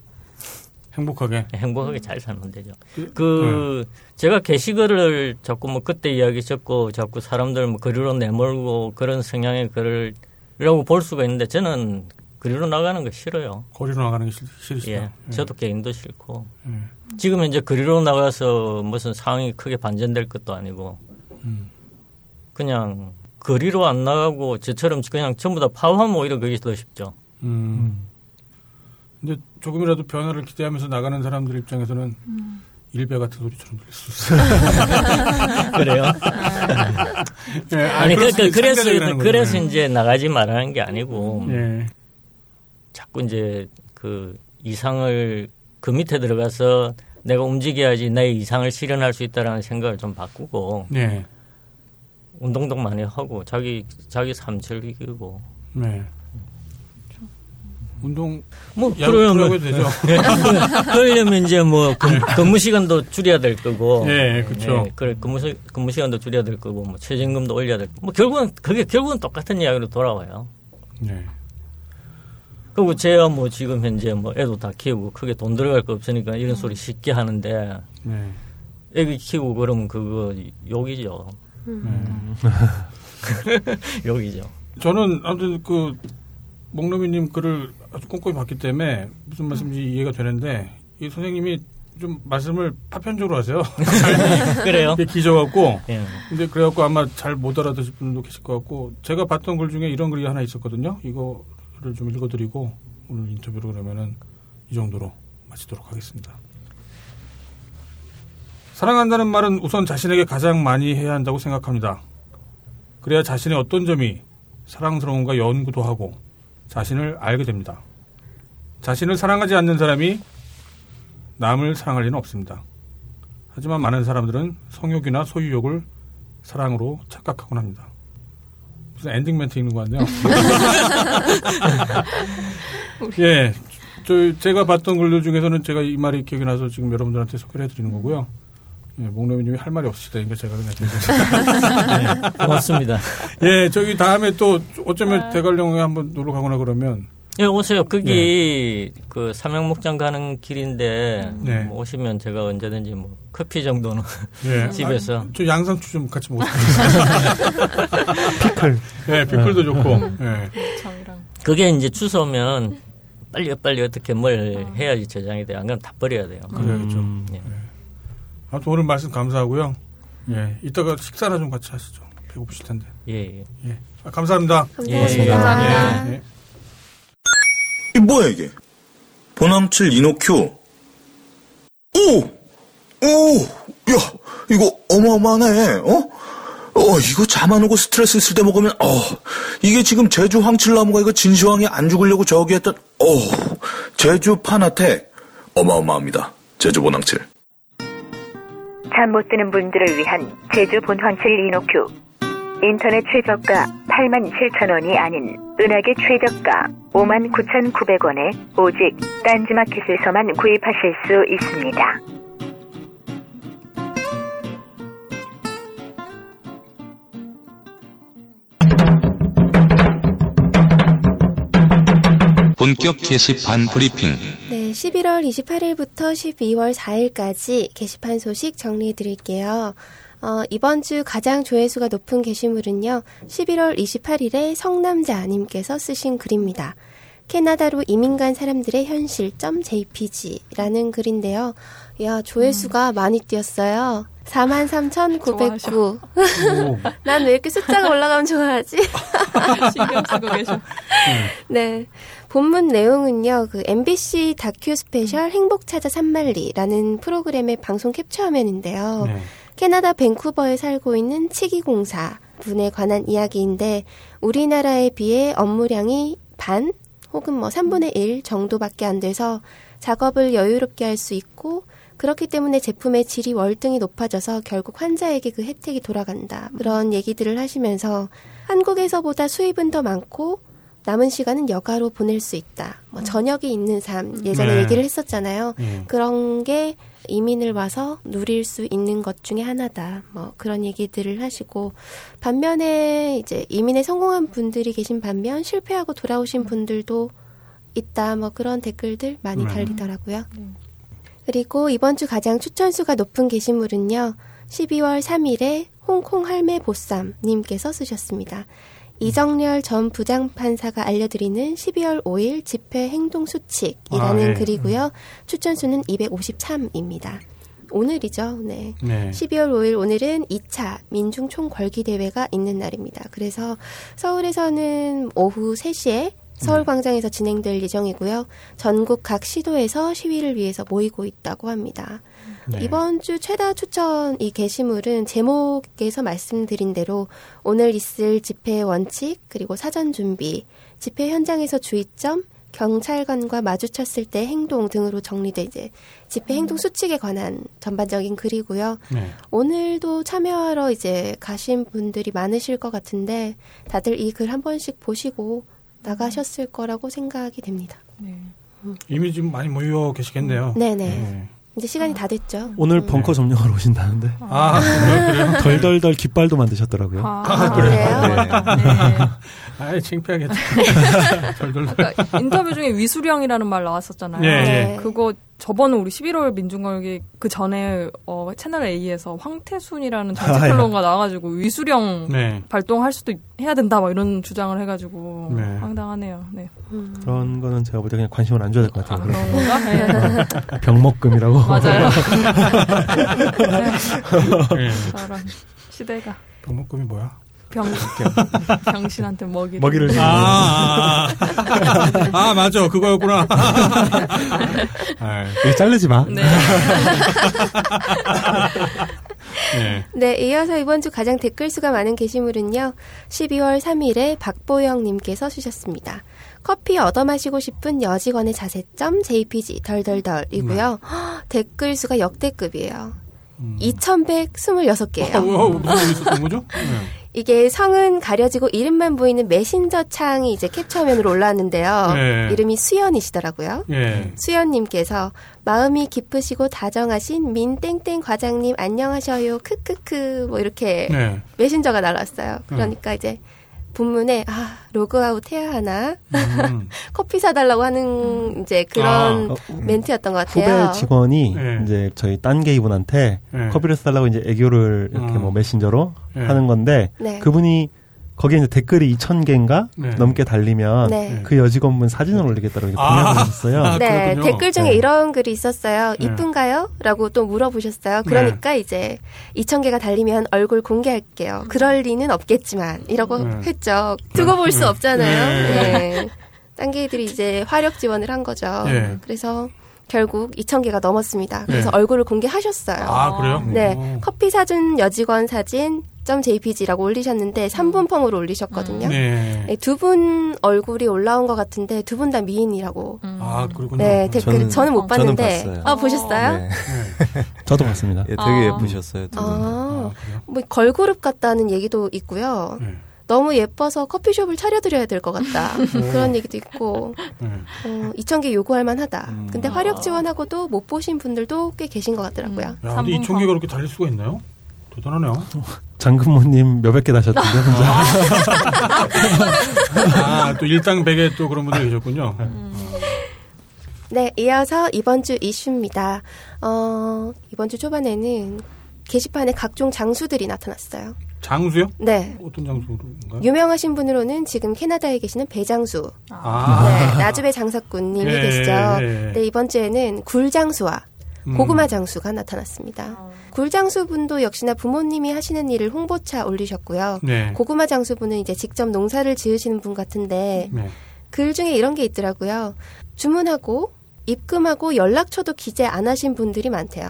S3: 행복하게.
S4: 행복하게 잘 살면 되죠.
S3: 그-
S4: 그 제가 게시글을 자꾸 뭐 그때 이야기 적고 자꾸 사람들 뭐 그리로 내몰고 그런 성향의 글이라고 볼 수가 있는데 저는 그리로 나가는 거 싫어요.
S3: 거리로 나가는 게 싫, 싫으시다.
S4: 예.
S3: 예.
S4: 저도 개인도 싫고
S3: 예.
S4: 지금 이제 그리로 나가서 무슨 상황이 크게 반전될 것도 아니고
S3: 음.
S4: 그냥 거리로 안 나가고 저처럼 그냥 전부 다 파업하면 오히려 그게 더 쉽죠.
S3: 음. 근데 조금이라도 변화를 기대하면서 나가는 사람들 입장에서는 일배 같은 소리처럼 들릴 수 있어요.
S4: 그래요?
S3: 예,
S4: 아니
S3: 그럴
S4: 그러니까
S3: 수도
S4: 그래서
S3: 참견이라는 거죠. 네.
S4: 그래서 음. 이제 나가지 말라는 게 아니고
S3: 예.
S4: 자꾸 이제 그 이상을 그 밑에 들어가서 내가 움직여야지 나의 이상을 실현할 수 있다라는 생각을 좀 바꾸고
S3: 예.
S4: 운동도 많이 하고 자기 자기 삶 즐기고
S3: 예. 운동
S4: 뭐
S3: 야구 프로야구
S4: 그러면
S3: 해도 되죠.
S4: 그러려면 이제 뭐 근- 근무 시간도 줄여야 될 거고
S3: 예, 그렇죠.
S4: 네, 그래 근무, 시- 근무 시간도 줄여야 될 거고 뭐 최저임금도 올려야 될 거고 뭐 결국은 그게 결국은 똑같은 이야기로 돌아와요. 네.
S3: 예.
S4: 그리고 제가 뭐 지금 현재 뭐 애도 다 키우고 크게 돈 들어갈 거 없으니까 이런 소리 쉽게 하는데
S3: 예.
S4: 애기 키우고 그러면 그거 욕이죠.
S3: 음.
S4: 욕이죠.
S3: 저는 아무튼 그 목노미님 글을 아주 꼼꼼히 봤기 때문에 무슨 말씀인지 이해가 되는데 이 선생님이 좀 말씀을 파편적으로 하세요.
S4: 그래요?
S3: 이게 기저갖고
S4: 예.
S3: 근데 그래갖고 아마 잘 못 알아듣을 분도 계실 것 같고 제가 봤던 글 중에 이런 글이 하나 있었거든요. 이거를 좀 읽어드리고 오늘 인터뷰를 그러면은 이 정도로 마치도록 하겠습니다. 사랑한다는 말은 우선 자신에게 가장 많이 해야 한다고 생각합니다. 그래야 자신의 어떤 점이 사랑스러운가 연구도 하고 자신을 알게 됩니다. 자신을 사랑하지 않는 사람이 남을 사랑할 리는 없습니다. 하지만 많은 사람들은 성욕이나 소유욕을 사랑으로 착각하곤 합니다. 무슨 엔딩 멘트 읽는 거 같네요. 예. 저, 제가 봤던 글들 중에서는 제가 이 말이 기억이 나서 지금 여러분들한테 소개를 해드리는 거고요. 예, 목노미님이 할 말이 없으시다니까 제가 그냥 드리겠습니다.
S4: 고맙습니다.
S3: 예, 저기 다음에 또 어쩌면 대관령에 한번 놀러 가거나 그러면
S4: 예, 오세요. 거기 그 삼양목장 가는 길인데
S3: 네.
S4: 뭐 오시면 제가 언제든지 뭐 커피 정도는
S3: 예.
S4: 집에서.
S3: 아, 저 양상추 좀 같이 먹어요.
S6: 피클.
S3: 예,
S4: 아.
S3: 피클도 좋고. 예.
S7: 저희랑
S4: 그게 이제 추서면 빨리 빨리 어떻게 뭘 해야지 저장이 돼요. 안 그러면 다 버려야 돼요.
S3: 음. 그래야죠.
S4: 예.
S3: 아무튼 오늘 말씀 감사하고요. 예, 이따가 식사나 좀 같이 하시죠. 배고프실 텐데.
S4: 예, 예.
S3: 예, 아, 감사합니다.
S4: 예, 예.
S7: 감사합니다.
S3: 예.
S8: 이 뭐야 이게? 보남칠 이노큐. 오! 오! 야, 이거 어마어마하네. 어? 어, 이거 잠 안 오고 스트레스 있을 때 먹으면 어. 이게 지금 제주 황칠나무가 이거 진시황이 안 죽으려고 저기 했던 어. 제주 파나텍 어마어마합니다. 제주 보남칠.
S9: 잠 못 드는 분들을 위한 제주 본황칠 이노큐 인터넷 최저가 8만 7천 원이 아닌 은하계 최저가 5만 9천 9백 원에 오직 딴지마켓에서만 구입하실 수 있습니다.
S1: 본격 게시판 브리핑.
S2: 네, 11월 28일부터 12월 4일까지 게시판 소식 정리해 드릴게요. 어, 이번 주 가장 조회수가 높은 게시물은요, 11월 28일에 성남자님께서 쓰신 글입니다. 캐나다로 이민 간 사람들의 현실 점 .jpg라는 글인데요. 야, 조회수가 많이 뛰었어요. 43,909.
S3: 오,
S2: 난 왜 이렇게 숫자가 올라가면 좋아하지?
S7: 신경 쓰고 계셔.
S2: 네. 본문 내용은요, 그 MBC 다큐 스페셜 행복 찾아 산말리라는 프로그램의 방송 캡처 화면인데요.
S3: 네.
S2: 캐나다 밴쿠버에 살고 있는 치기공사 분에 관한 이야기인데, 우리나라에 비해 업무량이 반 혹은 뭐 3분의 1 정도밖에 안 돼서 작업을 여유롭게 할 수 있고, 그렇기 때문에 제품의 질이 월등히 높아져서 결국 환자에게 그 혜택이 돌아간다. 그런 얘기들을 하시면서 한국에서보다 수입은 더 많고 남은 시간은 여가로 보낼 수 있다. 뭐 저녁이 있는 삶 예전에
S3: 네.
S2: 얘기를 했었잖아요.
S3: 예.
S2: 그런 게 이민을 와서 누릴 수 있는 것 중에 하나다. 뭐 그런 얘기들을 하시고 반면에 이제 이민에 성공한 분들이 계신 반면 실패하고 돌아오신 분들도 있다. 뭐 그런 댓글들 많이
S3: 네.
S2: 달리더라고요.
S7: 네.
S2: 그리고 이번 주 가장 추천수가 높은 게시물은요. 12월 3일에 홍콩 할매 보쌈 님께서 쓰셨습니다. 이정렬 전 부장판사가 알려드리는 12월 5일 집회 행동 수칙이라는
S3: 아, 예.
S2: 글이고요. 추천수는 253입니다. 오늘이죠. 네.
S3: 네.
S2: 12월 5일 오늘은 2차 민중 총궐기 대회가 있는 날입니다. 그래서 서울에서는 오후 3시에
S3: 네.
S2: 서울 광장에서 진행될 예정이고요. 전국 각 시도에서 시위를 위해서 모이고 있다고 합니다.
S3: 네.
S2: 이번 주 최다 추천 이 게시물은 제목에서 말씀드린 대로 오늘 있을 집회의 원칙, 그리고 사전 준비, 집회 현장에서 주의점, 경찰관과 마주쳤을 때 행동 등으로 정리된 이제 집회
S3: 음.
S2: 행동 수칙에 관한 전반적인 글이고요.
S3: 네.
S2: 오늘도 참여하러 이제 가신 분들이 많으실 것 같은데 다들 이 글 한 번씩 보시고 나가셨을 거라고 생각이 됩니다.
S7: 네.
S3: 이미 지금 많이 모여 계시겠네요.
S2: 네네.
S3: 예.
S2: 이제 시간이 다 됐죠.
S6: 오늘 벙커 점령하러 오신다는데
S3: 아, 그래요? 그래요?
S6: 덜덜덜 깃발도 만드셨더라고요.
S7: 아,
S2: 그래요?
S7: 네.
S3: 아이, 창피하겠다. 덜덜덜.
S7: 그러니까 인터뷰 중에 위수령이라는 말 나왔었잖아요.
S3: 예,
S2: 네.
S7: 그거 저번에 우리 11월 민중걸기 그 전에 어, 채널 A에서 황태순이라는
S6: 아, 예.
S7: 정치평론가 나와가지고 위수령
S3: 네.
S7: 발동할 수도 있- 해야 된다 막 이런 주장을 해가지고
S3: 네.
S7: 황당하네요. 네.
S2: 음.
S6: 그런 거는 제가 볼 때 그냥 관심을 안 줘야 될 것
S7: 아,
S6: 같아요.
S7: 그런 건가? 네.
S6: 그런 병목금이라고.
S7: 맞아요.
S3: 예.
S7: 저런 시대가
S3: 병목금이 뭐야?
S7: 병 병신한테 먹이
S6: 먹이를 주는
S3: 아, 아, 아. 아, 맞아. 그거였구나. 아,
S6: 이거 자르지 마.
S7: 네.
S3: 예.
S2: 네, 이어서 이번 주 가장 댓글 수가 많은 게시물은요. 12월 3일에 박보영님께서 주셨습니다. 커피 얻어 마시고 싶은 여직원의 자세점 JPG 덜덜덜이고요. 헉, 댓글 수가 역대급이에요. 2,126개예요.
S3: 어, 어, 무슨 일이 있었던 거죠? 네.
S2: 이게 성은 가려지고 이름만 보이는 메신저 창이 이제 캡처화면으로 올라왔는데요.
S3: 네.
S2: 이름이 수연이시더라고요.
S3: 예.
S2: 수연님께서 마음이 깊으시고 다정하신 민땡땡 과장님 안녕하셔요 크크크 뭐 이렇게
S3: 네.
S2: 메신저가
S6: 네.
S2: 날랐어요. 그러니까 이제 본문에 아 로그아웃 해야 하나
S3: 음.
S2: 커피 사달라고 하는 이제 그런
S6: 음. 어,
S2: 멘트였던 것 같아요.
S6: 후배 직원이
S3: 예.
S6: 이제 저희 딴 개이분한테
S3: 예.
S6: 커피를 사달라고 이제 애교를 이렇게
S3: 음.
S6: 뭐 메신저로
S3: 예.
S6: 하는 건데
S2: 네.
S6: 그분이 거기에 이제 댓글이 2,000개인가
S3: 네.
S6: 넘게 달리면
S2: 네.
S6: 그 여직원분 사진을 올리겠다고 이렇게
S3: 아.
S6: 보내고 있었어요.
S3: 아,
S2: 네,
S3: 그렇군요.
S2: 댓글 중에
S6: 네.
S2: 이런 글이 있었어요.
S3: 네.
S2: 이쁜가요? 라고 또 물어보셨어요. 그러니까 이제 2,000개가 달리면 얼굴 공개할게요. 그럴 리는 없겠지만, 이러고
S3: 네.
S2: 했죠. 두고 볼 수
S3: 네.
S2: 없잖아요.
S3: 네.
S2: 네. 딴 개들이 이제 화력 지원을 한 거죠.
S3: 네.
S2: 그래서 결국 2,000개가 넘었습니다. 그래서
S3: 네.
S2: 얼굴을 공개하셨어요.
S3: 아, 그래요?
S2: 네,
S3: 오.
S2: 커피 사준 여직원 사진 .jpg라고 올리셨는데 3분펑으로 올리셨거든요.
S3: 네.
S2: 네, 두분 얼굴이 올라온 것 같은데 두 분 다 미인이라고
S3: 아, 그렇군요.
S2: 네, 댓글 저는,
S5: 저는-
S2: 저는 못
S5: 저는
S2: 봤는데.
S5: 봤어요.
S2: 아, 보셨어요?
S5: 네.
S6: 저도 봤습니다.
S5: 예, 되게
S7: 아.
S5: 예쁘셨어요. 두 분.
S2: 아,
S3: 아, 그래요?
S2: 뭐 걸그룹 같다는 얘기도 있고요.
S3: 네.
S2: 너무 예뻐서 커피숍을 차려드려야 될 것 같다. 뭐 그런 얘기도 있고,
S3: 네.
S2: 어, 2,000개 요구할 만하다. 근데 화력 지원하고도 못 보신 분들도 꽤 계신 것 같더라고요.
S3: 야, 근데 2,000개가 그렇게 달릴 수가 있나요? 대단하네요.
S6: 장금모님 몇백 개 다셨던데 혼자.
S3: 아, 또 일당 백에 또 그런 분들 계셨군요.
S2: 네, 이어서 이번 주 이슈입니다. 어, 이번 주 초반에는 게시판에 각종 장수들이 나타났어요.
S3: 장수요?
S2: 네.
S3: 어떤 장수인가요?
S2: 예. 유명하신 분으로는 지금 캐나다에 계시는 배장수,
S3: 아,
S2: 네, 나주배 장사꾼님이
S3: 예,
S2: 계시죠.
S3: 예, 예.
S2: 네, 이번 주에는 굴장수와
S3: 음.
S2: 고구마 장수가 나타났습니다. 굴장수 분도 역시나 부모님이 하시는 일을 홍보차 올리셨고요.
S3: 네.
S2: 고구마 장수 분은 이제 직접 농사를 지으시는 분 같은데
S3: 네.
S2: 글 중에 이런 게 있더라고요. 주문하고 입금하고 연락처도 기재 안 하신 분들이 많대요.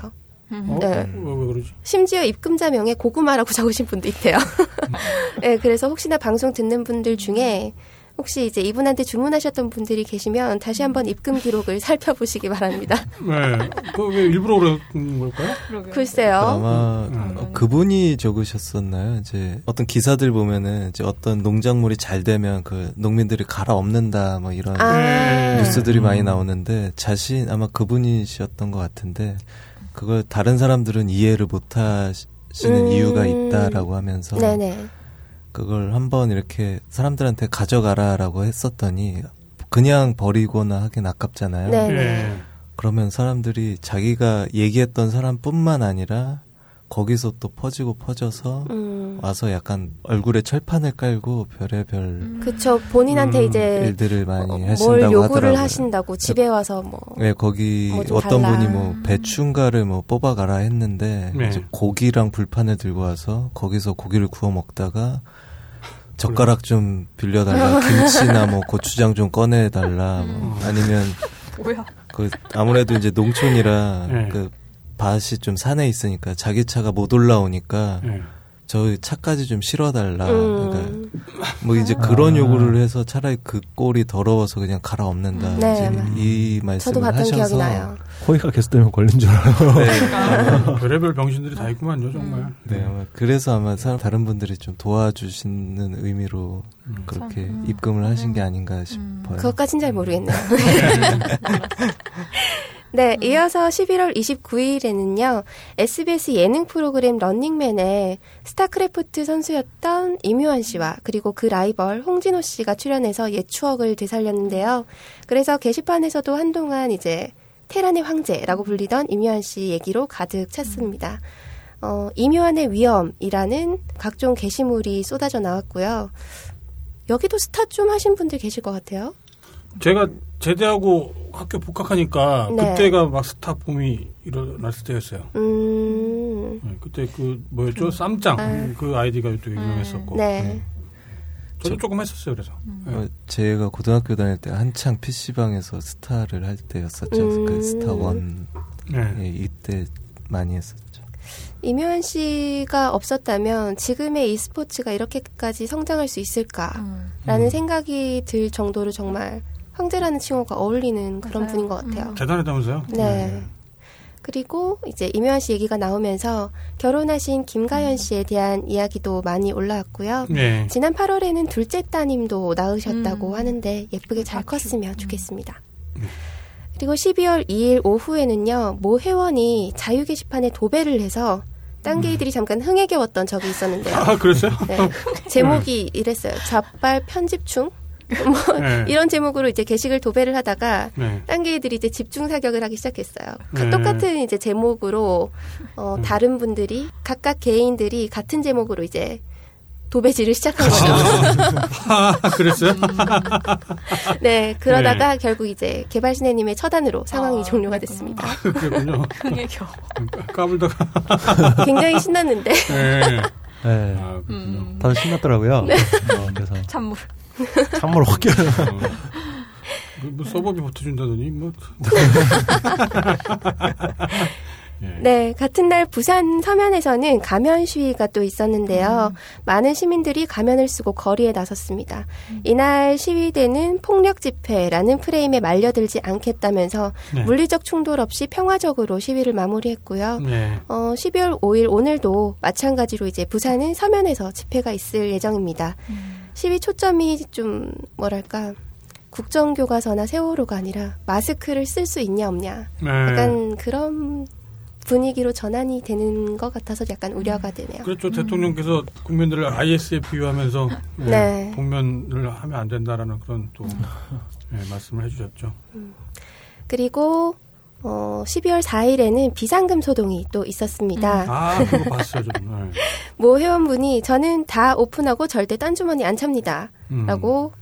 S3: 어?
S2: 네.
S3: 왜, 왜 그러지?
S2: 심지어 입금자명에 고구마라고 적으신 분도 있대요. 네, 그래서 혹시나 방송 듣는 분들 중에 혹시 이제 이분한테 주문하셨던 분들이 계시면 다시 한번 입금 기록을 살펴보시기 바랍니다.
S3: 네. 그왜 일부러 그런 걸까요?
S5: 네.
S2: 글쎄요.
S5: 아마
S3: 음.
S5: 어, 그분이 적으셨었나요? 이제 어떤 기사들 보면은 이제 어떤 농작물이 잘 되면 그 농민들이 갈아 엎는다 뭐 이런
S2: 아,
S5: 뉴스들이 많이 나오는데 자신 아마 그분이셨던 것 같은데 그걸 다른 사람들은 이해를 못 하시는
S2: 음.
S5: 이유가 있다라고 하면서
S2: 네네.
S5: 그걸 한번 이렇게 사람들한테 가져가라라고 했었더니 그냥 버리거나 하긴 아깝잖아요.
S2: 네.
S3: 네.
S5: 그러면 사람들이 자기가 얘기했던 사람뿐만 아니라 거기서 또 퍼지고 퍼져서
S2: 음.
S5: 와서 약간 얼굴에 철판을 깔고 별의별
S2: 그쵸. 본인한테
S3: 음,
S2: 이제
S5: 일들을 많이
S2: 어,
S5: 하신다고
S2: 뭘 요구를
S5: 하더라고요.
S2: 하신다고 집에 와서 뭐.
S5: 네, 거기
S2: 뭐좀
S5: 어떤
S2: 달라.
S5: 분이 뭐 배추인가를 뭐 뽑아가라 했는데
S3: 네.
S5: 이제 고기랑 불판을 들고 와서 거기서 고기를 구워 먹다가 젓가락 좀 빌려달라, 김치나 뭐 고추장 좀 꺼내달라,
S2: 음.
S5: 뭐 아니면
S7: 뭐야?
S5: 그 아무래도 이제 농촌이라
S3: 네.
S5: 그 밭이 좀 산에 있으니까 자기 차가 못 올라오니까
S3: 네.
S5: 저 차까지 좀
S2: 음.
S5: 실어달라. 아, 그러니까 뭐 이제
S3: 아.
S5: 그런 요구를 해서 차라리 그 꼴이 더러워서 그냥 갈아엎는다.
S2: 네,
S5: 이제
S2: 맞아요.
S5: 이 말씀을
S2: 저도 봤던
S5: 하셔서
S2: 기억이 나요.
S6: 코이가 계속 때문에 걸린 줄 알아요.
S3: 네.
S6: 네.
S3: 별의별 병신들이 다 있구만요, 정말.
S2: 음.
S5: 네, 아마 그래서 아마 사람 다른 분들이 좀 도와주시는 의미로
S3: 음.
S5: 그렇게 입금을 하신 게 아닌가 싶어요.
S2: 그것까진 잘 모르겠네요. 네, 이어서 11월 29일에는요, SBS 예능 프로그램 런닝맨에 스타크래프트 선수였던 임요한 씨와 그리고 그 라이벌 홍진호 씨가 출연해서 옛 추억을 되살렸는데요. 그래서 게시판에서도 한동안 이제 테란의 황제라고 불리던 임요한 씨 얘기로 가득 찼습니다. 어, 임요한의 위엄이라는 각종 게시물이 쏟아져 나왔고요. 여기도 스타 좀 하신 분들 계실 것 같아요.
S3: 제가 제대하고 학교 복학하니까
S2: 네.
S3: 그때가 막 스타 붐이 일어났을 때였어요.
S2: 음,
S3: 네, 그때 그 뭐였죠? 쌈짱
S2: 아.
S3: 그 아이디가 되게
S7: 어,
S3: 유명했었고.
S2: 네. 음.
S3: 저도 조금 했었어요. 그래서 네.
S5: 어, 제가 고등학교 다닐 때 한창 PC방에서 스타를 할 때였었죠.
S2: 음.
S5: 그 스타원.
S3: 네.
S5: 예, 이때 많이 했었죠.
S2: 임요한 씨가 없었다면 지금의 e스포츠가 이렇게까지 성장할 수 있을까라는
S7: 음.
S2: 생각이 들 정도로 정말 황제라는 칭호가 어울리는 그런
S7: 맞아요.
S2: 분인 것 같아요.
S7: 음.
S3: 대단하다면서요?
S2: 네. 그리고 이제 임요한 씨 얘기가 나오면서 결혼하신
S7: 음.
S2: 김가연 씨에 대한 이야기도 많이 올라왔고요.
S3: 네.
S2: 지난 8월에는 둘째 따님도 낳으셨다고
S7: 음.
S2: 하는데 예쁘게 잘
S7: 아주.
S2: 컸으면
S7: 음.
S2: 좋겠습니다. 그리고 12월 2일 오후에는요, 모 회원이 자유 게시판에 도배를 해서 딴
S7: 음.
S2: 게이들이 잠깐 흥에 겨웠던 적이 있었는데요.
S3: 아 그랬어요?
S2: 네. 제목이
S7: 네.
S2: 이랬어요. 좌빨 편집충? 뭐
S3: 네.
S2: 이런 제목으로 이제 게시글 도배를 하다가
S3: 네.
S2: 딴 개들이 이제 집중 사격을 하기 시작했어요. 가-
S3: 네. 음.
S2: 똑같은 이제 제목으로 어, 다른 분들이 각각 개인들이 같은 제목으로 이제 도배질을 시작한 거죠.
S3: 아 그랬어요?
S2: 네, 그러다가 결국 이제 개발신혜님의 처단으로 상황이
S7: 아,
S2: 종료가
S7: 그랬구나.
S2: 됐습니다.
S3: 그랬군요.
S7: 흥에 겨워.
S3: 까불다가.
S2: 굉장히 신났는데
S3: 네.
S6: 네.
S3: 아 그렇군요.
S7: 음.
S6: 다들 신났더라고요. 어, 그래서
S7: 찬물.
S6: 찬물 어깨
S3: 뭐, 뭐 서버비 버텨준다더니 뭐. 예.
S2: 네, 같은 날 부산 서면에서는 가면 시위가 또 있었는데요. 많은 시민들이 가면을 쓰고 거리에 나섰습니다. 이날 시위대는 폭력 집회라는 프레임에 말려들지 않겠다면서
S3: 네.
S2: 물리적 충돌 없이 평화적으로 시위를 마무리했고요.
S3: 네.
S2: 어, 12월 5일 오늘도 마찬가지로 이제 부산은 서면에서 집회가 있을 예정입니다. 시위 초점이 좀 뭐랄까 국정교과서나 세월호가 아니라 마스크를 쓸 수 있냐 없냐
S3: 네.
S2: 약간 그런 분위기로 전환이 되는 것 같아서 약간 우려가 되네요.
S3: 그렇죠. 대통령께서 국민들을 IS에 비유하면서 예,
S2: 네. 음.
S3: 복면을 하면 안 된다라는 그런 또 예, 말씀을 해주셨죠.
S2: 그리고 어, 12월 4일에는 비상금 소동이 또 있었습니다.
S3: 아 그거 봤어요, 저는. 네.
S2: 모 회원분이 저는 다 오픈하고 절대 딴 주머니 안 찹니다.
S3: 음.
S2: 라고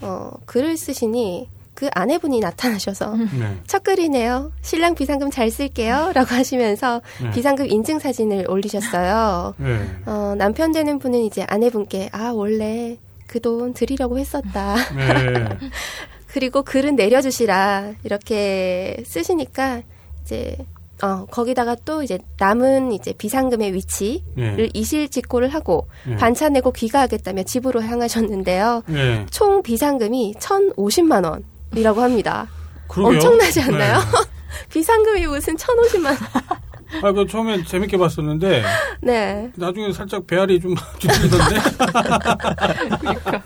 S2: 어, 글을 쓰시니 그 아내분이 나타나셔서
S3: 네.
S2: 첫 글이네요. 신랑 비상금 잘 쓸게요. 라고 하시면서
S3: 네.
S2: 비상금 인증 사진을 올리셨어요.
S3: 네.
S2: 어, 남편 되는 분은 이제 아내분께 아, 원래 그 돈 드리려고 했었다.
S3: 네.
S2: 그리고 글은 내려주시라 이렇게 쓰시니까 이제 어 거기다가 또 이제 남은 이제 비상금의 위치를
S3: 네.
S2: 이실직고를 하고
S3: 네.
S2: 반차 내고 귀가하겠다며 집으로 향하셨는데요.
S3: 네.
S2: 총 비상금이 1,050만 원이라고 합니다.
S3: 그러게요.
S2: 엄청나지 않나요? 비상금이 무슨 1,050만 원.
S3: 네. 아, 그 처음엔 재밌게 봤었는데
S2: 네.
S3: 나중에 살짝 배알이 좀 뒤틀리던데.
S6: 그러니까.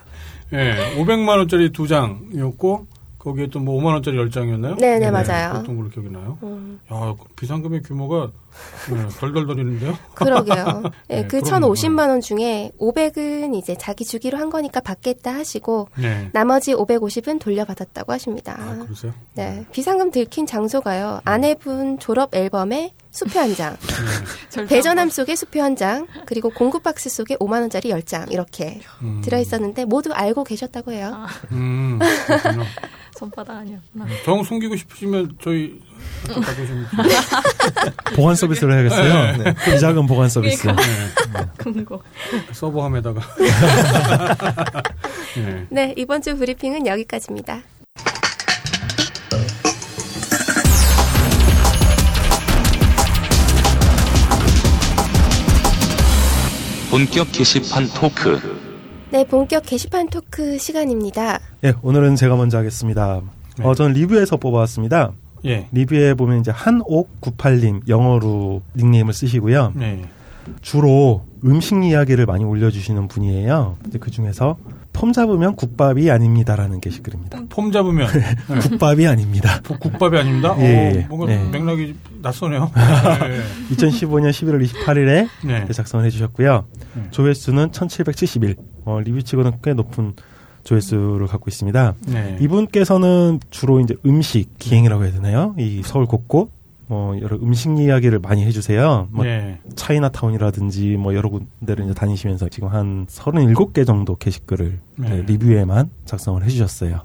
S3: 예, 500만 원짜리 두 장이었고 거기에 또 뭐 5만 원짜리 열 장이었나요?
S2: 네, 네, 맞아요.
S3: 보통 그렇게 기억이 나요.
S2: 음,
S3: 야, 그 비상금의 규모가 예, 덜덜거리는데요.
S2: 그러게요. 예,
S3: 네,
S2: 그
S3: 그럼요.
S2: 1,050만 원 중에 500은 이제 자기 주기로 한 거니까 받겠다 하시고
S3: 네.
S2: 나머지 550은 돌려받았다고 하십니다.
S3: 아, 그러세요?
S2: 네, 비상금 들킨 장소가요. 아내분 졸업 앨범에 수표 한 장,
S7: 절대
S2: 대전함 속에 수표 한 장, 그리고 공구 박스 속에 5만 원짜리 10장 이렇게
S3: 음.
S2: 들어 있었는데 모두 알고 계셨다고 해요.
S3: 음. 그렇군요.
S7: 손바닥 아니었구나.
S3: 정 숨기고 싶으시면 저희 학교 가보시면 좋
S6: 보관 서비스를 해야겠어요. 이 작은 보관 서비스.
S7: 금고.
S3: 서버함에다가. 예.
S2: 네, 이번 주 브리핑은 여기까지입니다.
S1: 본격 게시판 토크.
S2: 네, 본격 게시판 토크 시간입니다.
S6: 예, 오늘은 제가 먼저 하겠습니다.
S3: 네.
S6: 어, 저는 리뷰에서 뽑아왔습니다.
S3: 예.
S6: 리뷰에 보면 이제 한옥98님 영어로 닉네임을 쓰시고요.
S3: 네.
S6: 주로 음식 이야기를 많이 올려주시는 분이에요. 근데 그 중에서 폼 잡으면 국밥이 아닙니다라는 게시글입니다.
S3: 폼 잡으면 예,
S6: 국밥이 아닙니다.
S3: 국밥이 아닙니다.
S6: 예,
S3: 오, 뭔가
S6: 예.
S3: 맥락이 낯서네요. 예.
S6: 2015년 11월 28일에
S3: 네.
S6: 작성을 해주셨고요.
S3: 네.
S6: 조회수는 1771. 어, 리뷰치고는 꽤 높은 조회수를 갖고 있습니다.
S3: 네.
S6: 이분께서는 주로 이제 음식 기행이라고 해야 되나요? 이 서울 곳곳 뭐 여러 음식 이야기를 많이 해주세요. 뭐
S3: 네.
S6: 차이나타운이라든지 뭐 여러 군데를 이제 다니시면서 지금 한 37개 정도 게시글을
S3: 네.
S6: 네, 리뷰에만 작성을 해주셨어요.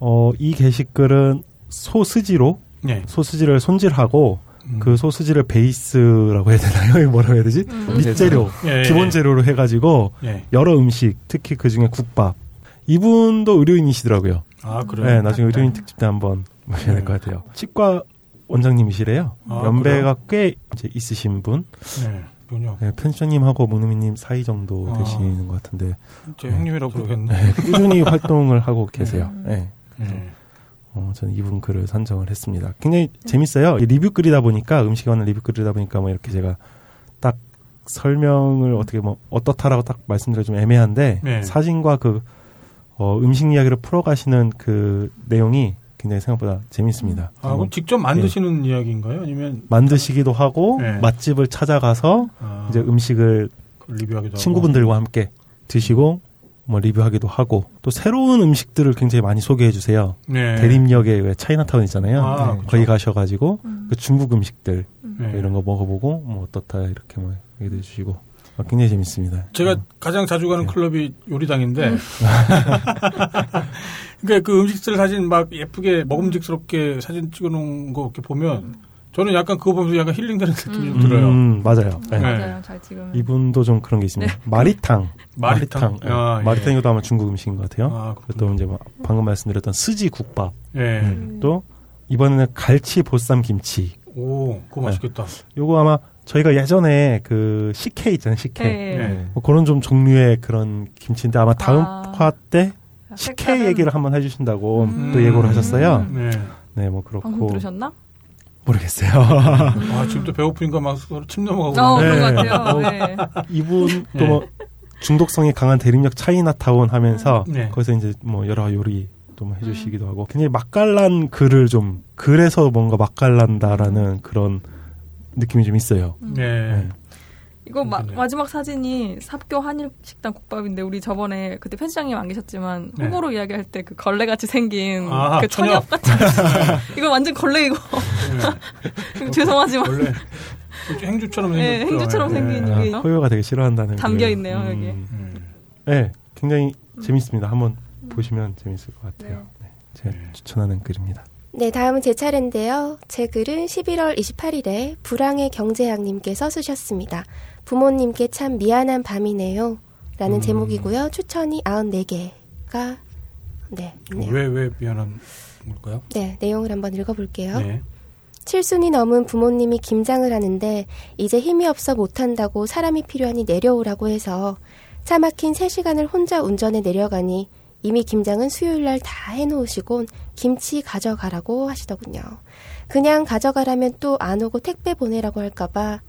S6: 어, 이 게시글은 소스지로
S3: 네.
S6: 소스지를 손질하고
S3: 음.
S6: 그 소스지를 베이스라고 해야 되나요? 이거 뭐라고 해야 되지? 밑재료,
S3: 예,
S6: 기본
S3: 예.
S6: 재료로 해가지고
S3: 예.
S6: 여러 음식, 특히 그 중에 국밥. 이분도 의료인이시더라고요.
S3: 아, 그래요? 음.
S6: 네, 나중에 의료인 특집 때 한번 모셔야 될 것 같아요. 치과 원장님이시래요.
S3: 아,
S6: 연배가 꽤 이제 있으신 분.
S3: 네. 그요
S6: 네, 편집님하고 문우미님 사이 정도
S3: 아.
S6: 되시는 것 같은데
S3: 제 형님이라고 그러겠네.
S6: 네, 꾸준히 활동을 하고 계세요. 네.
S3: 네.
S6: 어, 저는 이분 글을 선정을 했습니다. 굉장히 재밌어요. 이 리뷰 글이다 보니까 음식에 관한 리뷰 글이다 보니까 뭐 이렇게 제가 딱 설명을 어떻게 뭐 어떻다라고 딱 말씀드려 좀 애매한데
S3: 네.
S6: 사진과 그 어, 음식 이야기를 풀어가시는 그 내용이 굉장히 생각보다 재밌습니다.
S3: 아, 그럼 직접
S6: 예.
S3: 만드시는 이야기인가요? 아니면
S6: 만드시기도 하고
S3: 네.
S6: 맛집을 찾아가서
S3: 아,
S6: 이제 음식을
S3: 그걸 리뷰하기도 하고.
S6: 친구분들과 함께 드시고 뭐 리뷰하기도 하고 또 새로운 음식들을 굉장히 많이 소개해 주세요.
S3: 네.
S6: 대림역에 왜 차이나타운 있잖아요.
S3: 아,
S6: 네.
S3: 그쵸.
S6: 거기 가셔가지고
S7: 음.
S6: 그 중국 음식들
S3: 네.
S6: 이런 거 먹어보고 뭐 어떻다 이렇게 뭐 얘기해 주시고 아, 굉장히 재밌습니다.
S3: 제가
S6: 어,
S3: 가장 자주 가는
S6: 네.
S3: 클럽이 요리당인데. 그러니까 그 음식들 사진 막 예쁘게 먹음직스럽게 사진 찍어놓은 거 이렇게 보면 저는 약간 그거 보면서 약간 힐링되는 느낌이 좀 들어요.
S6: 음, 맞아요. 네.
S3: 네.
S7: 맞아요. 잘 찍으면.
S6: 이분도 좀 그런 게
S7: 네.
S6: 있습니다. 마리탕.
S3: 마리탕.
S6: 예.
S3: 아, 예.
S6: 마리탕 이것도 아마 중국 음식인 것 같아요.
S3: 아,
S6: 그리고 또 이제 뭐 방금 말씀드렸던 스지 국밥.
S3: 예.
S6: 또 이번에는 갈치 보쌈 김치.
S3: 오, 그거
S6: 네.
S3: 맛있겠다.
S6: 요거 아마 저희가 예전에 그 CK 있잖아요, CK.
S7: 네.
S5: 예.
S3: 네.
S6: 뭐 그런 좀 종류의 그런 김치인데 아마 다음
S7: 아.
S6: 화 때
S7: 색깔은-
S6: 식혜 네. 얘기를 한번 해주신다고
S7: 음.
S6: 또 예고를 하셨어요.
S3: 네.
S6: 네, 뭐
S7: 방송
S6: 그렇고
S7: 들으셨나?
S6: 모르겠어요.
S3: 아, 지금 또 배고프니까 막 서로 침 넘어가고.
S7: 어,
S3: 그러네.
S7: 그런 것
S6: 네.
S7: 같아요. 네.
S6: 이분
S3: 네.
S6: 또 뭐 중독성이 강한 대림역 차이나타운 하면서
S3: 네.
S6: 거기서 이제 뭐 여러 요리 또 뭐
S7: 음.
S6: 해주시기도 하고 굉장히 맛깔난 글을 좀 그래서 뭔가 맛깔난다라는 그런 느낌이 좀 있어요.
S7: 음.
S3: 네.
S6: 네.
S7: 이거 마,
S3: 그러네요.
S7: 마지막 사진이 삽교 한일식당 국밥인데 우리 저번에 그때 편집장님 안 계셨지만
S3: 네.
S7: 호불호 이야기할 때 그 걸레 같이 생긴
S3: 아,
S7: 그
S3: 천엽.
S7: 천엽 같은 이거 완전 걸레이고 죄송하지만
S3: 원래 네. 그 행주처럼 생겼죠.
S7: 예, 행주처럼
S3: 예.
S7: 생긴
S6: 아,
S7: 이게
S6: 호요가 되게 싫어한다는
S7: 담겨
S6: 글.
S7: 있네요, 여기에. 음.
S3: 음.
S6: 네, 굉장히 재밌습니다. 한번 보시면 재밌을 것 같아요. 네, 제가
S3: 네.
S6: 추천하는 글입니다.
S2: 네, 다음은 제 차례인데요. 제 글은 11월 28일에 불황의 경제학님께서 쓰셨습니다. 부모님께 참 미안한 밤이네요. 라는 제목이고요. 추천이 94개가 네, 있네요.
S3: 왜, 왜 미안한 걸까요?
S2: 네, 내용을 한번 읽어볼게요.
S3: 네.
S2: 7순이 넘은 부모님이 김장을 하는데 이제 힘이 없어 못한다고 사람이 필요하니 내려오라고 해서 차 막힌 3시간을 혼자 운전해 내려가니 이미 김장은 수요일날 다 해놓으시곤 김치 가져가라고 하시더군요. 그냥 가져가라면 또 안 오고 택배 보내라고 할까봐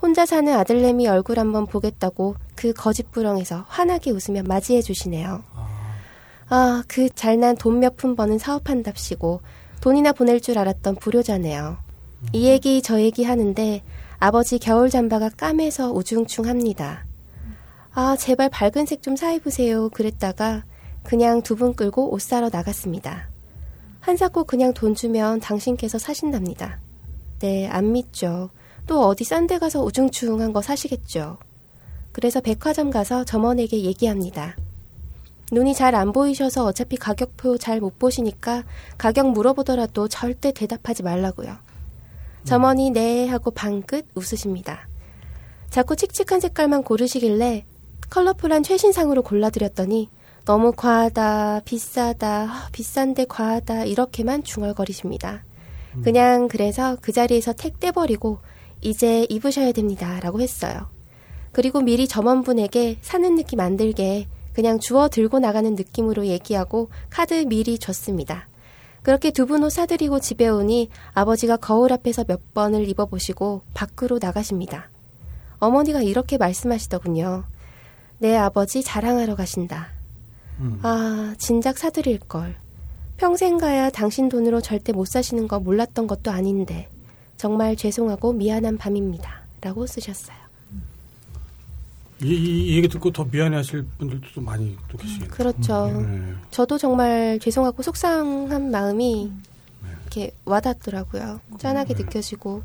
S2: 혼자 사는 아들내미 얼굴 한번 보겠다고 그 거짓부렁에서 환하게 웃으며 맞이해 주시네요. 아, 그 잘난 돈 몇 푼 버는 사업한답시고 돈이나 보낼 줄 알았던 불효자네요. 이 얘기 저 얘기 하는데 아버지 겨울 잠바가 까매서 우중충합니다. 아, 제발 밝은 색 좀 사입으세요. 그랬다가 그냥 두 분 끌고 옷 사러 나갔습니다. 한사코 그냥 돈 주면 당신께서 사신답니다. 네, 안 믿죠. 또 어디 싼 데 가서 우중충한 거 사시겠죠. 그래서 백화점 가서 점원에게 얘기합니다. 눈이 잘 안 보이셔서 어차피 가격표 잘 못 보시니까 가격 물어보더라도 절대 대답하지 말라고요. 점원이 네 하고 방긋 웃으십니다. 자꾸 칙칙한 색깔만 고르시길래 컬러풀한 최신상으로 골라드렸더니 너무 과하다, 비싸다, 아, 비싼데 과하다 이렇게만 중얼거리십니다. 그냥 그래서 그 자리에서 택 떼버리고 이제 입으셔야 됩니다 라고 했어요. 그리고 미리 점원분에게 사는 느낌 안 들게 그냥 주워 들고 나가는 느낌으로 얘기하고 카드 미리 줬습니다. 그렇게 두 분 옷 사드리고 집에 오니 아버지가 거울 앞에서 몇 번을 입어보시고 밖으로 나가십니다. 어머니가 이렇게 말씀하시더군요. 내 아버지 자랑하러 가신다.
S3: 음.
S2: 아, 진작 사드릴 걸. 평생 가야 당신 돈으로 절대 못 사시는 거 몰랐던 것도 아닌데 정말 죄송하고 미안한 밤입니다. 라고 쓰셨어요.
S3: 이, 이, 이 얘기 듣고 더 미안해하실 분들도 또 많이 또
S7: 음,
S3: 계시겠네요.
S2: 그렇죠.
S3: 네.
S2: 저도 정말 죄송하고 속상한 마음이 이렇게 와닿더라고요. 짠하게
S3: 음.
S2: 느껴지고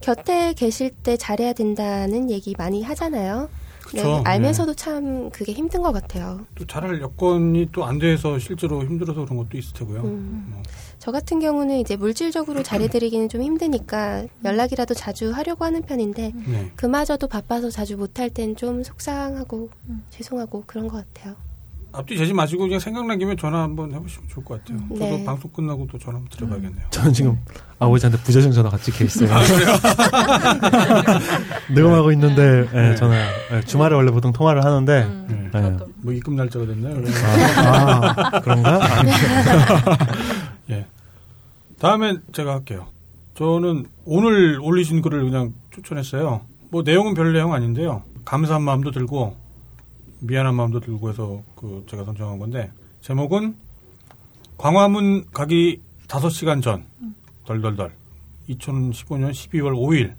S2: 곁에 계실 때 잘해야 된다는 얘기 많이 하잖아요. 네,
S3: 그쵸.
S2: 알면서도 참 그게 힘든 것 같아요.
S3: 또 잘할 여건이 또 안 돼서 실제로 힘들어서 그런 것도 있을 테고요.
S2: 음.
S3: 뭐,
S2: 저 같은 경우는 이제 물질적으로 잘해드리기는 좀 힘드니까 연락이라도 자주 하려고 하는 편인데
S3: 네.
S2: 그마저도 바빠서 자주 못할 땐 좀 속상하고 죄송하고 그런 것 같아요.
S3: 앞뒤 재지 마시고 그냥 생각난 김에 전화 한번 해보시면 좋을 것
S7: 음.
S3: 같아요. 저도
S2: 네.
S3: 방송 끝나고 또 전화 한번 드려봐야겠네요.
S6: 저는 지금 아버지한테 부재중 전화 같이 켜 있어요.
S3: 아,
S6: 녹음하고 있는데 예,
S3: 네.
S6: 전화 예, 주말에 원래 보통 통화를 하는데 예.
S7: 음, 저도.
S3: 뭐 입금 날짜가 됐나요? 그러면?
S6: 아, 아, 그런가? 아,
S7: 네.
S3: 예. 다음에 제가 할게요. 저는 오늘 올리신 글을 그냥 추천했어요. 뭐 내용은 별 내용 아닌데요. 감사한 마음도 들고 미안한 마음도 들고 해서 그 제가 선정한 건데 제목은 광화문 가기 5시간 전 덜덜덜 2015년 12월 5일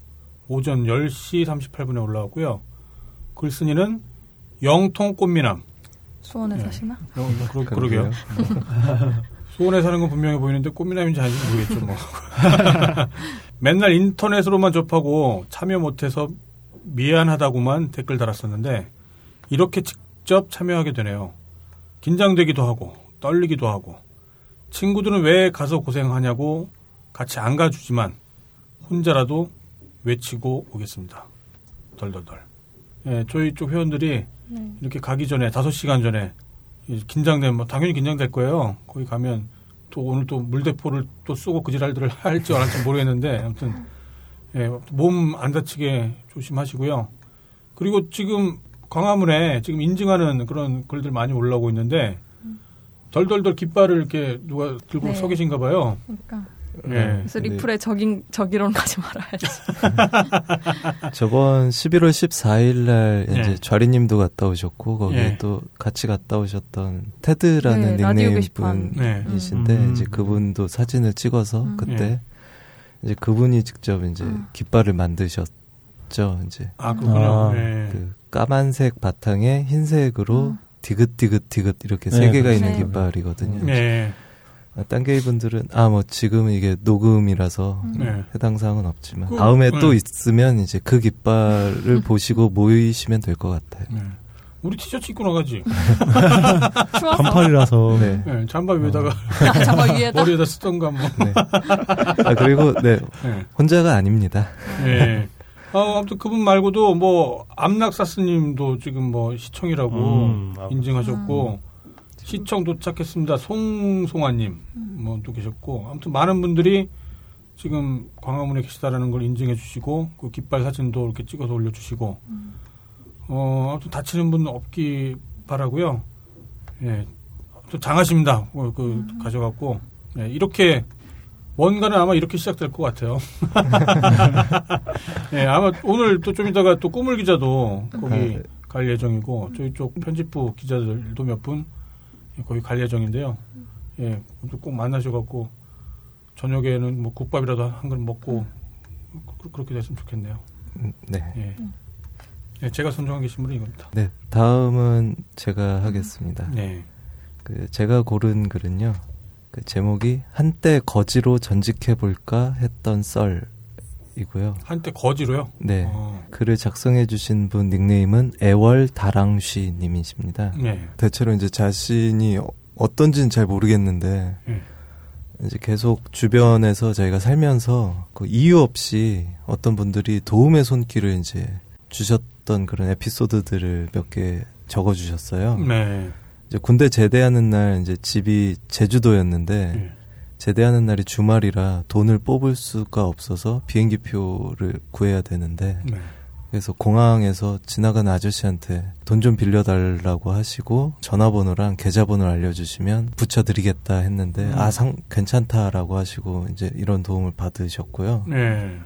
S3: 오전 10시 38분에 올라왔고요. 글쓴이는 영통 꽃미남
S7: 수원에
S3: 네.
S7: 사시나?
S3: 어, 뭐 그러, 그러게요. 음. 수원에 사는 건 분명해 보이는데 꽃미남인지 아닌지 모르겠죠, 뭐. 맨날 인터넷으로만 접하고 참여 못해서 미안하다고만 댓글 달았었는데 이렇게 직접 참여하게 되네요. 긴장되기도 하고 떨리기도 하고 친구들은 왜 가서 고생하냐고 같이 안 가주지만 혼자라도 외치고 오겠습니다. 덜덜덜. 예, 저희 쪽 회원들이
S7: 네.
S3: 이렇게 가기 전에 5시간 전에 이 긴장된 뭐 당연히 긴장될 거예요. 거기 가면 또 오늘 또 물대포를 또 쏘고 그 지랄들을 할지 안 할지 모르겠는데 아무튼 예, 몸 안 다치게 조심하시고요. 그리고 지금 광화문에 지금 인증하는 그런 글들 많이 올라오고 있는데 덜덜덜 깃발을 이렇게 누가 들고
S7: 음. 네.
S3: 서 계신가 봐요.
S7: 그러니까
S3: 예.
S7: 그래서 리플에 적인 적이론 가지 말아야지.
S3: 아.
S5: 저번 11월 14일 날 이제
S3: 예.
S5: 좌리님도 갔다 오셨고 거기에
S3: 예.
S5: 또 같이 갔다 오셨던 테드라는
S7: 네, 라디오
S5: 닉네임
S7: 게시판.
S3: 네.
S5: 분이신데
S6: 음.
S5: 이제 그분도 사진을 찍어서
S7: 음.
S5: 그때
S3: 예.
S5: 이제 그분이 직접 이제
S7: 음.
S5: 깃발을 만드셨죠. 이제
S3: 아, 그렇구나.
S6: 아,
S3: 예.
S5: 그 까만색 바탕에 흰색으로
S7: 음.
S5: 디귿디귿 디귿 이렇게
S6: 네,
S5: 세 개가
S7: 그렇죠.
S5: 있는
S7: 네.
S5: 깃발이거든요.
S3: 예.
S5: 아, 딴 게이분들은 아 뭐 지금 이게 녹음이라서
S7: 음.
S3: 예.
S5: 해당 사항은 없지만
S3: 그,
S5: 다음에
S3: 네.
S5: 또 있으면 이제 그 깃발을 보시고 모이시면 될 것 같아요.
S3: 예. 우리 티셔츠 입고 나가지.
S7: 추워서
S6: 반팔이라서
S5: 네.
S3: 예, 잠바 위에다가
S7: 아, 저거 위에다
S3: 머리에다 쓰던가 뭐.
S5: 네. 아 그리고 네
S3: 예.
S5: 혼자가 아닙니다.
S3: 예. 아, 아무튼 그분 말고도 뭐 암낙사스님도 지금 뭐 시청이라고
S6: 음, 아.
S3: 인증하셨고 시청 도착했습니다. 송송아님 뭐 또 계셨고 아무튼 많은 분들이 지금 광화문에 계시다라는 걸 인증해 주시고 그 깃발 사진도 이렇게 찍어서 올려주시고 어 아무튼 다치는 분 없기 바라고요. 예, 또 장하십니다. 어, 그 가져갔고 예, 이렇게 원가는 아마 이렇게 시작될 것 같아요. 예, 아마 오늘 또 좀 이따가 또 꾸물 기자도 거기
S5: 아,
S3: 갈 예정이고 저희 쪽 편집부 기자들도 몇 분 거기 갈 예정인데요. 예, 아무튼 꼭 만나셔갖고 저녁에는 뭐 국밥이라도 한 그릇 먹고 그- 그렇게 됐으면 좋겠네요.
S5: 음, 네.
S3: 예. 예, 제가 선정한 게시물은 이겁니다.
S5: 네 다음은 제가 하겠습니다.
S3: 네.
S5: 그 제가 고른 글은요. 그 제목이 한때 거지로 전직해 볼까 했던 썰이고요.
S3: 한때 거지로요.
S5: 네.
S3: 어,
S5: 글을 작성해 주신 분 닉네임은 애월 다랑쉬 님이십니다.
S3: 네.
S5: 대체로 이제 자신이 어- 어떤지는 잘 모르겠는데
S3: 예.
S5: 이제 계속 주변에서 저희가 살면서 그 이유 없이 어떤 분들이 도움의 손길을 이제 주셨던 그런 에피소드들을 몇 개 적어 주셨어요.
S3: 네.
S5: 이제 군대 제대하는 날 이제 집이 제주도였는데
S3: 예.
S5: 제대하는 날이 주말이라 돈을 뽑을 수가 없어서 비행기표를 구해야 되는데
S3: 네.
S5: 그래서 공항에서 지나가는 아저씨한테 돈 좀 빌려달라고 하시고 전화번호랑 계좌번호를 알려주시면 붙여드리겠다 했는데
S3: 음.
S5: 아 상 괜찮다라고 하시고 이제 이런 도움을 받으셨고요.
S3: 네.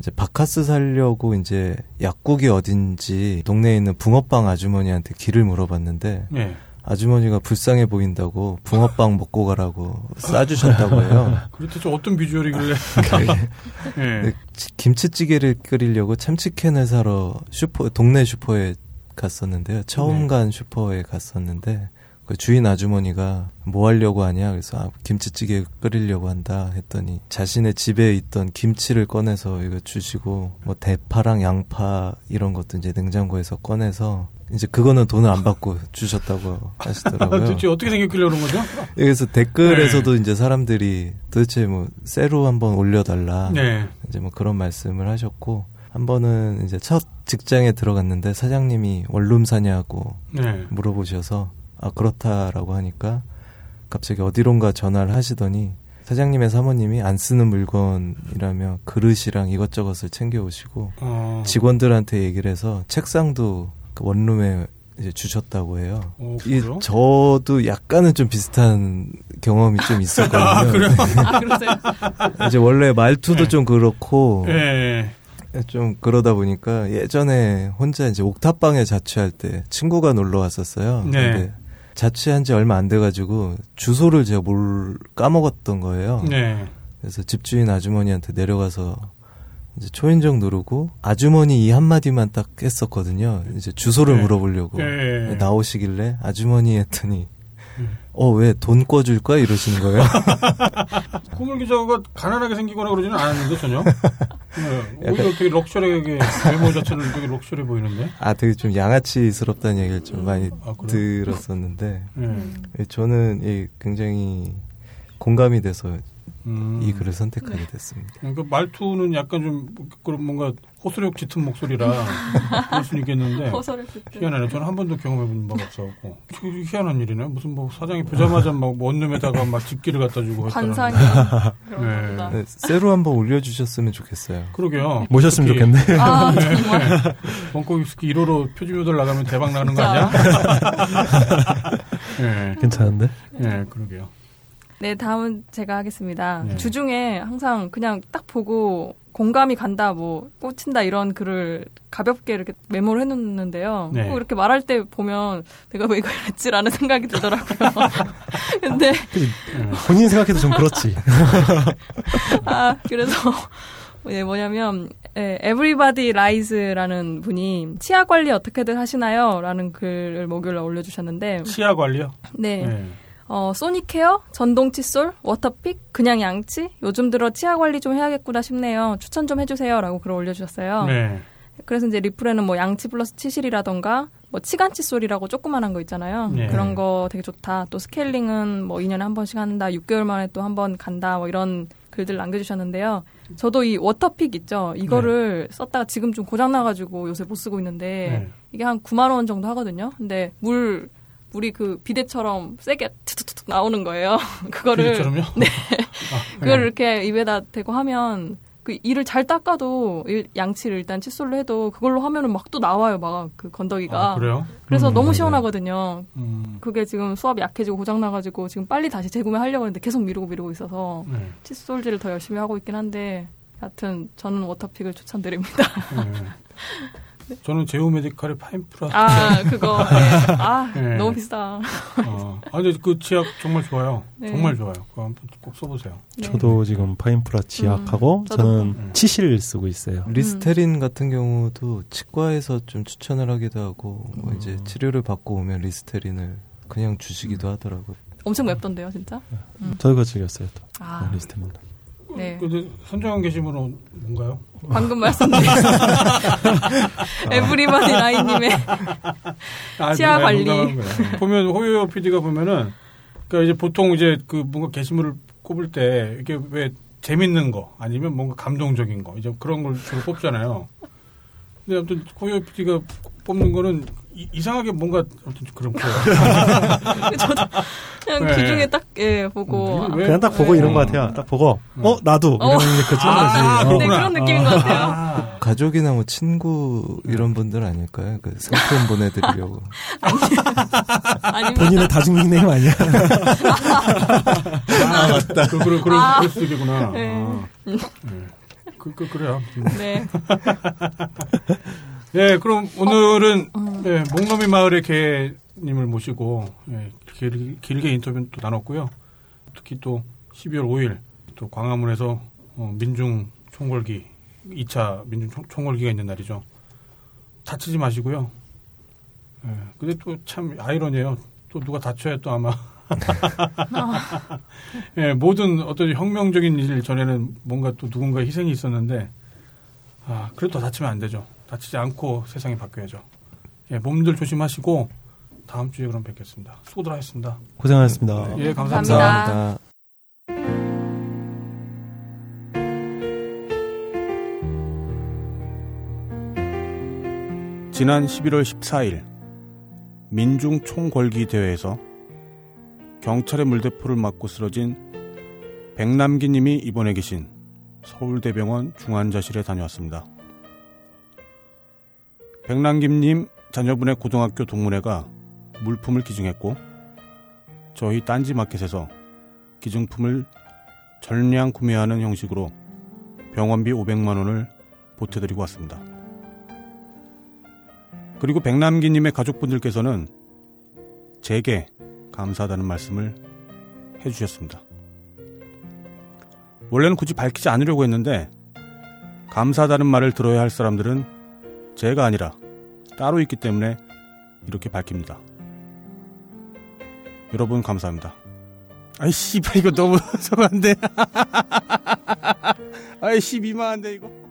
S5: 이제 바카스 살려고 이제 약국이 어딘지 동네에 있는 붕어빵 아주머니한테 길을 물어봤는데
S3: 네.
S5: 아주머니가 불쌍해 보인다고 붕어빵 먹고 가라고 싸주셨다고 해요.
S3: 그렇대체 어떤 비주얼이길래. 네. 예.
S5: 네, 치- 김치찌개를 끓이려고 참치캔을 사러 슈퍼 동네 슈퍼에 갔었는데요. 처음 간 슈퍼에 갔었는데 그 주인 아주머니가 뭐 하려고 하냐 그래서 아, 김치찌개 끓이려고 한다 했더니 자신의 집에 있던 김치를 꺼내서 이거 주시고 뭐 대파랑 양파 이런 것도 이제 냉장고에서 꺼내서 이제 그거는 돈을 안 받고 주셨다고 하시더라고요.
S3: 도대체 어떻게 생겼길래 그런 거죠?
S5: 그래서
S3: 네.
S5: 댓글에서도 이제 사람들이 도대체 뭐 새로 한번 올려달라
S3: 네.
S5: 이제 뭐 그런 말씀을 하셨고 한 번은 이제 첫 직장에 들어갔는데 사장님이 원룸 사냐고
S3: 네.
S5: 뭐, 물어보셔서 아 그렇다라고 하니까 갑자기 어디론가 전화를 하시더니 사장님의 사모님이 안 쓰는 물건이라며 그릇이랑 이것저것을 챙겨오시고
S3: 어.
S5: 직원들한테 얘기를 해서 책상도 그 원룸에 이제 주셨다고 해요.
S3: 어,
S5: 이,
S3: 그래요?
S5: 저도 약간은 좀 비슷한 경험이 좀 있었거든요.
S7: 아 그러세요?
S5: 이제 원래
S3: 네.
S5: 말투도 좀 그렇고
S3: 예.
S5: 좀 그러다 보니까 예전에 혼자 이제 옥탑방에 자취할 때 친구가 놀러 왔었어요.
S3: 네.
S5: 근데 자취한 지 얼마 안 돼가지고 주소를 제가 뭘 까먹었던 거예요.
S3: 네.
S5: 그래서 집주인 아주머니한테 내려가서 이제 초인종 누르고 아주머니 이 한마디만 딱 했었거든요. 이제 주소를
S3: 네.
S5: 물어보려고
S3: 네. 음.
S5: 나오시길래 아주머니 했더니 어 왜 돈 꿔줄까 이러시는 거예요.
S3: 꼬물 기자가 가난하게 생기거나 그러지는 않았는데 전혀. 네. 오히려 되게 럭셔리하게 외모 자체는 되게 럭셔리 보이는데.
S5: 아 되게 좀 양아치스럽다는 얘기를 좀 많이
S3: 아, 그래요?
S5: 들었었는데
S3: 예.
S5: 예, 저는 이 굉장히 공감이 돼서
S3: 음.
S5: 이 글을 선택하게 됐습니다.
S3: 그러니까 말투는 약간 좀 그런 뭔가 호소력 짙은 목소리라 그럴 수는 있겠는데
S7: 거설을 그때.
S3: 희한하네. 저는 한 번도 경험해본 바 없어갖고 되게 희한한 일이네. 무슨 뭐
S6: 아.
S3: 사장이 보자마자 막 원룸에다가 막 집기를 갖다 주고 했다는.
S7: 관상이
S3: 네.
S7: 그런 거다.
S5: 네, 새로 한번 올려주셨으면 좋겠어요.
S3: 그러게요.
S6: 모셨으면
S3: 특히
S6: 좋겠네.
S7: 아
S3: 네. 원고기 스키 1호로 표준요들 나가면 대박 나는 거 아니야? 예,
S6: 괜찮은데?
S3: 예, 그러게요.
S7: 네, 다음은 제가 하겠습니다.
S3: 네.
S7: 주중에 항상 그냥 딱 보고 공감이 간다, 뭐 꽂힌다 이런 글을 가볍게 이렇게 메모를 해놓는데요.
S3: 네.
S7: 꼭 이렇게 말할 때 보면 내가 왜 이걸 했지라는 생각이 들더라고요. 근데
S6: 본인 생각해도 좀 그렇지.
S7: 네. 아 그래서 예, 뭐냐면 에, Everybody Lies라는 분이 치아 관리 어떻게들 하시나요?라는 글을 목요일에 올려주셨는데
S3: 치아 관리요?
S7: 네.
S3: 예.
S7: 어, 소닉케어, 전동 칫솔, 워터픽, 그냥 양치, 요즘 들어 치아 관리 좀 해야겠구나 싶네요. 추천 좀 해주세요. 라고 글을 올려주셨어요.
S3: 네.
S7: 그래서 이제 리플에는 뭐 양치 플러스 치실이라던가, 뭐 치간 칫솔이라고 조그만한 거 있잖아요.
S3: 네.
S7: 그런 거 되게 좋다. 또 스케일링은 뭐 2년에 한 번씩 한다. 6개월 만에 또 한 번 간다. 뭐 이런 글들 남겨주셨는데요. 저도 이 워터픽 있죠. 이거를 썼다가 지금 좀 고장나가지고 요새 못 쓰고 있는데,
S3: 네.
S7: 이게 한 9만 원 정도 하거든요. 근데 물 물이 그 비대처럼 세게 툭툭툭 나오는 거예요. 그거를
S3: 비디처럼요? 네. 아,
S7: 그걸 이렇게 입에다 대고 하면 그 이를 잘 닦아도 일- 양치를 일단 칫솔로 해도 그걸로 하면은 막 또 나와요, 막 그 건더기가.
S3: 아, 그래요?
S7: 래서
S6: 음,
S7: 너무
S6: 맞아요.
S7: 시원하거든요.
S3: 음.
S7: 그게 지금 수압이 약해지고 고장 나가지고 지금 빨리 다시 재구매하려고 했는데 계속 미루고 미루고 있어서
S3: 네.
S7: 칫솔질을 더 열심히 하고 있긴 한데 하여튼 저는 워터픽을 추천드립니다.
S3: 예. 저는 제오메디칼의 파인프라.
S7: 아 그거 네. 아
S3: 네.
S7: 너무 비싸.
S3: 어. 아, 근데 그 치약 정말 좋아요.
S7: 네.
S3: 정말 좋아요. 그거 한번 꼭 써보세요.
S7: 네.
S6: 저도 지금 파인프라 치약하고
S7: 음, 저도.
S6: 저는
S3: 음.
S6: 치실 쓰고 있어요.
S7: 음.
S5: 리스테린 같은 경우도 치과에서 좀 추천을 하기도 하고
S7: 음.
S5: 뭐 이제 치료를 받고 오면 리스테린을 그냥 주시기도
S7: 음.
S5: 하더라고요.
S7: 엄청 맵던데요, 진짜?
S6: 저도 그거 즐겼어요. 또.
S7: 음. 아.
S6: 리스트는.
S7: 네.
S3: 근데 선정한 게시물은 뭔가요?
S7: 방금 말씀드린 에브리바디 라인님의
S3: 아,
S7: 치아
S3: 농담,
S7: 관리.
S3: 농담한 거예요. 네. 보면 호요 PD가 보면은 그러니까 이제 보통 이제 그 뭔가 게시물을 꼽을 때 이게 왜 재밌는 거 아니면 뭔가 감동적인 거 이제 그런 걸 주로 뽑잖아요. 근데 아무튼 호요 PD가 뽑는 거는 이, 상하게 뭔가 아무튼 그런 거예요.
S7: 저도 그냥
S3: 네.
S7: 주중에 딱 예, 보고
S3: 이거
S7: 아,
S3: 왜-
S6: 그냥 딱 보고
S3: 네. 음.
S6: 이런 거 같아요. 딱 보고 어 나도
S7: 어.
S6: 이런 게그
S3: 아,
S6: 친구지. 어.
S7: 네, 그런 느낌인 것 같아요.
S3: 아,
S5: 가족이나 뭐 친구
S7: 음.
S5: 이런 분들 아닐까요? 그 상품 보내드리려고.
S7: 아니면
S6: 본인의 다중 닉네임 아니야?
S3: 아, 맞다. 그, 그, 그럴,
S7: 아.
S3: 그럴 수도 있겠구나.
S7: 네.
S3: 아. 네. 그, 그, 그래요.
S7: 네. 예,
S3: 네, 그럼 오늘은 네, 목놈이 마을의 개님을 모시고
S7: 예,
S3: 네, 길, 길게 인터뷰 또 나눴고요. 특히 또 12월 5일 또 광화문에서 어, 민중 총궐기 2차 민중 총, 총궐기가 있는 날이죠. 다치지 마시고요.
S7: 예, 근데 또 참 아이러니해요. 또 누가 다쳐야 또 아마. 예, 모든 어떤 혁명적인 일 전에는 뭔가 또 누군가 희생이 있었는데, 아, 그래도 다치면 안 되죠. 다치지 않고 세상이 바뀌어야죠. 예, 몸들 조심하시고, 다음 주에 그럼 뵙겠습니다. 수고들하셨습니다.
S3: 네.
S6: 고생하셨습니다.
S7: 예, 감사합니다.
S5: 감사합니다.
S3: 지난 11월 14일 민중 총궐기 대회에서 경찰의 물대포를 맞고 쓰러진 백남기 님이 입원해 계신 서울대병원 중환자실에 다녀왔습니다. 백남기 님 자녀분의 고등학교 동문회가 물품을 기증했고 저희 딴지 마켓에서 기증품을 전량 구매하는 형식으로 병원비 500만 원을 보태드리고 왔습니다. 그리고 백남기님의 가족분들께서는 제게 감사하다는 말씀을 해주셨습니다. 원래는 굳이 밝히지 않으려고 했는데 감사하다는 말을 들어야 할 사람들은 제가 아니라 따로 있기 때문에 이렇게 밝힙니다. 여러분 감사합니다. 아이 씨발 이거 너무 저한데 아이 씨 미만한데 이거.